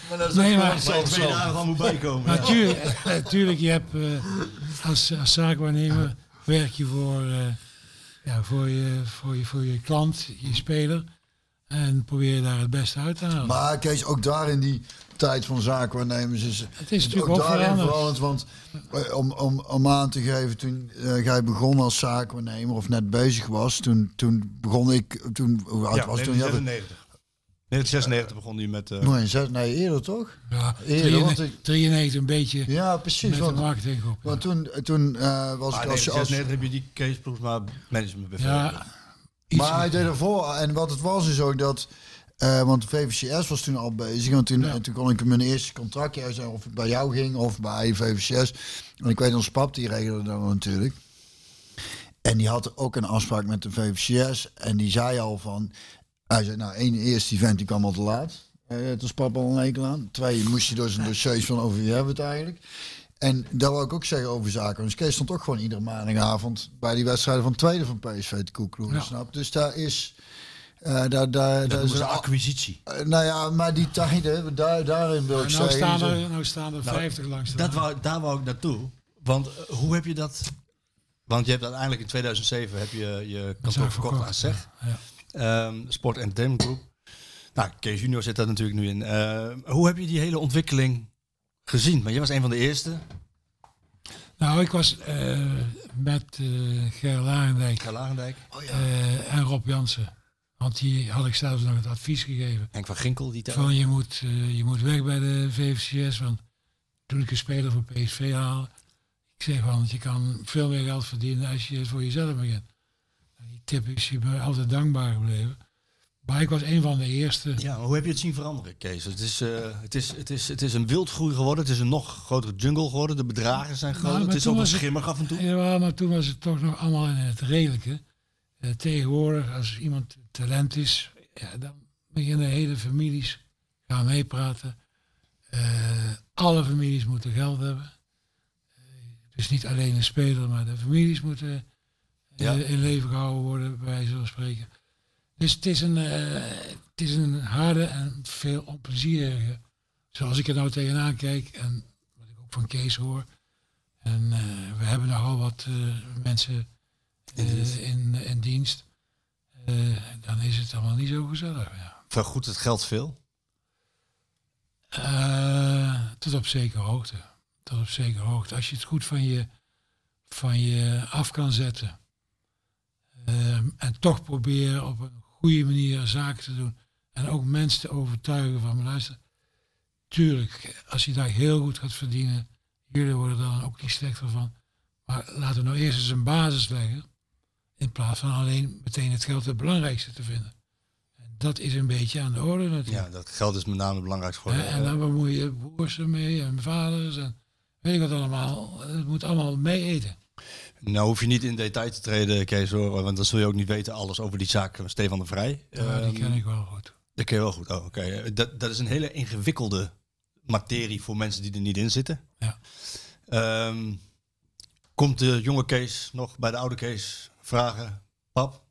S1: Maar dat is
S2: Nee,
S1: ook
S2: maar-
S1: waar ze al twee dagen van moet bijkomen. ja.
S2: Natuurlijk, natuurlijk je hebt eh, als, als zaakwaarnemer werk je voor, eh, ja, voor, je, voor, je, voor je klant, je speler. En probeer je daar het beste uit te halen.
S3: Maar Kees, ook daar in die tijd van zaakwaarnemers is
S2: het is natuurlijk
S3: ook
S2: ook
S3: daarin
S2: veranderd.
S3: veranderd. Want eh, om, om, om aan te geven, toen eh jij begon als zaakwaarnemer of net bezig was, toen, toen begon ik, toen, hoe
S1: Oh,
S3: oud was toen? Ja,
S1: 1996. 1996 begon hij met... eh,
S3: nee, zes- nee, eerder toch?
S2: Ja,
S3: Eerder, eh, want
S2: 93,
S3: ik-
S2: 93 een beetje
S3: Ja, precies.
S2: met de
S3: Want,
S2: marketinggroep. Ja.
S3: want toen, toen eh, was
S1: ah,
S3: ik
S1: nee,
S3: als... als
S1: 1996 heb je die Kees Ploesma management
S2: Ja,
S1: bevel.
S2: iets-
S3: maar hij deed ervoor. En wat het was is ook dat... eh, want VVCS was toen al bezig. Want toen,
S2: Ja.
S3: en toen kon ik mijn eerste contract juist zeggen of het bij jou ging of bij VVCS. En ik weet ons pap, die regelde dat natuurlijk. En die had ook een afspraak met de VVCS. En die zei al van... Hij zei, nou, één eerste event die kwam al te laat. Eh toen papa al een hekel aan. Twee, moest je door zijn dossiers van over wie hebben we het eigenlijk. En dat wil ik ook zeggen over zaken. Dus Kees stond ook gewoon iedere maandagavond bij die wedstrijden van het tweede van PSV te koekloeren,
S2: Ja.
S3: snap? Dus daar is... eh, daar, daar, daar
S1: Dat
S3: is
S1: is een
S3: een-
S1: acquisitie.
S3: eh, nou ja, maar die tijden, daar, daarin wil ik
S2: en nou,
S3: zeggen...
S2: staan
S3: zo-
S2: er, nou staan er 50 langs. de
S1: Dat
S2: lijn.
S1: wou, daar wou ik naartoe. Want eh, hoe heb je dat... Want je hebt uiteindelijk in 2007 heb je je kantoor
S2: Zaak
S1: verkocht aan SEG.
S2: Ja.
S1: Ehm, Sport Entertainment Group. Nou, Kees Junior zit daar natuurlijk nu in. Eh, hoe heb je die hele ontwikkeling gezien? Maar jij was een van de eerste.
S2: Nou, ik was eh, met eh Ger Larendijk
S1: Ga Lagendijk. Oh
S2: eh, en Rob Jansen. Want die had ik zelfs nog het advies gegeven.
S1: Henk van Ginkel. Die daar-
S2: Van je moet, eh, je moet weg bij de VFCS. Want toen ik een speler voor PSV haalde. Ik zeg want je kan veel meer geld verdienen als je het voor jezelf begint. Nou, Die tip is je me altijd dankbaar gebleven. Maar ik was een van de eerste.
S1: Ja, maar hoe heb je het zien veranderen, Kees? Het is, eh, het is, het is, het is een wildgroei geworden. Het is een nog grotere jungle geworden. De bedragen zijn groter.
S2: maar
S1: het is
S2: toen
S1: ook wel
S2: was het-
S1: schimmig af en toe.
S2: Ja, maar toen was het toch nog allemaal in het redelijke. Eh, tegenwoordig, als iemand talent is, ja, dan beginnen hele families gaan meepraten. Eh, alle families moeten geld hebben. Eh, dus niet alleen de speler, maar de families moeten eh,
S1: Ja.
S2: in leven gehouden worden, bij wijze van spreken. Dus het is een, eh, het is een harde en veel onplezierige. Zoals ik er nou tegenaan kijk en wat ik ook van Kees hoor. En eh, we hebben nogal wat eh, mensen eh, in, in, dienst. Eh, dan is het allemaal niet zo gezellig. Ja.
S1: Vergoedt het geld veel?
S2: Eh, tot op zekere hoogte. Tot op zekere hoogte. Als je het goed van je, van je af kan zetten. ehm, en toch proberen op een goede manier zaken te doen. En ook mensen te overtuigen van, luister, tuurlijk, als je daar heel goed gaat verdienen, jullie worden daar dan ook niet slechter van. Maar laten we nou eerst eens een basis leggen, in plaats van alleen meteen het geld het belangrijkste te vinden. En dat is een beetje aan de orde natuurlijk.
S1: Ja, dat geld is met name belangrijk
S2: Hè,
S1: geworden.
S2: en dan bemoeien je broers ermee en vaders en weet ik wat allemaal. Het moet allemaal mee eten.
S1: Nou hoef je niet in detail te treden, Kees, hoor, want dan zul je ook niet weten alles over die zaak van Stefan de Vrij.
S2: Ja, die
S1: Ehm,
S2: ken ik wel goed.
S1: dat ken je wel goed. Oh, oké. dat, dat is een hele ingewikkelde materie voor mensen die er niet in zitten.
S2: Ja.
S1: Ehm, komt de jonge Kees nog bij de oude Kees vragen, pap,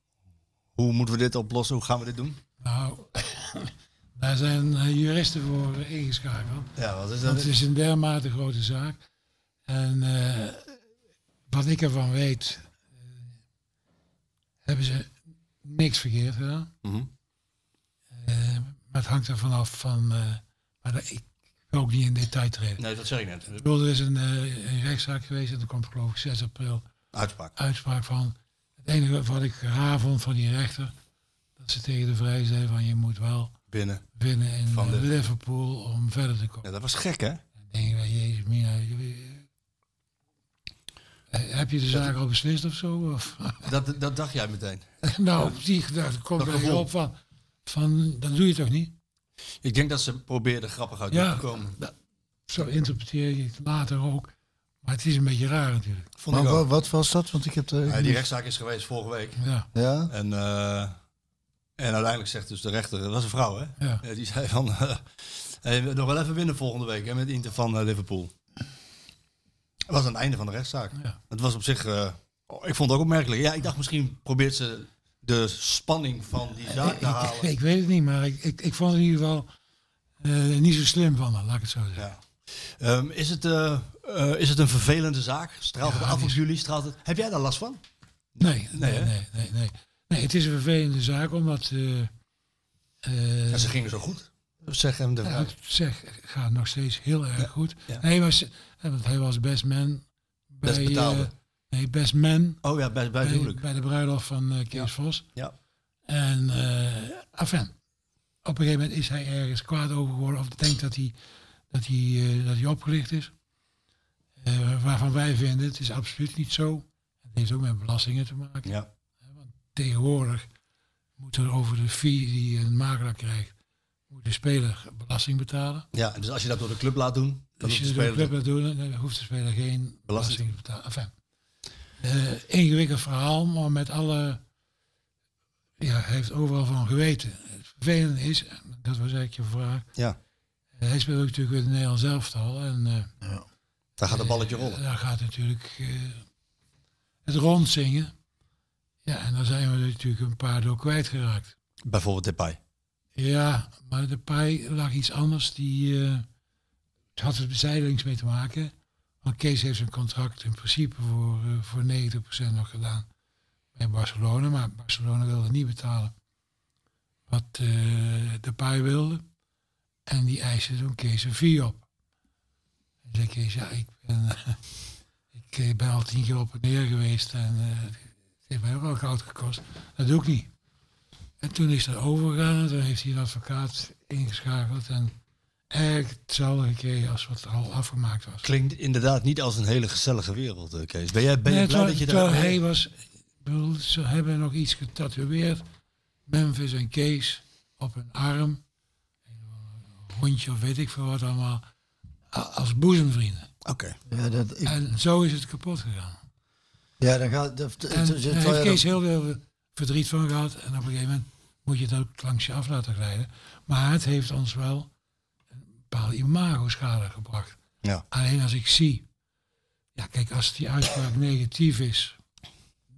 S1: hoe moeten we dit oplossen? Hoe gaan we dit doen?
S2: Nou, (coughs) daar zijn eh, juristen voor eh, ingeschakeld.
S1: Ja, wat is
S2: Want het is een dermate grote zaak. En eh, wat ik ervan weet, eh, hebben ze niks verkeerd gedaan.
S1: Mhm.
S2: Eh, maar het hangt er vanaf van. eh, maar dat- ik wil ook niet in detail treden.
S1: Nee, dat zeg ik net.
S2: Ik bedoel, er is een, eh, een rechtszaak geweest en er komt geloof ik 6 april
S1: Uitspraak.
S2: uitspraak van. Het enige wat ik raar vond van die rechter, dat ze tegen de vrij zei van je moet wel
S1: Binnen.
S2: winnen in
S1: Van de-
S2: eh, Liverpool om verder te komen.
S1: Ja, dat was gek, hè?
S2: Dan denk ik, wel, jezus mina, je- eh, heb je de zaak al beslist of zo? Of? (laughs)
S1: Dat, dat dacht jij meteen.
S2: nou, die gedachte komt
S1: Dat
S2: er
S1: gevoel.
S2: op van, van, dat doe je toch niet?
S1: Ik denk dat ze probeerden grappig uit
S2: Ja.
S1: te komen.
S2: Zo interpreteer je het later ook. Maar het is een beetje raar natuurlijk.
S1: Vond ik
S3: Maar wa-
S1: ook.
S3: wat, was dat? Want ik heb... de
S1: Ja, die rechtszaak is geweest vorige week.
S2: Ja.
S3: Ja?
S1: En eh, En uiteindelijk zegt dus de rechter, dat was een vrouw hè,
S2: Ja.
S1: Eh, die zei van, (laughs) eh, hey, we nog wel even winnen volgende week hè, met Inter van eh, Liverpool. Het was aan het einde van de rechtszaak.
S2: Ja.
S1: Het was op zich, eh, oh, ik vond het ook opmerkelijk. Ja, ik dacht misschien probeert ze de spanning van die zaak te
S2: Ik,
S1: halen.
S2: ik weet het niet, maar ik, ik, ik vond het in ieder geval eh, niet zo slim van haar, laat ik het zo zeggen.
S1: Ja. Ehm, is, het, eh, eh, is het een vervelende zaak? Straalt het
S2: Ja,
S1: af
S2: die
S1: op
S2: is-
S1: jullie? Straalt het... Heb jij daar last van?
S2: Nee, nee,
S1: hè?
S2: nee, nee, nee, Nee, het is een vervelende zaak, omdat... eh, eh,
S1: Ja, ze gingen zo goed. Zeg hem de
S2: Ja,
S1: vraag.
S2: ik zeg, het gaat nog steeds heel erg goed.
S1: ja.
S2: Hij, was, eh, want hij was best man. Bij,
S1: Best betaalde.
S2: eh, nee, best man
S1: Oh ja, bij, bij het
S2: bij,
S1: huwelijk.
S2: bij de bruiloft van eh, Kees Vos.
S1: Ja.
S2: En eh enfin, op een gegeven moment is hij ergens kwaad over geworden. Of denkt dat hij, dat hij, eh, dat hij opgelicht is. Eh, waarvan wij vinden, het is absoluut niet zo. Het heeft ook met belastingen te maken
S1: Ja.
S2: tegenwoordig moet er over de fee die een makelaar krijgt, moet de speler belasting betalen.
S1: ja, dus als je dat door de club laat doen, dan hoeft
S2: Als
S1: de
S2: je het door de
S1: speler...
S2: club laat doen, dan hoeft de speler geen
S1: Belasting.
S2: belasting, te betalen. Enfin, eh, ingewikkeld verhaal, maar met alle... Ja, hij heeft overal van geweten. Het vervelende is, en dat was eigenlijk je vraag,
S1: Ja,
S2: eh, hij speelt ook natuurlijk weer in het Nederlands elftal. En eh,
S1: daar gaat een balletje rollen.
S2: daar gaat natuurlijk eh, het rondzingen. Ja, en daar zijn we natuurlijk een paar door kwijtgeraakt.
S1: Bijvoorbeeld Depay.
S2: Ja, maar de paai lag iets anders. Die eh, het had er zijdelings mee te maken. Want Kees heeft zijn contract in principe voor, eh, voor 90% nog gedaan bij Barcelona. Maar Barcelona wilde niet betalen wat eh, de paai wilde. En die eiste toen Kees een fee op. En zei Kees, ja, ik ben, (laughs) eh, ik eh, ben al tien keer op en neer geweest. En eh, het heeft mij ook al goud gekost. Dat doe ik niet. En toen is dat overgegaan. en Toen heeft hij een advocaat ingeschakeld. En eigenlijk hetzelfde gekregen als wat er al afgemaakt was.
S1: Klinkt inderdaad niet als een hele gezellige wereld, eh, Kees. Ben jij ben je blij
S2: Nee, terwijl-
S1: dat je
S2: terwijl
S1: daar...
S2: hij was... ik Bedoel, ze hebben nog iets getatoeëerd. Memphis en Kees op hun arm. Een eh, hondje of weet ik veel wat allemaal. a- Als boezemvrienden.
S1: Oké.
S3: Ja, dat, ik,
S2: En zo is het kapot gegaan.
S3: ja dan gaat... Dat,
S2: En
S3: dat-
S2: daar heeft
S3: dat-
S2: Kees heel veel verdriet van gehad. En op een gegeven moment moet je het ook langs je af laten glijden. Maar het heeft ons wel een bepaalde imago-schade gebracht.
S1: Ja.
S2: Alleen als ik zie... Ja, kijk, als die uitspraak negatief is...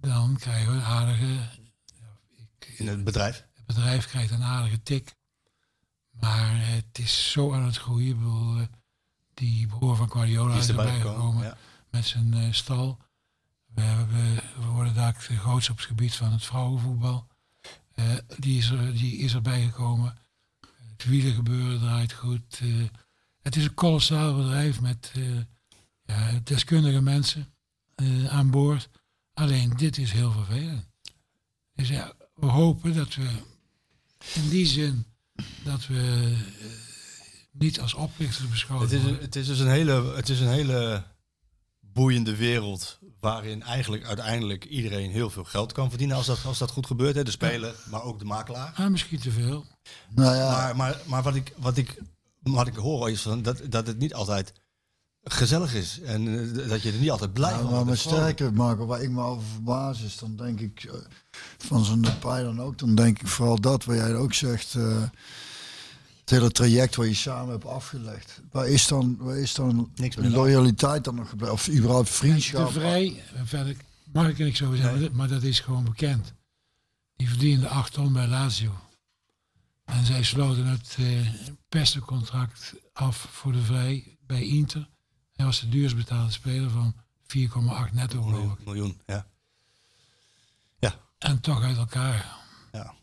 S2: dan krijgen we een aardige...
S1: In het bedrijf.
S2: Het bedrijf krijgt een aardige tik. Maar eh, het is zo aan het groeien. Ik bedoel, eh, die broer van Guardiola
S1: Die
S2: is erbij gekomen,
S1: Ja.
S2: met zijn eh, stal. We, hebben, we worden daar de grootste op het gebied van het vrouwenvoetbal. Eh, die, is er, die is erbij gekomen. Het wielengebeuren draait goed. Eh, het is een kolossaal bedrijf met eh, ja, deskundige mensen eh, aan boord. Alleen dit is heel vervelend. Dus ja, we hopen dat we in die zin dat we eh, niet als oplichters beschouwd
S1: Het, is
S2: worden.
S1: een, het is dus een hele, het is een hele boeiende wereld waarin eigenlijk uiteindelijk iedereen heel veel geld kan verdienen als dat, als dat goed gebeurt. Hè? De speler, maar ook de makelaar.
S2: Ah, misschien te veel.
S3: nou ja,
S1: Maar, maar, maar wat, ik, wat, ik, wat ik hoor is van dat, dat het niet altijd gezellig is. En eh, dat je er niet altijd blij
S3: Ja,
S1: van
S3: maar
S1: wordt.
S3: maar
S1: Dat gewoon-
S3: sterker, Marco, waar ik me over verbaas is, dan denk ik eh, van zo'n Depay dan ook, dan denk ik vooral dat wat jij ook zegt, eh, het hele traject waar je samen hebt afgelegd. Waar is dan, waar is dan
S1: Niks meer
S3: loyaliteit dan nog gebleven? Of überhaupt vriendschap?
S2: De Vrij, eh, verder mag ik er niks over zeggen, maar dat- maar dat is gewoon bekend. Die verdiende 8 ton bij Lazio. En zij sloten het eh pestencontract af voor de Vrij bij Inter. Hij was de duurst betaalde speler van 4,8 netto geloof ik.
S1: miljoen. Ja.
S2: En toch uit elkaar.
S1: Ja.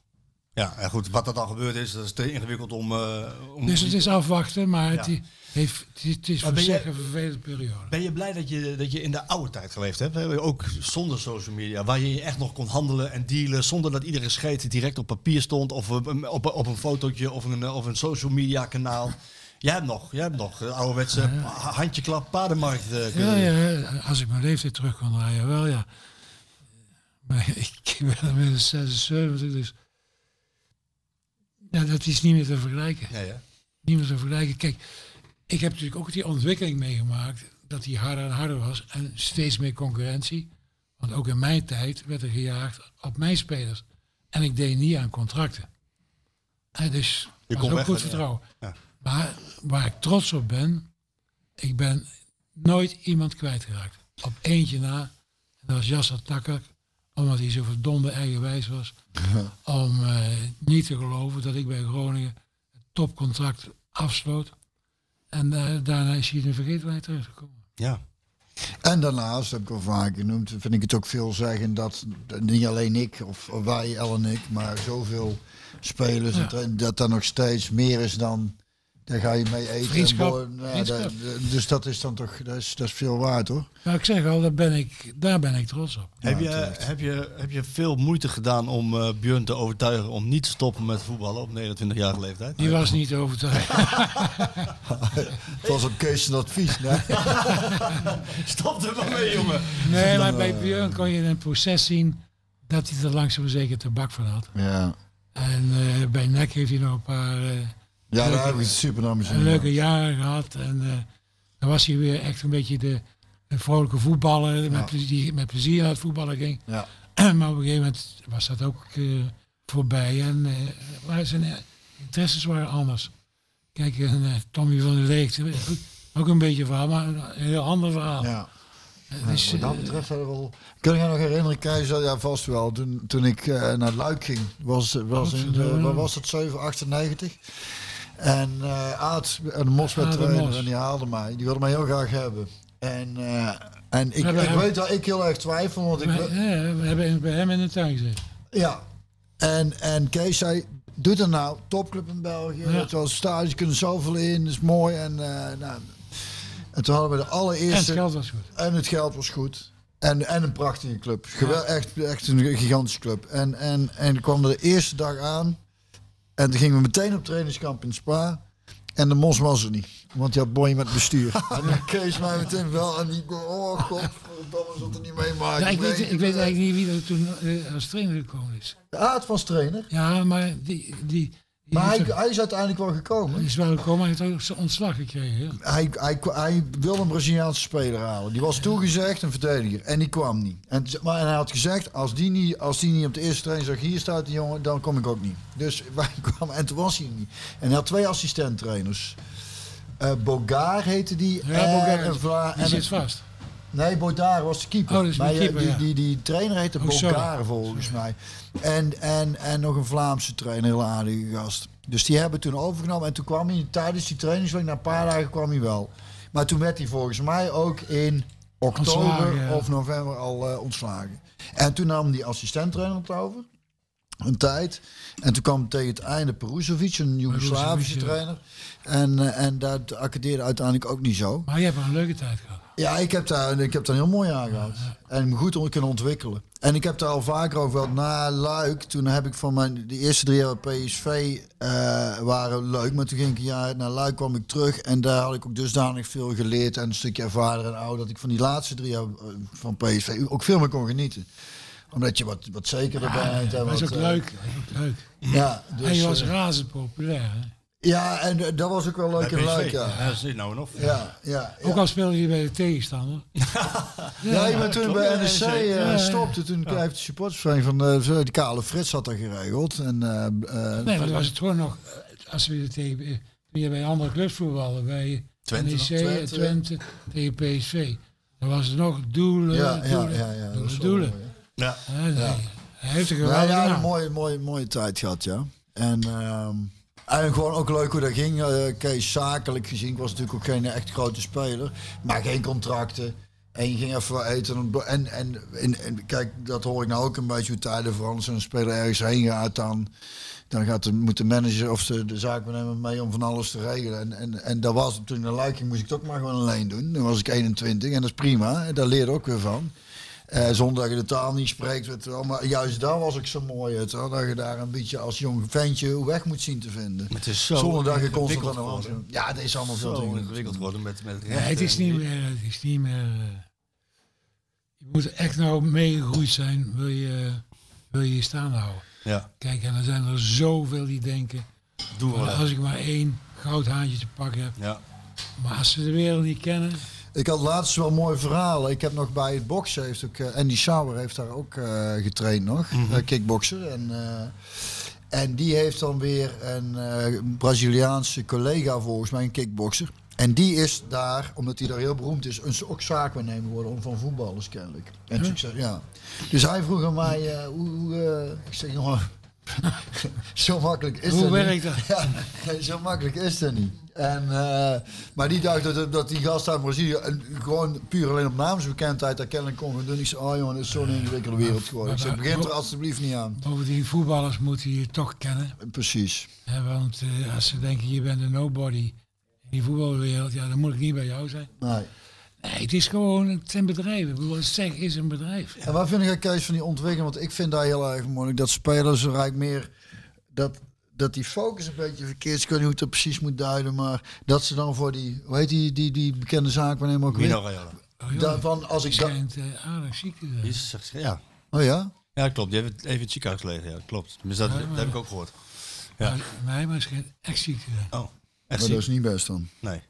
S1: Ja, en goed, wat er dan gebeurd is, dat is te ingewikkeld om... eh, om
S2: Dus het is afwachten, maar het,
S1: Ja.
S2: i- heeft, het is- het is
S1: Maar
S2: voor
S1: ben jij-
S2: zich een vervelende periode.
S1: Ben je blij dat je, dat je in de oude tijd geleefd hebt? hè? Ook zonder social media, waar je je echt nog kon handelen en dealen zonder dat iedere scheet direct op papier stond of op, een- op, op een fotootje of een, of een social media kanaal. Jij hebt nog, jij hebt nog eh, ouderwetse ha- handjeklap paardenmarkt eh, kunnen
S2: Ja,
S1: doen.
S2: ja, als ik mijn leeftijd terug kon draaien, wel ja. Maar (laughs) ik ben inmiddels 76, dus... Ja, dat is niet meer te vergelijken.
S1: Nee, hè?
S2: Niet meer te vergelijken. Kijk, ik heb natuurlijk ook die ontwikkeling meegemaakt, dat die harder en harder was en steeds meer concurrentie. Want ook in mijn tijd werd er gejaagd op mijn spelers. En ik deed niet aan contracten. Hè, dus
S1: Je
S2: ik
S1: kon
S2: was
S1: weg
S2: ook goed
S1: met- ja.
S2: vertrouwen.
S1: Ja.
S2: Maar waar ik trots op ben, ik ben nooit iemand kwijtgeraakt. Op eentje na, en dat was Jasser Takker, omdat hij zo verdomde eigenwijs
S1: (laughs)
S2: was, om eh, niet te geloven dat ik bij Groningen het topcontract afsloot. En eh, daarna is hij in de vergetelheid terechtgekomen.
S1: Ja.
S3: En daarnaast, heb ik al vaak genoemd, vind ik het ook veel zeggen dat niet alleen ik, of wij, Ellen en ik, maar zoveel spelers, en tra- dat er nog steeds meer is dan, daar ga je mee eten. en
S2: Vriendschap.
S3: borrelen. Ja,
S2: Vriendschap.
S3: dat- dat- dus dat is dan toch, dat is, dat is veel waard hoor.
S2: Maar ik zeg al, daar ben ik, daar ben ik trots op.
S1: Heb je, heb, je, heb je veel moeite gedaan om eh Björn te overtuigen om niet te stoppen met voetballen op 29-jarige leeftijd?
S2: Die was niet overtuigd.
S3: Het was een keuze en advies. Nee?
S1: Stop er maar mee, jongen.
S2: Nee, maar bij Björn kon je in een proces zien dat hij er langzaam maar zeker te bak van had.
S3: Ja.
S2: En eh, bij NEC heeft hij nog een paar eh,
S3: Ja, daar heb ik het super naar mijn zin.
S2: leuke jaren gehad. En eh, dan was hij weer echt een beetje de, de vrolijke voetballer met, plezier, die met plezier naar het voetballen ging.
S3: Ja.
S2: (clears throat) maar op een gegeven moment was dat ook eh, voorbij. En eh, maar zijn eh, interesses waren anders. Kijk, en, eh, Tommy van der Leeg, ook een beetje een verhaal, maar een heel ander verhaal.
S3: Ja.
S2: Oh. Het is,
S3: Wat dat
S2: eh,
S3: betreft hadden we al... Kun je je nog herinneren, Keizer? Ja, vast wel. Toen, toen ik eh, naar Luik ging, was, was
S2: Oh,
S3: in de-
S2: Amsterdam.
S3: wat was het, 798? En eh Aad, en de Mos werd
S2: Aad en Mos.
S3: trainer en die haalde mij. Die wilde mij heel graag hebben. En, eh, en ik,
S2: Ja, maar
S3: ik
S2: hij-
S3: weet dat ik heel erg twijfel, want ik...
S2: Maar, ja, we hebben bij hem in de tuin gezeten.
S3: Ja. En, en Kees zei, doe dat nou. Topclub in België.
S2: Ja.
S3: Het was stage, je kunt er zoveel in. is mooi. En, eh, nou, en toen hadden we de
S2: En het
S3: allereerste...
S2: geld was goed.
S3: En het geld was goed. En, en een prachtige club. Gewel, echt, echt een gigantische club. En, en, en ik kwam er de eerste dag aan. En toen gingen we meteen op trainingskamp in Spa. En de mos was er niet. Want die had boeien
S2: (laughs)
S3: met bestuur. en dan kees mij meteen wel. En die oh god, verdomme, zat er niet mee maken.
S2: Ja, ik, weet, ik weet eigenlijk niet wie er toen eh, als trainer gekomen is.
S3: De aard was trainer.
S2: Ja, maar die, die, die
S3: Maar hij,
S2: heeft toch-
S3: hij is uiteindelijk wel gekomen.
S2: die is wel gekomen, maar hij heeft ook zijn ontslag gekregen. hè?
S3: hij, hij, hij wilde een Braziliaanse speler halen. Die was toegezegd een verdediger. En die kwam niet. En, maar hij had gezegd, als die, niet, als die niet op de eerste training zag, hier staat die jongen, dan kom ik ook niet. Dus (laughs) wij kwamen en toen was hij er niet. En hij had twee assistent-trainers. Eh, Bogaar heette die.
S2: Ja,
S3: en,
S2: Bogaar.
S3: en Vla-
S2: Die
S3: en-
S2: zit vast.
S3: Nee, Bodaar was de keeper.
S2: Oh, dat is
S3: maar
S2: de
S3: eh,
S2: keeper,
S3: die,
S2: ja.
S3: die, die trainer heette
S2: Oh, sorry.
S3: Bogaar volgens mij. En, en, en nog een Vlaamse trainer, heel aardige gast. Dus die hebben toen overgenomen. En toen kwam hij tijdens die trainingsweek, na een paar dagen kwam hij wel. Maar toen werd hij volgens mij ook in oktober
S2: Ontslagen, ja.
S3: of november al eh, ontslagen. En toen nam die assistent-trainer het over. Een tijd. En toen kwam tegen het einde Peruzovic, een Joegoslavische
S2: Peruzovic,
S3: trainer. En, eh, en dat accadeerde uiteindelijk ook niet zo.
S2: Maar je hebt wel een leuke tijd gehad.
S3: Ja, ik heb daar, ik heb daar een heel mooi aan gehad. En me goed on- kunnen ontwikkelen. En ik heb daar al vaker over gehad. Na Luik, toen heb ik van mijn... De eerste drie jaar bij PSV eh, waren leuk. Maar toen ging ik een jaar naar Luik, kwam ik terug. En daar had ik ook dusdanig veel geleerd. En een stukje ervaren en ouder. Dat ik van die laatste drie jaar eh, van PSV ook veel meer kon genieten. Omdat je wat, wat zekerder bent. en
S2: Dat is
S3: wat,
S2: ook
S3: eh,
S2: leuk. dat is ook leuk.
S3: Ja, dus,
S2: en je was
S3: eh,
S2: razend populair. Hè?
S3: ja, en eh, dat was ook wel leuk
S1: Bij
S3: en
S1: PSV.
S3: leuk, ja.
S1: Ja, dat is nou en of.
S3: Ja, ja, ja.
S2: Ook al speelde je bij de tegenstander.
S3: Ja, ik ben toen
S1: klopt,
S3: bij
S1: ja,
S3: NSC eh,
S1: NEC.
S2: ja.
S3: stopte. Toen heeft de supportersvereniging van eh, de, Kale Frits had dat geregeld. En, eh, eh,
S2: Nee, maar dan was het gewoon nog... eh, Als we tegen, eh, toen je bij andere clubs voetbalde, bij
S1: Twente
S2: NEC,
S1: nog,
S2: Twente,
S3: Twente.
S2: eh, Twente tegen PSV. Dan was het nog doelen,
S3: ja, ja, ja,
S2: doelen,
S3: ja, ja, dat
S2: doelen,
S3: was wel
S2: doelen.
S3: mooi, hè.
S1: Ja.
S2: Hè, nee. Hij heeft een
S3: Nou
S2: geweldige
S3: ja,
S2: naam.
S3: een mooie, mooie, mooie tijd gehad, ja. En, ehm, en gewoon ook leuk hoe dat ging. Eh Kees, zakelijk gezien, ik was natuurlijk ook geen echt grote speler. Maar geen contracten. En je ging even wat eten. en bla- En, en, en, en kijk, dat hoor ik nou ook een beetje hoe tijden veranderen. Als een speler ergens heen gaat, dan, dan gaat de, moet de manager of de, de zaakbenemer mee om van alles te regelen. En, en, en dat was toen ik naar Luik ging, moest ik het ook maar gewoon alleen doen. Toen was ik 21 en dat is prima. En daar leer ik ook weer van. Eh, zonder dat je de taal niet spreekt. Weet je wel. Maar juist daar was ik zo mooi. Weet je wel, dat je daar een beetje als jong ventje hoe weg moet zien te vinden.
S1: Het is zo
S3: zonder dat je constant aan
S1: ingewikkeld
S3: de hand
S1: geworden.
S3: bent. Ja, het is allemaal veel te
S1: Zo
S3: ingewikkeld.
S1: ingewikkeld worden met, met
S2: Ja, het is niet meer. Het is niet meer eh, je moet er echt nou meegegroeid zijn, wil je, wil je je staan houden.
S1: Ja,
S2: Kijk, en er zijn er zoveel die denken,
S1: doen we wel.
S2: als ik maar één goudhaantje te pakken heb.
S1: Ja.
S2: Maar als ze de wereld niet kennen,
S3: Ik had laatst wel mooie verhalen. Ik heb nog bij het boksen, heeft ook, eh, Andy Sauer heeft daar ook eh, getraind nog,
S2: Mhm.
S3: eh, kickboksen. En, eh, en die heeft dan weer een eh, Braziliaanse collega volgens mij, een kickbokser. En die is daar, omdat hij daar heel beroemd is, een, s- ook zaakwaarnemer geworden om van voetballers kennelijk. En succes, ja. Dus hij vroeg aan mij, eh, hoe, hoe, eh, ik zeg (laughs) jongen, zo makkelijk is
S2: Hoe
S3: dat
S2: werkt
S3: niet.
S2: dat?
S3: Ja, nee, zo makkelijk is dat niet. En, eh, maar die dacht dat, dat die gast uit Brazilië eh, gewoon puur alleen op naamsbekendheid daar kennelijk kon gaan doen. Ik zei, oh jongen, dit is zo'n ingewikkelde wereld geworden. Ik zei, begin er alsjeblieft niet aan.
S2: Bovendien, voetballers moeten je toch kennen.
S3: Precies.
S2: Hè, want eh, als ze denken, je bent een nobody in die voetbalwereld, ja, dan moet ik niet bij jou zijn.
S3: Nee.
S2: Nee, het is gewoon, het zijn bedrijven. Ik bedoel, SEC is een bedrijf.
S3: En wat vind ik Kees van die ontwikkeling? Want ik vind dat heel erg moeilijk. Dat spelers er eigenlijk meer... Dat, dat die focus een beetje verkeerd is. Ik weet niet hoe ik dat precies moet duiden. Maar dat ze dan voor die... Hoe heet die, die, die bekende zaak wanneer ook
S1: Mino
S3: weer?
S1: Raiola.
S2: Oh, joh,
S3: Daarvan als
S2: het
S3: ik... dat-
S2: schijnt eh, aardig ziek te
S1: Die
S2: zijn.
S1: is, zegt- ja.
S3: Oh ja?
S1: ja, klopt. Die heeft even in het ziekenhuis gelegen. Ja, klopt. Dus dat, dat heb ik ook gehoord. Oh, Ja.
S2: Maar- Nee, maar het schijnt echt ziek te zijn.
S1: Oh, echt
S3: Maar dus-
S1: ziek?
S3: dat is niet best dan.
S1: Nee.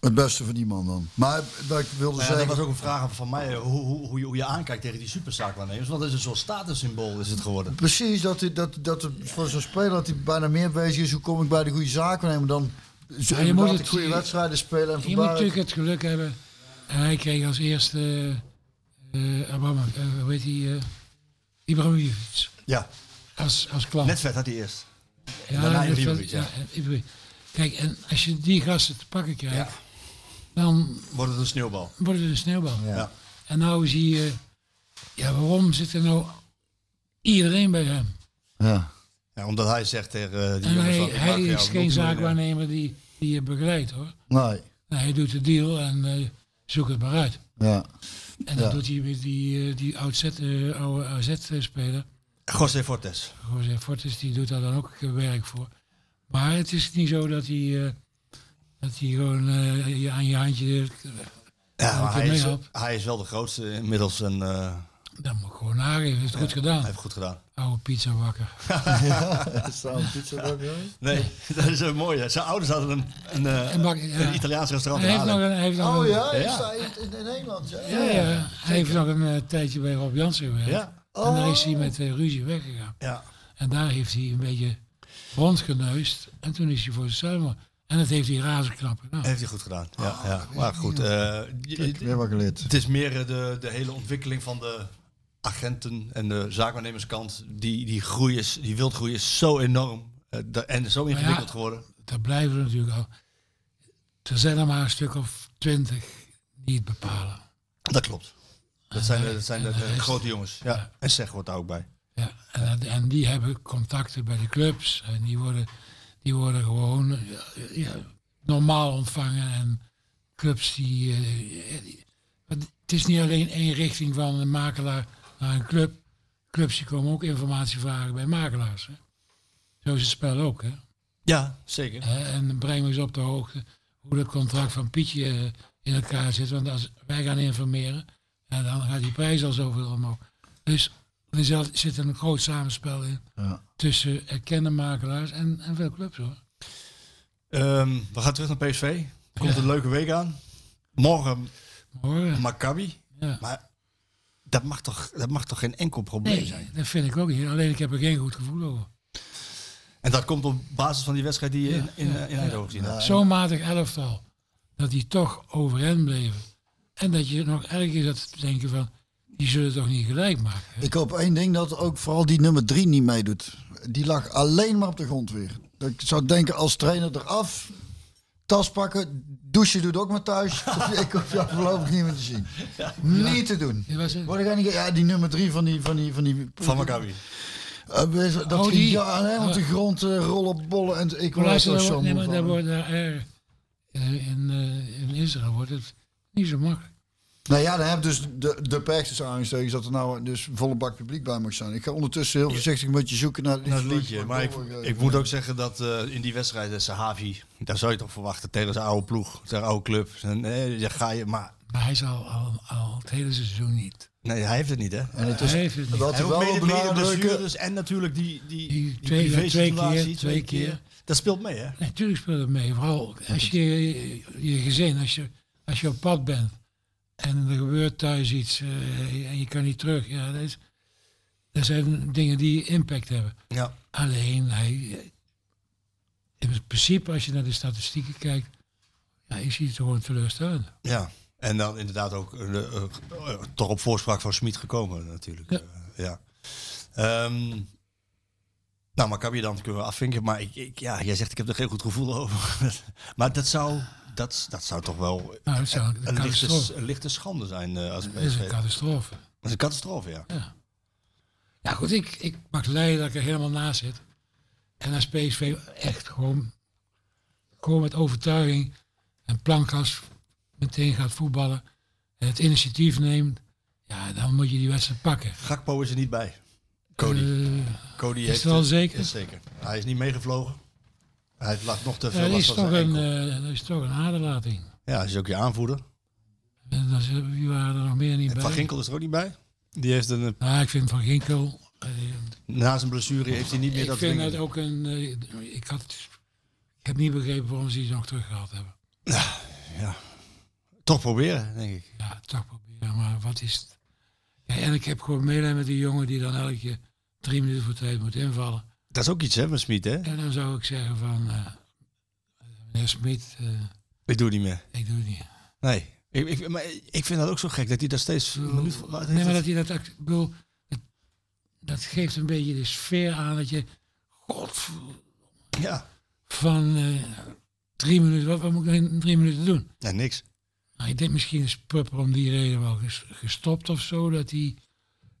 S3: Het beste van die man dan. Maar dat ik wilde
S1: Maar ja, dat
S3: zeggen...
S1: was ook een vraag van mij, eh, hoe, hoe, hoe, je, hoe je aankijkt tegen die superzaakwaarnemers. Want dat is een soort statussymbool is het geworden.
S3: Precies, dat, hij- dat, dat het voor zo'n speler dat hij bijna meer bezig is. Hoe kom ik bij de goede zaken nemen dan... Ja,
S2: je moet het-
S3: goede wedstrijden spelen en
S2: Je moet
S3: vandaar...
S2: natuurlijk het geluk hebben. En hij kreeg als eerste, eh eh, Obama, eh, hoe heet die, eh, Ibrahimovic
S1: Ja,
S2: als, als klant.
S1: net vet had hij eerst.
S2: ja,
S1: daarna
S2: net
S1: Ibrahimovic,
S2: wel-
S1: ja.
S2: en Ibrahimovic. Kijk, en als je die gasten te pakken
S1: Ja.
S2: krijgt, dan
S1: Wordt het een sneeuwbal.
S2: wordt het een sneeuwbal.
S1: Ja.
S2: En nou zie je, ja, waarom zit er nou iedereen bij hem?
S3: Ja.
S1: Ja, omdat hij zegt tegen eh, die
S2: En
S1: jongens...
S2: hij,
S1: van, ik maak jou
S2: hij is
S1: een
S2: geen
S1: multimiljonair.
S2: zaakwaarnemer die, die je begeleidt hoor.
S3: Nee.
S2: Nou, hij doet de deal en eh, zoek het maar uit.
S3: Ja.
S2: En dat
S3: Ja.
S2: doet hij met die, eh, die oud -Z, eh, oude AZ-speler,
S1: José Fortes.
S2: José Fortes, die doet daar dan ook eh, werk voor. Maar het is niet zo dat hij, eh, dat hij gewoon eh, je aan je handje... eh,
S1: Ja, maar
S2: ik
S1: hij
S2: mee
S1: is,
S2: help.
S1: hij is wel de grootste inmiddels en eh,
S2: Dat moet ik gewoon nageven, heeft het goed
S1: hij
S2: gedaan.
S1: heeft goed gedaan.
S2: Oude pizza wakker.
S3: (laughs) Is daar een pizza (laughs) bij?
S1: Nee, (laughs) dat is een mooie. Zijn ouders hadden een, een, eh,
S2: Een bak- ja.
S1: een Italiaans restaurant
S2: Hij
S1: in
S2: heeft nog
S1: Haarlem.
S2: een, hij heeft nog
S3: Oh
S2: een,
S3: ja,
S1: Ja.
S3: is daar in, in- in Engeland? Ja.
S2: Ja, ja, hij heeft nog een eh, tijdje bij Rob Jansen gewerkt.
S1: Ja,
S2: En daar is hij met eh, ruzie weggegaan.
S1: ja.
S2: En daar heeft hij een beetje rondgeneust. En toen is hij voor zichzelf. maar- En dat heeft hij razend knap gedaan.
S1: heeft hij goed gedaan. Ja, ja. Maar goed, eh, je-
S3: Weer wat geleerd.
S1: Het is meer eh, de, de hele ontwikkeling van de agenten en de zaakwaarnemerskant. Die, die groei is, die wildgroei is zo enorm eh, da- en zo ingewikkeld geworden.
S2: Dat blijven we natuurlijk al. Er zijn er maar een stuk of twintig die het bepalen.
S1: Dat klopt. Dat zijn, de- dat zijn de, de
S2: Ja.
S1: grote jongens. Ja. En zeg wordt daar ook bij.
S2: Ja. En, dat- en die hebben contacten bij de clubs. En die worden, die worden gewoon ja, ja, normaal ontvangen. En clubs die, eh, ja, die- want Het is niet alleen één richting van een makelaar naar een club. Clubs die komen ook informatie vragen bij makelaars. Hè. Zo is het spel ook. Hè.
S1: Ja, zeker.
S2: Hè, En breng me eens op de hoogte hoe dat contract van Pietje eh, in elkaar zit. Want als wij gaan informeren, en dan gaat die prijs al zoveel omhoog. Dus er zelf- zit een groot samenspel in
S3: Ja.
S2: tussen erkende makelaars en, en veel clubs hoor.
S1: Ehm, we gaan terug naar PSV. Komt een leuke week aan. Morgen
S2: Hoor,
S1: Maccabi.
S2: ja.
S1: Maar dat mag toch, dat mag toch geen enkel probleem zijn?
S2: Nee, dat vind ik ook niet. Alleen ik heb er geen goed gevoel over.
S1: En dat komt op basis van die wedstrijd die je in, in, eh, in Eindhoven gezien hebt.
S2: Zo'n matig elftal. Dat die toch overeind bleven. En dat je nog ergens zat te denken van, die zullen toch niet gelijk maken. hè?
S3: Ik hoop één ding dat ook vooral die nummer drie niet meedoet. Die lag alleen maar op de grond weer. Dat Ik zou denken als trainer eraf, tas pakken, douchen doet ook maar
S1: (laughs)
S3: thuis. (laughs) ik hoef jou voorlopig niet meer te zien. Niet te doen.
S2: Dit was het.
S3: Word ik eigenlijk, ja, die nummer drie van die... Van die, van die
S1: Van Maccabi.
S3: Eh, wees- dat
S2: Oh,
S3: die,
S2: die.
S3: Ja, nee, op de grond eh, rollen, bollen. En, ik
S2: Maar
S3: word
S2: luister,
S3: er
S2: daar
S3: zo
S2: wordt- nee,
S3: moe
S2: maar daar
S3: van.
S2: wordt daar er, eh, in, eh, in Israël wordt het niet zo makkelijk.
S3: Nou ja, dan heb je dus de, de pech dus aangestoken dat er nou dus volle bak publiek bij mag zijn. Ik ga ondertussen heel voorzichtig een beetje zoeken naar,
S1: naar het
S3: dit
S1: Nou, liedje. Maar ik, ik moet ook zeggen dat eh, in die wedstrijd, eh, Sahavi, daar zou je toch verwachten tegen zijn oude ploeg, zijn oude club. En, nee, daar ga je, maar
S2: Maar hij zal al, al het hele seizoen niet.
S1: nee, hij heeft het niet, hè? En
S2: hij heeft het niet.
S3: Wat
S1: hij
S3: ik
S1: ook
S3: wel
S1: mede-
S3: wil
S1: mede
S3: benadrukken,
S1: blessures en natuurlijk die, die,
S2: Die twee-
S1: privé
S2: twee
S1: situatie,
S2: keer, twee keer.
S1: Dat speelt mee, hè?
S2: Natuurlijk speelt het mee. Vooral als je je gezin, als je, als je op pad bent en er gebeurt thuis iets eh, en je kan niet terug. Ja, dat, is, dat zijn dingen die impact hebben.
S1: Ja.
S2: Alleen, hij, eh, in principe, als je naar de statistieken kijkt, ja, is hij gewoon teleurstellend.
S1: Ja, en dan inderdaad ook eh, eh, eh, toch op voorspraak van Smit gekomen natuurlijk.
S2: Ja.
S1: Eh, ja. Ehm, nou, Maccabi dan kunnen we afvinken. Maar ik, ik, ja, jij zegt ik heb er geen goed gevoel over. (laughs) maar dat zou, dat, dat zou toch wel
S2: Nou, dat zou een,
S1: een lichte,
S2: catastrofe.
S1: een lichte schande zijn eh, als
S2: Dat is
S1: PSV.
S2: een
S1: Dat
S2: catastrofe.
S1: is een catastrofe, ja.
S2: Ja, goed, ik, ik mag leiden dat ik er helemaal naast zit. En als PSV echt gewoon, gewoon met overtuiging en plankgas meteen gaat voetballen en het initiatief neemt, ja, dan moet je die wedstrijd pakken.
S1: Gakpo is er niet bij. Cody.
S2: Eh,
S1: Cody
S2: het wel
S1: eh,
S2: zeker?
S1: Is zeker. Hij is niet meegevlogen. Hij lag nog te veel
S2: ja, dat,
S1: last
S2: is
S1: van
S2: toch
S1: zijn
S2: een,
S1: enkel.
S2: eh, dat is toch een aderlating.
S1: Ja, hij is ook je aanvoerder.
S2: En dan is- eh, wie waren er nog meer niet
S1: En
S2: bij?
S1: Van Ginkel is er ook niet bij. Die heeft een,
S2: Nou, ik vind Van Ginkel... eh,
S1: na zijn blessure heeft hij niet meer
S2: ik
S1: dat
S2: vind
S1: ding.
S2: dat ook een... eh, ik, had, ik heb niet begrepen waarom ze die nog teruggehaald hebben.
S1: Toch proberen, denk ik.
S2: Ja, toch proberen, maar wat is het? Ja, en ik heb gewoon medelijden met die jongen die dan elke keer drie minuten voor tijd moet invallen.
S1: Dat is ook iets, hè, van Smit, hè?
S2: En dan zou ik zeggen van, eh, meneer Smit, eh,
S1: Ik doe het niet meer.
S2: ik doe het niet.
S1: Nee. Ik, ik, maar ik vind dat ook zo gek, dat hij daar steeds... een minuut voor- wat heeft
S2: Nee, maar dat
S1: het?
S2: hij dat, act- ik bedoel, het- dat geeft een beetje de sfeer aan dat je, god,
S1: Ja.
S2: van eh, drie minuten, wat, wat moet ik nou in drie minuten doen?
S1: ja, niks.
S2: Nou, ik denk misschien is Pupper om die reden wel ges- gestopt of zo, dat hij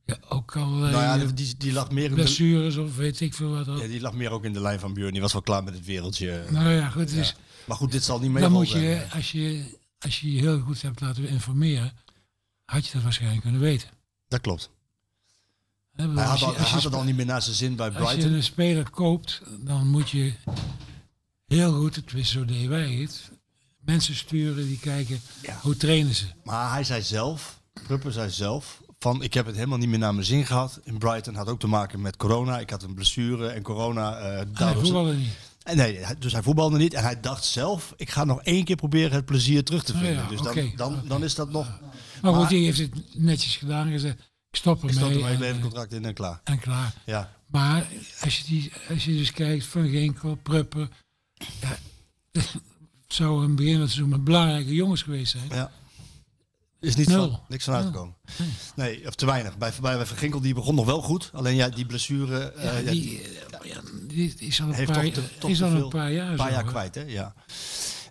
S2: ja, ook al eh,
S1: nou ja, die, die, lag meer in de,
S2: blessures of weet ik veel wat. had.
S1: ja, die lag meer ook in de lijn van Björn. Die was wel klaar met het wereldje.
S2: Nou ja, goed, dus
S1: Maar goed, dit zal niet mee.
S2: dan moet je als, je, als je je heel goed hebt laten informeren, had je dat waarschijnlijk kunnen weten.
S1: Dat klopt.
S2: Hè, bedoel,
S1: Hij had,
S2: als je-
S1: al,
S2: als
S1: hij
S2: je
S1: had
S2: spe-
S1: het al niet meer naar zijn zin bij
S2: Als je
S1: Brighton.
S2: een speler koopt, dan moet je heel goed, het is zo deden wij het, mensen sturen die kijken,
S1: Ja.
S2: hoe trainen ze?
S1: Maar hij zei zelf, Prupper zei zelf, van ik heb het helemaal niet meer naar mijn zin gehad. In Brighton had ook te maken met corona. Ik had een blessure en corona. eh,
S2: Hij
S1: daardoor-
S2: voetballen niet.
S1: En nee, hij- dus hij voetbalde niet. En hij dacht zelf, ik ga nog één keer proberen het plezier terug te
S2: Oh ja,
S1: vinden. dus dan,
S2: oké,
S1: dan, dan is dat nog...
S2: Maar,
S1: Maar-
S2: goed, die heeft het netjes gedaan. Gezegd, ik stop
S1: Ik
S2: ermee.
S1: stond er maar
S2: en,
S1: even een
S2: eh,
S1: contract in en klaar.
S2: en klaar.
S1: Ja,
S2: Maar als je, die, als je dus kijkt van Ginkel, Prupper. Ja, het zou in het begin van het seizoen maar belangrijke jongens geweest zijn.
S1: ja. Is niet
S2: Nul.
S1: van, niks van
S2: Nul.
S1: uitgekomen. Nee, of te weinig. Bij, bij, bij Van Ginkel, die begon nog wel goed. Alleen ja, die blessure... eh,
S2: Ja,
S1: ja,
S2: die, eh, ja, die is al een,
S1: heeft
S2: paar,
S1: toch te, toch
S2: is
S1: te
S2: al
S1: veel,
S2: een paar jaar, zo, hè.
S1: kwijt, hè? Ja.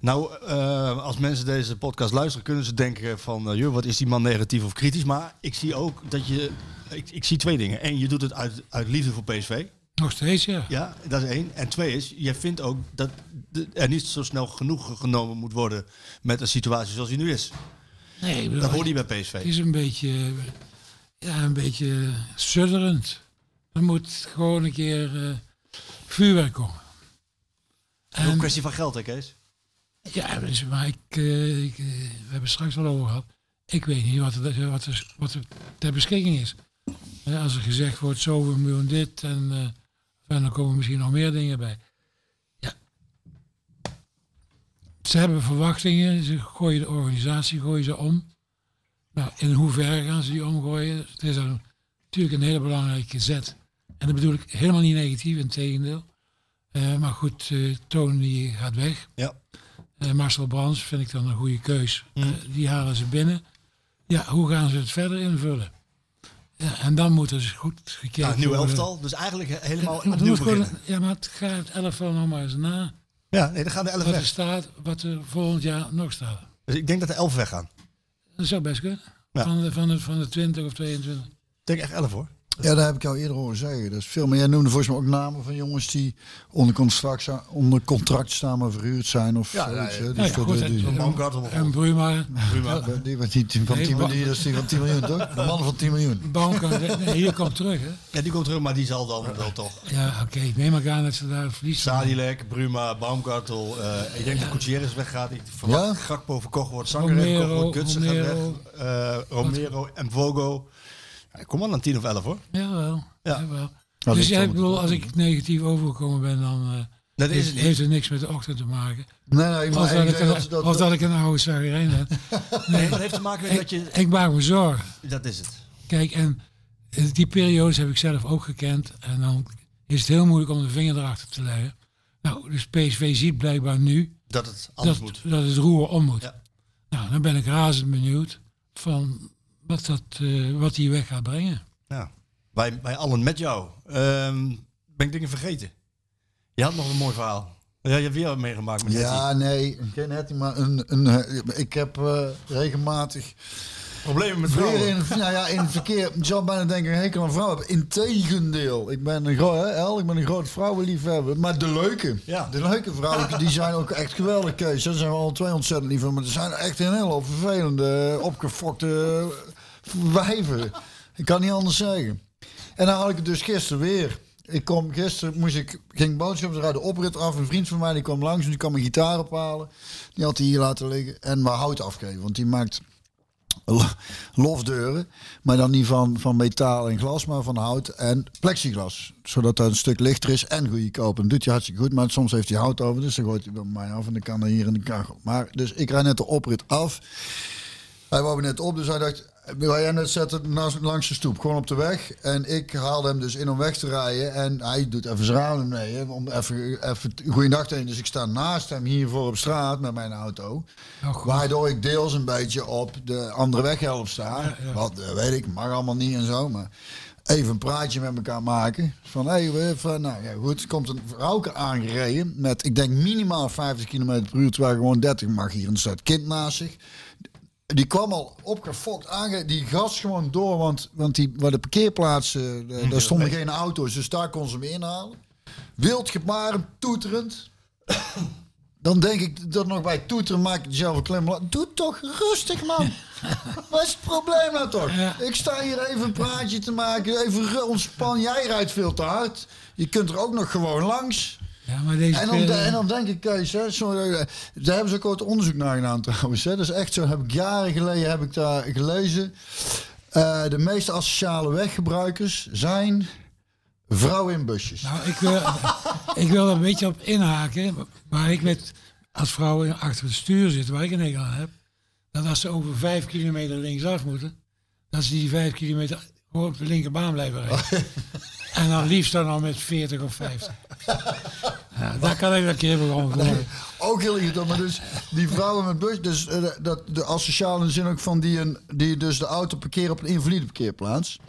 S1: Nou, eh, als mensen deze podcast luisteren, kunnen ze denken van, eh, joh, wat is die man negatief of kritisch? Maar ik zie ook dat je, ik, ik zie twee dingen. Eén, je doet het uit, uit liefde voor PSV.
S2: Nog steeds, ja.
S1: Ja, dat is één. En twee is, je vindt ook dat de- er niet zo snel genoeg genomen moet worden met een situatie zoals die nu is.
S2: Nee, ik bedoel,
S1: Dat hoort niet bij
S2: het
S1: PSV.
S2: is een beetje, eh, ja, een beetje sudderend. Er moet gewoon een keer eh, vuurwerk komen.
S1: Het is ook
S2: En-
S1: een kwestie van geld, hè Kees?
S2: Ja, dus, maar ik, eh, ik, eh, we hebben het straks al over gehad. Ik weet niet wat er, wat er, wat er ter beschikking is. Eh, als er gezegd wordt, zoveel miljoen dit en, eh, en dan komen misschien nog meer dingen bij. Ja. Ze hebben verwachtingen, ze gooien de organisatie gooien ze om. Nou, in hoeverre gaan ze die omgooien? Het is een- natuurlijk een hele belangrijke zet. En dat bedoel ik helemaal niet negatief, in tegendeel. maar goed, eh Tony gaat weg.
S1: Ja.
S2: Eh, Marcel Brands vind ik dan een goede keus.
S1: Mm.
S2: Eh, die halen ze binnen. Ja, hoe gaan ze het verder invullen? Ja, en dan moet er dus goed gekeken
S1: Nou, nieuw
S2: worden.
S1: elftal, dus eigenlijk he- helemaal
S2: Maar er
S1: opnieuw
S2: moet gewoon-
S1: beginnen.
S2: ja, maar het gaat het elftal nog maar eens na.
S1: Ja, nee, dan gaan de elf
S2: Wat er
S1: weg.
S2: staat, wat er volgend jaar nog staat.
S1: Dus ik denk dat de elf weggaan.
S2: Dat zou best kunnen.
S1: Ja.
S2: Van, de, van, de, van de 20 of 22.
S1: Ik denk echt elf hoor.
S3: Ja, daar heb ik jou eerder horen zeggen. Dat is veel. Maar jij noemde volgens mij ook namen van jongens die onder contract, sta- onder contract staan, maar verhuurd zijn of
S1: Ja,
S3: zoiets.
S1: ja,
S3: hè.
S1: ja.
S3: Dus dat-
S2: goed,
S3: dat- die-
S2: en-
S1: Baumgartel
S2: en, en Bruma.
S1: Prima.
S3: die- die- die- die- van
S2: Nee,
S3: 10
S2: wacht.
S3: miljoen, dat is die van 10 miljoen, toch? De man van 10 miljoen.
S2: Baumgartel, nee, hier komt terug. Hè?
S1: Ja, die komt terug, maar die zal dan wel toch.
S2: Ja, oké. ik neem maar aan dat ze daar verlies van
S1: Sadilek, Bruma, Baumgartel. eh, ik denk dat Gutierrez weggaat. Ik verwacht
S3: Ja?
S1: dat Gakpo verkocht wordt. Zanger heeft verkocht wordt.
S2: Romero,
S1: Gutsen gaat weg.
S2: Romero.
S1: eh, Romero en Vogo. Ja, kom maar aan 10 of 11 hoor.
S2: Jawel.
S1: Ja.
S2: jawel.
S3: dit
S2: dus
S3: zal
S2: jij, ik
S3: moeten
S2: bedoel,
S3: wel
S2: als ik negatief overgekomen ben, dan eh,
S1: Dat is
S2: heeft,
S1: het niet.
S2: heeft er niks met de ochtend te maken.
S3: Nee, nee, maar
S2: Of dat, ik
S3: ik denk
S2: een,
S3: dat ze dat,
S2: of dat ik een oude zagerijn
S3: (laughs)
S2: heb. Nee,
S1: Dat heeft te maken met dat
S2: ik,
S1: je...
S2: ik maak me zorgen.
S1: Dat is het.
S2: Kijk, en die periodes heb ik zelf ook gekend. En dan is het heel moeilijk om de vinger erachter te leggen. Nou, dus PSV ziet blijkbaar nu
S1: Dat het anders
S2: dat,
S1: moet.
S2: dat het roer om moet.
S1: Ja.
S2: Nou, dan ben ik razend benieuwd van wat, dat, eh, wat die weg gaat brengen.
S1: Ja. Wij, wij allen met jou. Ehm, ben ik dingen vergeten? Je had nog een mooi verhaal. Ja, je hebt weer wat meegemaakt met
S3: Ja, nee, geen Hetty, maar een, een, ik heb eh, regelmatig
S1: Problemen met
S3: Vrouwen in,
S1: vrouwen.
S3: het- nou ja, in het verkeer. Je zou bijna denken, hey, kan een vrouw hebben. Integendeel. Ik ben een, gro- hè, El, ik ben een groot vrouwenliefhebber. Maar de leuke.
S1: Ja.
S3: De leuke vrouwen, die zijn ook echt geweldig, Kees. Daar zijn we al twee ontzettend lief van. Maar er zijn echt een hele hoop vervelende, opgefokte wijven. Ik kan niet anders zeggen. En dan had ik het dus gisteren weer. Ik kom gisteren, moest ik, ging boodschappen rijden, oprit af. Een vriend van mij die kwam langs en die kwam mijn gitaar ophalen. Die had die hier laten liggen. En maar hout afgeven, want die maakt lo- lofdeuren. Maar dan niet van, van metaal en glas, maar van hout en plexiglas. Zodat dat een stuk lichter is en goedkoop. En dat doet hij hartstikke goed, maar soms heeft hij hout over. Dus dan gooit hij bij mij af en dan kan hij hier in de kachel. Maar dus ik rijd net de oprit af. Hij wou me net op, dus hij dacht... Wil jij net zetten naast, langs de stoep, gewoon op de weg. En ik haalde hem dus in om weg te rijden. En hij doet even zijn ramen mee, hè, om even, even goeiedag te heen. Dus ik sta naast hem hiervoor op straat met mijn auto.
S2: Oh, goed.
S3: Waardoor ik deels een beetje op de andere weghelft sta. Wat eh, weet ik, mag allemaal niet en zo. Maar even een praatje met elkaar maken. Van hé, hey, van, nou ja, goed. Er komt een vrouwke aangereden met, ik denk, minimaal 50 km per uur. Terwijl ik gewoon 30 mag hier. En er staat kind naast zich. Die kwam al opgefokt aange... Die gas gewoon door, want, want die, waar de parkeerplaatsen... eh, daar stonden geen auto's, dus daar kon ze hem inhalen. Wild gebaren, toeterend. Dan denk ik dat nog bij toeteren maak ik jezelf een klem. Doe toch rustig, man. Wat is het probleem nou toch?
S2: Ja.
S3: Ik sta hier even een praatje te maken. Even ru- ontspan. Jij rijdt veel te hard. Je kunt er ook nog gewoon langs.
S2: Ja, maar deze
S3: En dan,
S2: peri-
S3: en dan denk ik, Kees, hè, sorry, eh, daar hebben ze ook ooit onderzoek naar gedaan trouwens. Hè. Dat is echt zo, heb ik jaren geleden heb ik daar gelezen. Eh, de meeste asociale weggebruikers zijn vrouwen in busjes.
S2: Nou, ik wil, (laughs) ik wil er een beetje op inhaken. Maar ik weet, als vrouwen achter het stuur zitten, waar ik een hekel aan heb, dat als ze over vijf kilometer linksaf moeten, dat ze die vijf kilometer gewoon op de linkerbaan blijven (laughs) rijden. en dan liefst dan al met 40 of 50. Ja, daar kan ik dat keer gewoon voor.
S3: Ook heel irritant, maar dus die vrouwen met bus, dus eh, dat, de asociale in de zin ook van die, een, die dus de auto parkeren op een invalide parkeerplaats.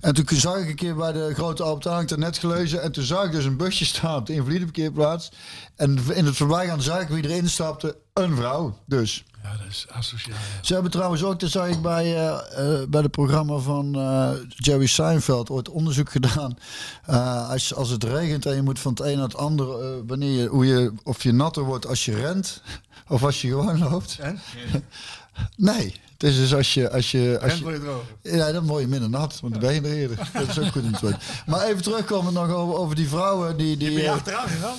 S3: En toen zag ik een keer bij de grote Albert Heijn, ik had het net gelezen, en toen zag ik dus een busje staan op de invalide parkeerplaats. En in het voorbijgaan zag ik wie erin stapte, een vrouw dus.
S2: Ja, dat is asociaal. ja.
S3: Ze hebben trouwens ook, dat zag ik bij, eh, eh, bij het programma van eh, Jerry Seinfeld, ooit onderzoek (laughs) gedaan. Eh, als, als het regent en je moet van het een naar het ander, eh, wanneer je, hoe je, of je natter wordt als je rent (laughs) of als je gewoon loopt.
S1: En?
S3: Nee, het is dus als je... Als je, als
S1: Rent
S3: je
S1: word je droger.
S3: ja, dan word je minder nat, want dan ben je er
S1: (laughs)
S3: eerder. Dat is ook goed in het woord. Maar even terugkomen nog over, over die vrouwen die... die
S1: Ben je
S3: eh,
S1: achteraan gegaan?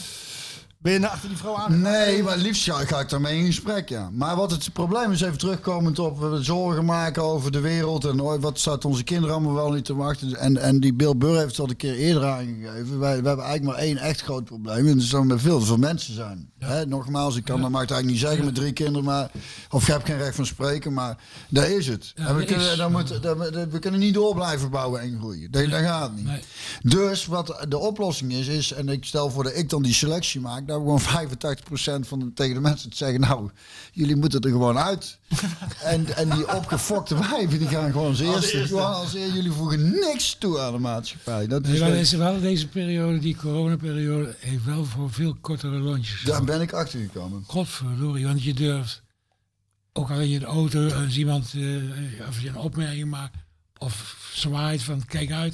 S1: Ben je naar achter die vrouw aan?
S3: Nee, maar liefst ga, ga ik daarmee in gesprek, ja. Maar wat het probleem is, even terugkomend op eh, zorgen maken over de wereld en oh, wat staat onze kinderen allemaal wel niet te wachten. En, en die Bill Burr heeft het al een keer eerder aangegeven. Wij, we hebben eigenlijk maar één echt groot probleem en dat is dat er met veel te veel mensen zijn. Hè, nogmaals, ik kan dat maakt eigenlijk niet zeggen met drie kinderen, maar, of je hebt geen recht van spreken, maar daar is het.
S2: Ja,
S3: en we,
S2: dat
S3: kunnen,
S2: is-
S3: dan moet, dan- we- we kunnen niet door blijven bouwen en groeien. Dat, dat gaat niet.
S2: Nee.
S3: Dus wat de oplossing is, is, en ik stel voor dat ik dan die selectie maak, dat we (laughs) gewoon 85% van de, tegen de mensen te zeggen, nou, jullie moeten er gewoon
S2: (laughs)
S3: uit. en, en die opgefokte wijven, die gaan gewoon als eerste, gewoon als eer- jullie voegen niks toe aan de maatschappij. Dat
S2: Nee,
S3: is
S2: maar
S3: wel-
S2: is wel deze periode, die coronaperiode, heeft wel voor veel kortere lontjes
S3: daar ben ik achter gekomen.
S2: Godverdorie, want je durft, ook al in je de auto, als iemand eh, of je een opmerking maakt, of zwaait van kijk uit,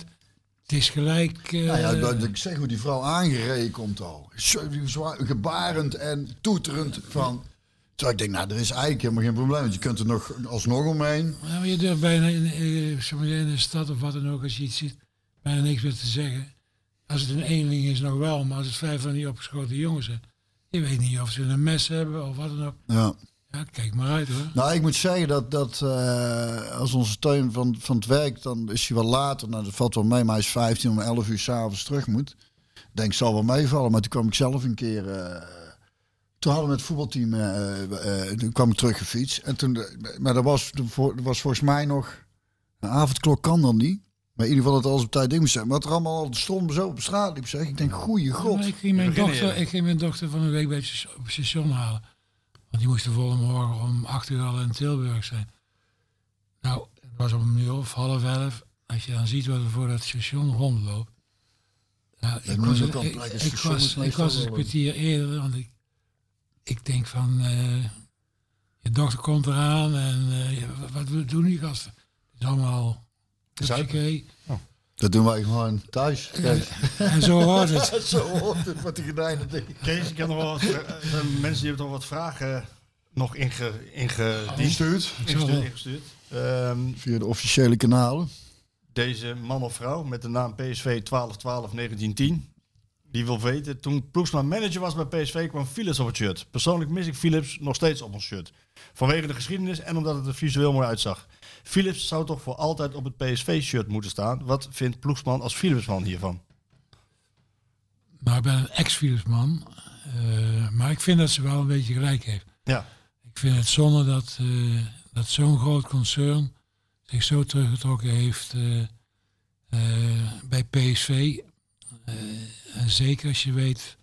S2: het is gelijk. eh,
S3: Nou ja, dat, ik zeg hoe die vrouw aangereden komt al. Zo- zwa- Gebarend en toeterend van... Terwijl ik denk, nou, er is eigenlijk helemaal geen probleem. want Je kunt er nog alsnog omheen.
S2: ja, maar nou, je durft bijna in, eh, zeg maar, in de stad of wat dan ook, als je iets ziet, bijna niks meer te zeggen. Als het een eenling is nog wel, maar als het vijf van die opgeschoten jongens zijn, je weet niet of ze een mes hebben of wat dan ook.
S3: Ja.
S2: Ja, kijk maar uit hoor.
S3: Nou, ik moet zeggen dat, dat eh, als onze steun van, van het werk, dan is hij wel later. Nou, dat valt wel mee, maar hij is 15 om 11 uur s'avonds terug moet. denk, zal wel meevallen. Maar toen kwam ik zelf een keer... eh, toen hadden we het voetbalteam... eh, eh, eh, toen kwam ik terug gefietst. En toen, eh, maar dat was, dat voor- dat was volgens mij nog... Een avondklok kan dan niet. Maar in ieder geval dat alles op tijd ding moest zijn. Maar dat er allemaal al de stroom zo op straat liep, zeg. Ik denk, goeie god.
S2: Maar ik, ging mijn
S1: beginnen,
S2: dochter,
S1: ja.
S2: ik ging mijn dochter van een week bij het station- op het station halen. Want die moest de volgende morgen om acht uur al in Tilburg zijn. Nou, het was om nu of half elf. Als je dan ziet wat er voor dat station rondloopt. Nou, ik,
S3: moet
S2: was,
S3: ook wel
S2: ik,
S3: plekken,
S2: ik
S3: station is
S2: was, ik
S3: meestal
S2: was een
S3: wel-
S2: kwartier eerder, want ik, ik denk van, eh, je dochter komt eraan en eh, wat, wat doen die gasten? Het is allemaal oké.
S3: Dat doen wij gewoon thuis. (laughs)
S2: En zo hoort het.
S3: Zo hoort het met die gedijnen
S1: Kees, ik heb nog wel wat vra- eh, eh, mensen die hebben nog wat vragen nog inge, inge, die-
S3: Ingestuurd.
S1: ingestuurd. ingestuurd. Ehm,
S3: Via de officiële kanalen.
S1: deze man of vrouw met de naam PSV 12-12-1910. Die wil weten, toen Ploegsma manager was bij PSV kwam Philips op het shirt. Persoonlijk mis ik Philips nog steeds op ons shirt. Vanwege de geschiedenis en omdat het er visueel mooi uitzag. Philips zou toch voor altijd op het PSV-shirt moeten staan. Wat vindt Ploegsman als Philipsman hiervan?
S2: Nou, ik ben een ex-virusman. eh, maar ik vind dat ze wel een beetje gelijk heeft.
S1: Ja,
S2: Ik vind het zonde dat, eh, dat zo'n groot concern zich zo teruggetrokken heeft eh, eh, bij PSV. Eh, en zeker als je weet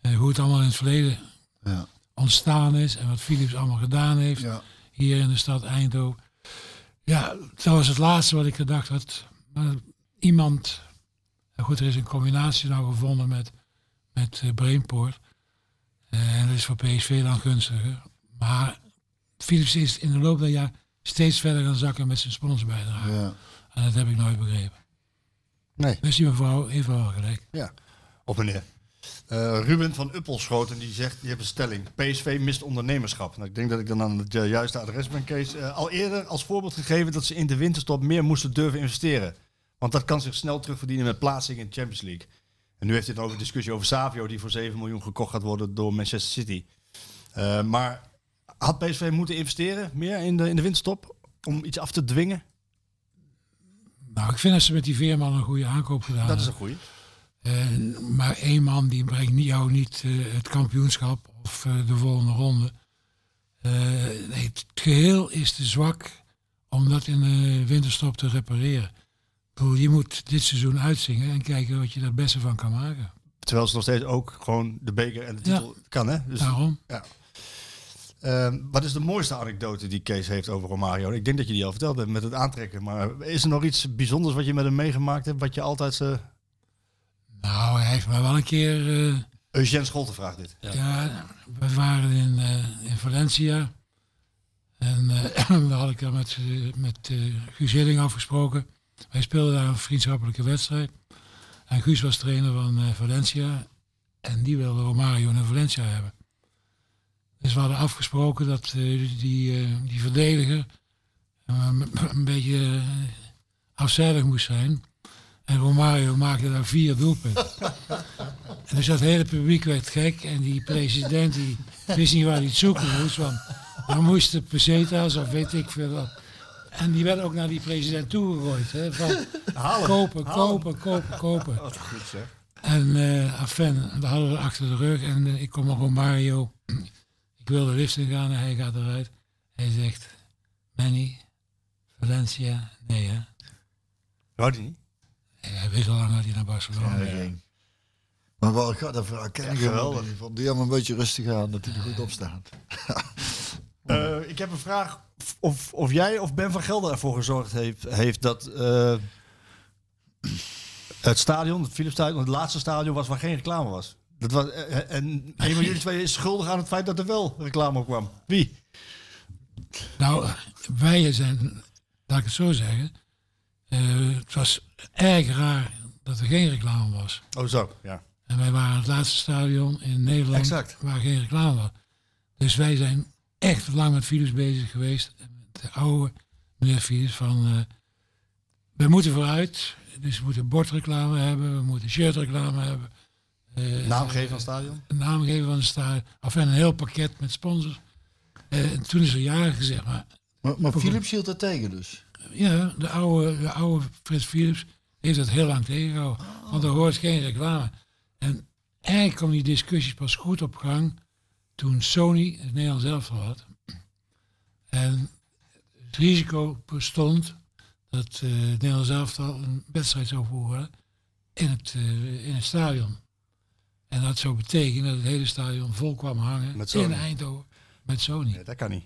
S2: eh, hoe het allemaal in het verleden
S3: Ja.
S2: ontstaan is en wat Philips allemaal gedaan heeft
S3: Ja.
S2: hier in de stad Eindhoven. Ja, dat was het laatste wat ik gedacht had. Maar iemand, nou goed, er is een combinatie nou gevonden met, met eh, Brainport. Eh, En dat is voor PSV dan gunstiger. Maar Philips is in de loop der jaar steeds verder gaan zakken met zijn sponsorbijdrage.
S3: Ja.
S2: En dat heb ik nooit begrepen.
S1: Nee.
S2: Dus die mevrouw heeft wel gelijk.
S3: ja.
S1: of meneer. Eh, Ruben van Uppelschoten die zegt, die heeft een stelling. PSV mist ondernemerschap. Nou, ik denk dat ik dan aan het eh, juiste adres ben, Kees. Eh, al eerder als voorbeeld gegeven dat ze in de winterstop meer moesten durven investeren. Want dat kan zich snel terugverdienen met plaatsing in de Champions League. En nu heeft hij het over een discussie over Savio, die voor 7 miljoen gekocht gaat worden door Manchester City. Eh, maar had PSV moeten investeren meer in de, in de winterstop om iets af te dwingen?
S2: Nou, ik vind dat ze met die Veerman een goede aankoop gedaan
S1: Dat is
S2: hebben.
S1: een goeie.
S2: Eh, maar één man die brengt niet- jou niet eh, het kampioenschap of eh, de volgende ronde. Eh, nee, het geheel is te zwak om dat in de winterstop te repareren. Ik bedoel, je moet dit seizoen uitzingen en kijken wat je er het beste van kan maken.
S1: Terwijl ze nog steeds ook gewoon de beker en de
S2: Ja.
S1: titel kan, hè? Dus
S2: Daarom.
S1: Ja. Ehm, wat is de mooiste anekdote die Kees heeft over Romario? Ik denk dat je die al vertelde met het aantrekken. Maar is er nog iets bijzonders wat je met hem meegemaakt hebt? Wat je altijd... eh
S2: Nou, hij heeft mij wel een keer... eh,
S1: Eugène Scholte vraagt dit.
S2: Ja. we waren in, eh, in Valencia. En eh, (clears throat) we hadden elkaar met, eh, met eh, Guus Hilling afgesproken. Wij speelden daar een vriendschappelijke wedstrijd. En Guus was trainer van eh, Valencia. En die wilde Romario naar Valencia hebben. Dus we hadden afgesproken dat eh, die, eh, die verdediger eh, een beetje eh, afzijdig moest zijn. En Romario maakte daar vier doelpunten. En dus dat hele publiek werd gek. En die
S1: (laughs)
S2: president die wist niet waar hij het zoeken moest. Want dan moesten pesetas of weet ik veel wat. En die werd ook naar die president toegegooid. Hè, van kopen, kopen, kopen, kopen.
S1: Wat goed zeg.
S2: En eh afijn, we hadden we achter de rug. En eh, ik kom nog op Mario. Ik wil de lift in gaan en hij gaat eruit. Hij zegt, Manny, Valencia, nee hè.
S1: Wou die niet?
S2: Hij wist al lang dat hij naar Barcelona ging.
S3: Maar wel gaat dat verhaal kennen.
S1: Ja,
S3: Ja,
S1: geweldig.
S3: geweldig. Die, die allemaal een beetje rustig aan, dat hij er goed op staat.
S1: Eh, ik heb een vraag of, of jij of Ben van Gelder ervoor gezorgd heeft, heeft dat... eh, het stadion, het Philips Stadion, het laatste stadion was waar geen reclame was. Dat was eh, en een van jullie twee is schuldig aan het feit dat er wel reclame op kwam. Wie?
S2: Nou, wij zijn, laat ik het zo zeggen. eh, het was erg raar dat er geen reclame was.
S1: Oh zo, ja.
S2: En wij waren het laatste stadion in Nederland
S1: Exact.
S2: waar geen reclame was. Dus wij zijn echt lang met Philips bezig geweest. De oude meneer Philips van... eh, we moeten vooruit, dus we moeten bordreclame hebben, we moeten shirtreclame hebben. eh,
S1: Naamgever van het stadion?
S2: een naam geven van de stadion. Of een heel pakket met sponsors. Eh, en toen is er jaren gezegd, maar
S3: Maar, maar Philips hield dat tegen dus.
S2: ja, de oude, de oude Frits Philips heeft dat heel lang tegengehouden. Want er hoort geen reclame. En eigenlijk kwam die discussie pas goed op gang toen Sony het Nederlands elftal had. En het risico bestond dat eh, het Nederlands elftal een wedstrijd zou voeren in het, eh, in het stadion. En dat zou betekenen dat het hele stadion vol kwam hangen
S1: Met
S2: in
S1: Sony.
S2: Eindhoven met Sony.
S1: Nee, dat kan niet.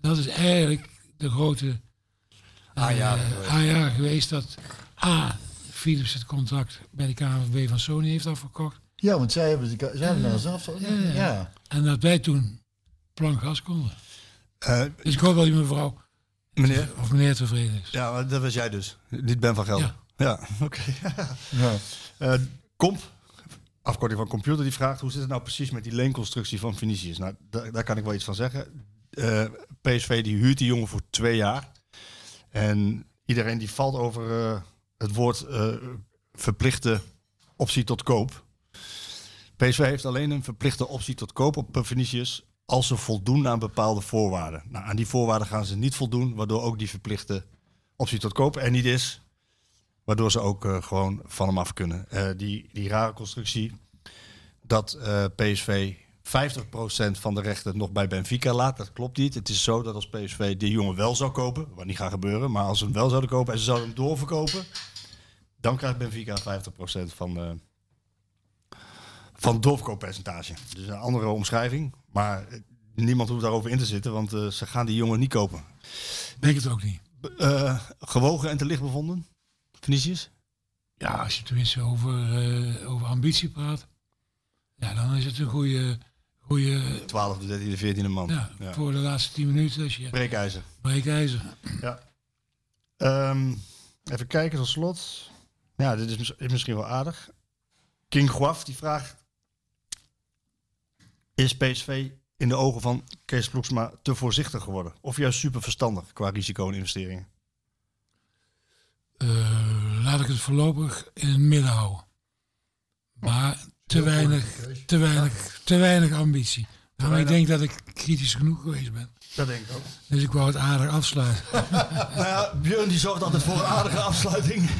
S2: Dat is eigenlijk de grote
S1: Ah ja,
S2: eh,
S1: dat-
S2: aanjager geweest dat A. Philips het contract bij de KNVB van Sony heeft afverkocht.
S3: Ja, want zij hebben, ze zij hebben nou zelf. Ja,
S2: ja.
S3: ja.
S2: En dat wij toen plank gas konden.
S1: Eh,
S2: Dus ik hoop wel die mevrouw
S1: meneer?
S2: of meneer tevreden is.
S1: Ja, maar dat was jij dus. Niet Ben van Gelder. Ja, (laughs) oké. Eh, comp, afkorting van computer, die vraagt... hoe zit het nou precies met die leenconstructie van Vinicius? Nou, daar, daar kan ik wel iets van zeggen. Eh, PSV die huurt die jongen voor twee jaar. En iedereen die valt over eh, het woord eh, verplichte optie tot koop. PSV heeft alleen een verplichte optie tot koop op eh, Vinicius... als ze voldoen aan bepaalde voorwaarden. Nou, aan die voorwaarden gaan ze niet voldoen... waardoor ook die verplichte optie tot koop er niet is... Waardoor ze ook eh, gewoon van hem af kunnen. Eh, die, die rare constructie dat eh, PSV 50% van de rechten nog bij Benfica laat, dat klopt niet. Het is zo dat als PSV die jongen wel zou kopen, wat niet gaat gebeuren, maar als ze hem wel zouden kopen en ze zouden hem doorverkopen, dan krijgt Benfica 50% van, eh van doorverkooppercentage. Dus een andere omschrijving, maar eh, niemand hoeft daarover in te zitten, want eh, ze gaan die jongen niet kopen.
S2: Denk het ook niet.
S1: Eh, gewogen en te licht bevonden, Vinicius?
S2: Ja, als je tenminste over, eh, over ambitie praat, ja, dan is het een goede, goede
S1: 12e, 13e, 14e man.
S2: ja, voor de laatste 10 minuten als je
S1: Breekijzer.
S2: breekijzer.
S1: Ja. Ehm, even kijken tot slot. Ja, dit is, mis- is misschien wel aardig. King Guaf die vraagt: Is PSV in de ogen van Kees Ploegsma te voorzichtig geworden? Of juist super verstandig qua risico en investeringen?
S2: Eh, laat ik het voorlopig in het midden houden.
S1: Oh,
S2: Maar te weinig, te weinig, te weinig ambitie. Nou, maar ik denk dat ik kritisch genoeg geweest ben.
S1: Dat denk ik ook.
S2: Dus ik wou het aardig afsluiten.
S1: Nou ja, Björn die zorgt altijd voor een aardige (laughs) afsluiting.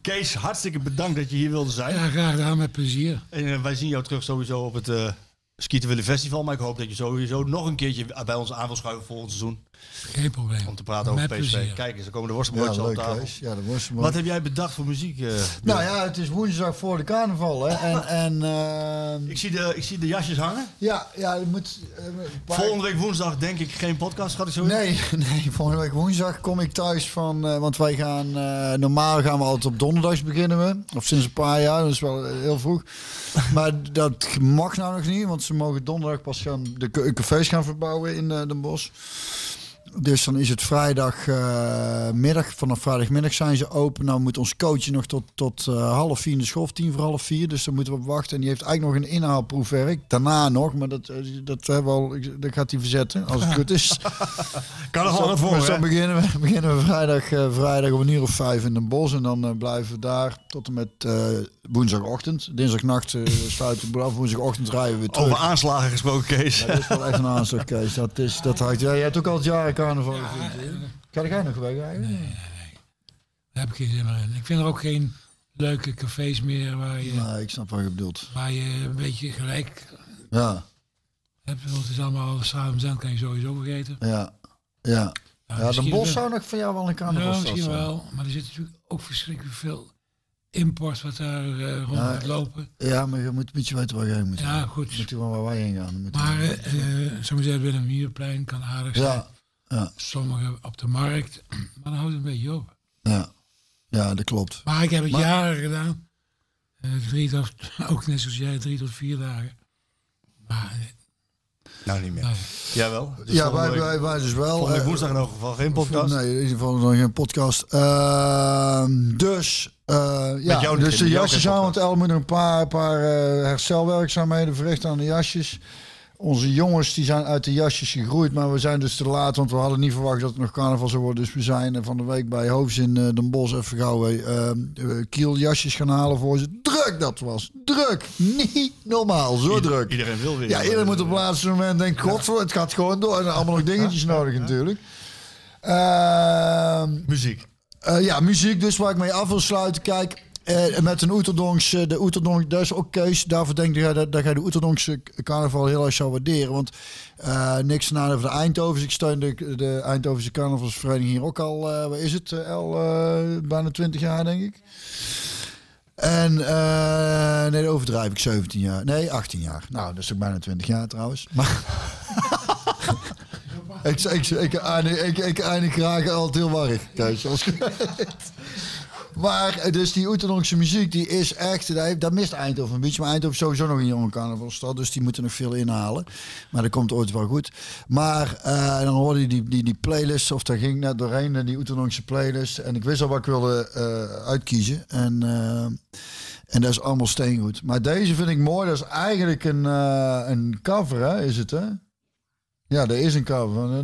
S1: Kees, hartstikke bedankt dat je hier wilde zijn.
S2: Ja, graag gedaan met plezier.
S1: En eh, wij zien jou terug sowieso op het eh Skieten Willen Festival. Maar ik hoop dat je sowieso nog een keertje bij ons aan wil schuiven volgend seizoen.
S2: Geen probleem.
S1: Om te praten over
S2: Met
S1: PSV.
S2: plezier.
S1: Kijk eens, er komen de
S3: Ja,
S1: worstenbroodjes al op
S3: leuk
S1: tafel.
S3: Kees. Ja, dat was hem ook.
S1: Wat heb jij bedacht voor muziek? eh, Björn?
S3: Nou ja, het is woensdag voor de carnaval, hè. En, en ehm,
S1: ik, zie de, ik zie de jasjes hangen.
S3: ja, ja, er moet... eh, een paar-
S1: Volgende week woensdag denk ik geen podcast, gaat ik zo in?
S3: Nee, (laughs) nee, volgende week woensdag kom ik thuis van... eh, want wij gaan... eh, normaal gaan we altijd op donderdags beginnen we. Of sinds een paar jaar, dat is wel eh, heel vroeg. Maar dat mag nou nog niet, want ze mogen donderdag pas gaan de ca- cafés gaan verbouwen in eh, Den Bosch. Dus dan is het vrijdagmiddag. Vanaf vrijdagmiddag zijn ze open. Nou moet ons coachje nog tot, tot eh, half vier in de school. of Tien voor half vier. Dus daar moeten we op wachten. En die heeft eigenlijk nog een inhaalproefwerk. Daarna nog. Maar dat, eh, dat, hebben we al, dat gaat hij verzetten. Als het goed is.
S1: Kan er
S3: Zo-
S1: gewoon voor,
S3: maar zo
S1: hè?
S3: beginnen we, (laughs) beginnen we vrijdag, eh, vrijdag om een uur of vijf in Den Bosch. En dan eh, blijven we daar tot en met eh, woensdagochtend. Dinsdagnacht eh, sluiten we af. Woensdagochtend rijden we weer terug.
S1: Over aanslagen gesproken, Kees.
S3: Ja, dat is wel echt een aanslag, Kees. Dat is, dat had, ja, jij hebt ook al het jaren carnaval gevierd. hè? Ga jij nog weg eigenlijk?
S2: Daar heb ik geen zin meer in. Ik vind er ook geen leuke cafés meer waar je,
S3: Nee, ik snap wat je bedoelt.
S2: waar je een beetje gelijk
S3: Ja,
S2: hebt. Want het is allemaal samenzend, kan je sowieso vergeten.
S3: ja, ja.
S2: Nou,
S3: Ja, Den
S2: misschien
S3: Bosch
S2: wel-
S3: zou nog voor jou wel een
S2: Ja,
S3: carnavalstad
S2: Nou, misschien
S3: zijn.
S2: wel. Maar er zit natuurlijk ook verschrikkelijk veel import wat daar eh, rond
S3: Ja,
S2: gaat lopen.
S3: Ja, maar je moet een beetje weten waar jij moet.
S2: Ja,
S3: heen. Je
S2: goed.
S3: moet gewoon waar wij heen gaan. Je moet-
S2: Maar, eh eh, zo maar zeggen, Willem Hierplein kan aardig zijn.
S3: ja, ja,
S2: Sommigen op de markt. Maar dan houdt het een beetje op.
S3: ja. Ja, dat klopt.
S2: Maar ik heb het
S3: Maar-
S2: jaren gedaan. Eh, drie tot, (laughs) ook net zoals jij, drie tot vier dagen. Maar, eh,
S1: Nou, niet meer.
S2: nou,
S1: Jawel. Dus
S3: Ja,
S1: volgende
S3: wij,
S1: week-
S3: wij, wij dus wel.
S1: volgende week
S3: eh,
S1: woensdag in elk geval geen podcast.
S3: Nee, in ieder geval nog geen podcast. Ehm, dus, eh, ja,
S1: jou
S3: dus
S1: niet, met
S3: de
S1: jou
S3: jasjes
S1: geen
S3: aan, want
S1: podcast.
S3: El moet nog een paar, paar eh, herstelwerkzaamheden verrichten aan de jasjes. Onze jongens die zijn uit de jasjes gegroeid, maar we zijn dus te laat, want we hadden niet verwacht dat het nog carnaval zou worden. Dus we zijn eh, van de week bij Hoofs in eh, Den Bosch even gauw eh, eh, kieljasjes gaan halen voor ze. Druk dat was, druk, niet normaal, zo
S1: Ieder-
S3: druk.
S1: Iedereen wil weer. eh,
S3: Ja, iedereen moet op het laatste moment denken, god, het gaat gewoon door. En allemaal nog dingetjes nodig natuurlijk. Ehm,
S1: Muziek.
S3: eh, ja, muziek dus waar ik mee af wil sluiten. Kijk, eh, met een Oeterdonks, eh, de Oeterdonk, dat is ook keus. Daarvoor denk ik dat, dat, dat jij de Oeterdonkse carnaval heel erg zou waarderen. Want eh, niks te nadenken van de Eindhovens. Ik steun de, de Eindhovense carnavalsvereniging hier ook al, eh wat is het, eh, al eh, bijna 20 jaar denk ik. En eh, nee, dat overdrijf ik 17 jaar. Nee, 18 jaar. Nou, dat is ook bijna 20 jaar trouwens. Maar ik, ik, ik, eindig, ik, ik eindig graag altijd heel warrig thuis. Als ik weet. maar eh, dus die Oeterdonkse muziek, die is echt, daar heeft- dat mist Eindhoven een beetje. Maar Eindhoven is sowieso nog een jonge carnavalstad, dus die moeten nog veel inhalen. Maar dat komt ooit wel goed. Maar eh, dan hoorde je die, die, die playlist, of daar ging ik net doorheen, eh, die Oeterdonkse playlist. En ik wist al wat ik wilde eh, uitkiezen. En... eh, en dat is allemaal steengoed. Maar deze vind ik mooi. Dat is eigenlijk een, eh, een cover, hè? Is het, hè? Ja, dat is een cover.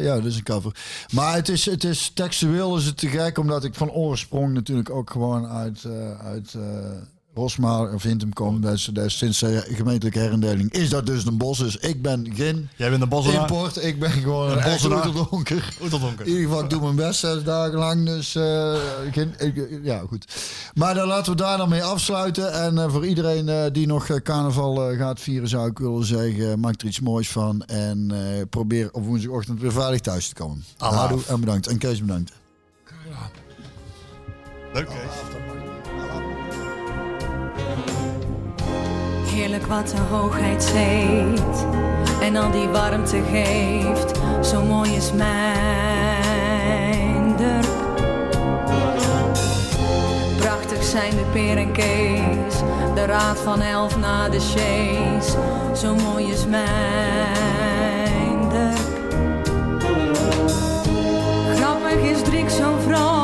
S3: Ja, dat is een cover. Maar het is, het is textueel is het te gek, omdat ik van oorsprong natuurlijk ook gewoon uit, eh uit eh Rosmalen of Hintem kom. Dat is, dat is sinds de gemeentelijke herindeling is dat dus een bos. Dus ik ben geen
S1: Jij bent een bossenaar.
S3: import. Ik ben gewoon
S1: Een
S3: een, een
S1: bossenaar.
S3: donker.
S1: Oeterdonker.
S3: In ieder geval, ik doe mijn best zes dagen lang. Dus eh, geen- ik- ja, goed. Maar dan laten we daar dan mee afsluiten. En eh, voor iedereen eh, die nog eh, carnaval eh, gaat vieren, zou ik willen zeggen: maak er iets moois van. En eh, probeer op woensdagochtend weer veilig thuis te komen.
S1: Allah.
S3: Houdoe en bedankt. En Kees bedankt.
S1: Leuk, hè?
S8: Heerlijk wat de hoogheid zweet en al die warmte geeft. Zo mooi is mijn dorp. Prachtig zijn de peer en kees, de raad van elf na de sjees. Zo mooi is mijn dorp. Grappig is Drik zo'n vrouw.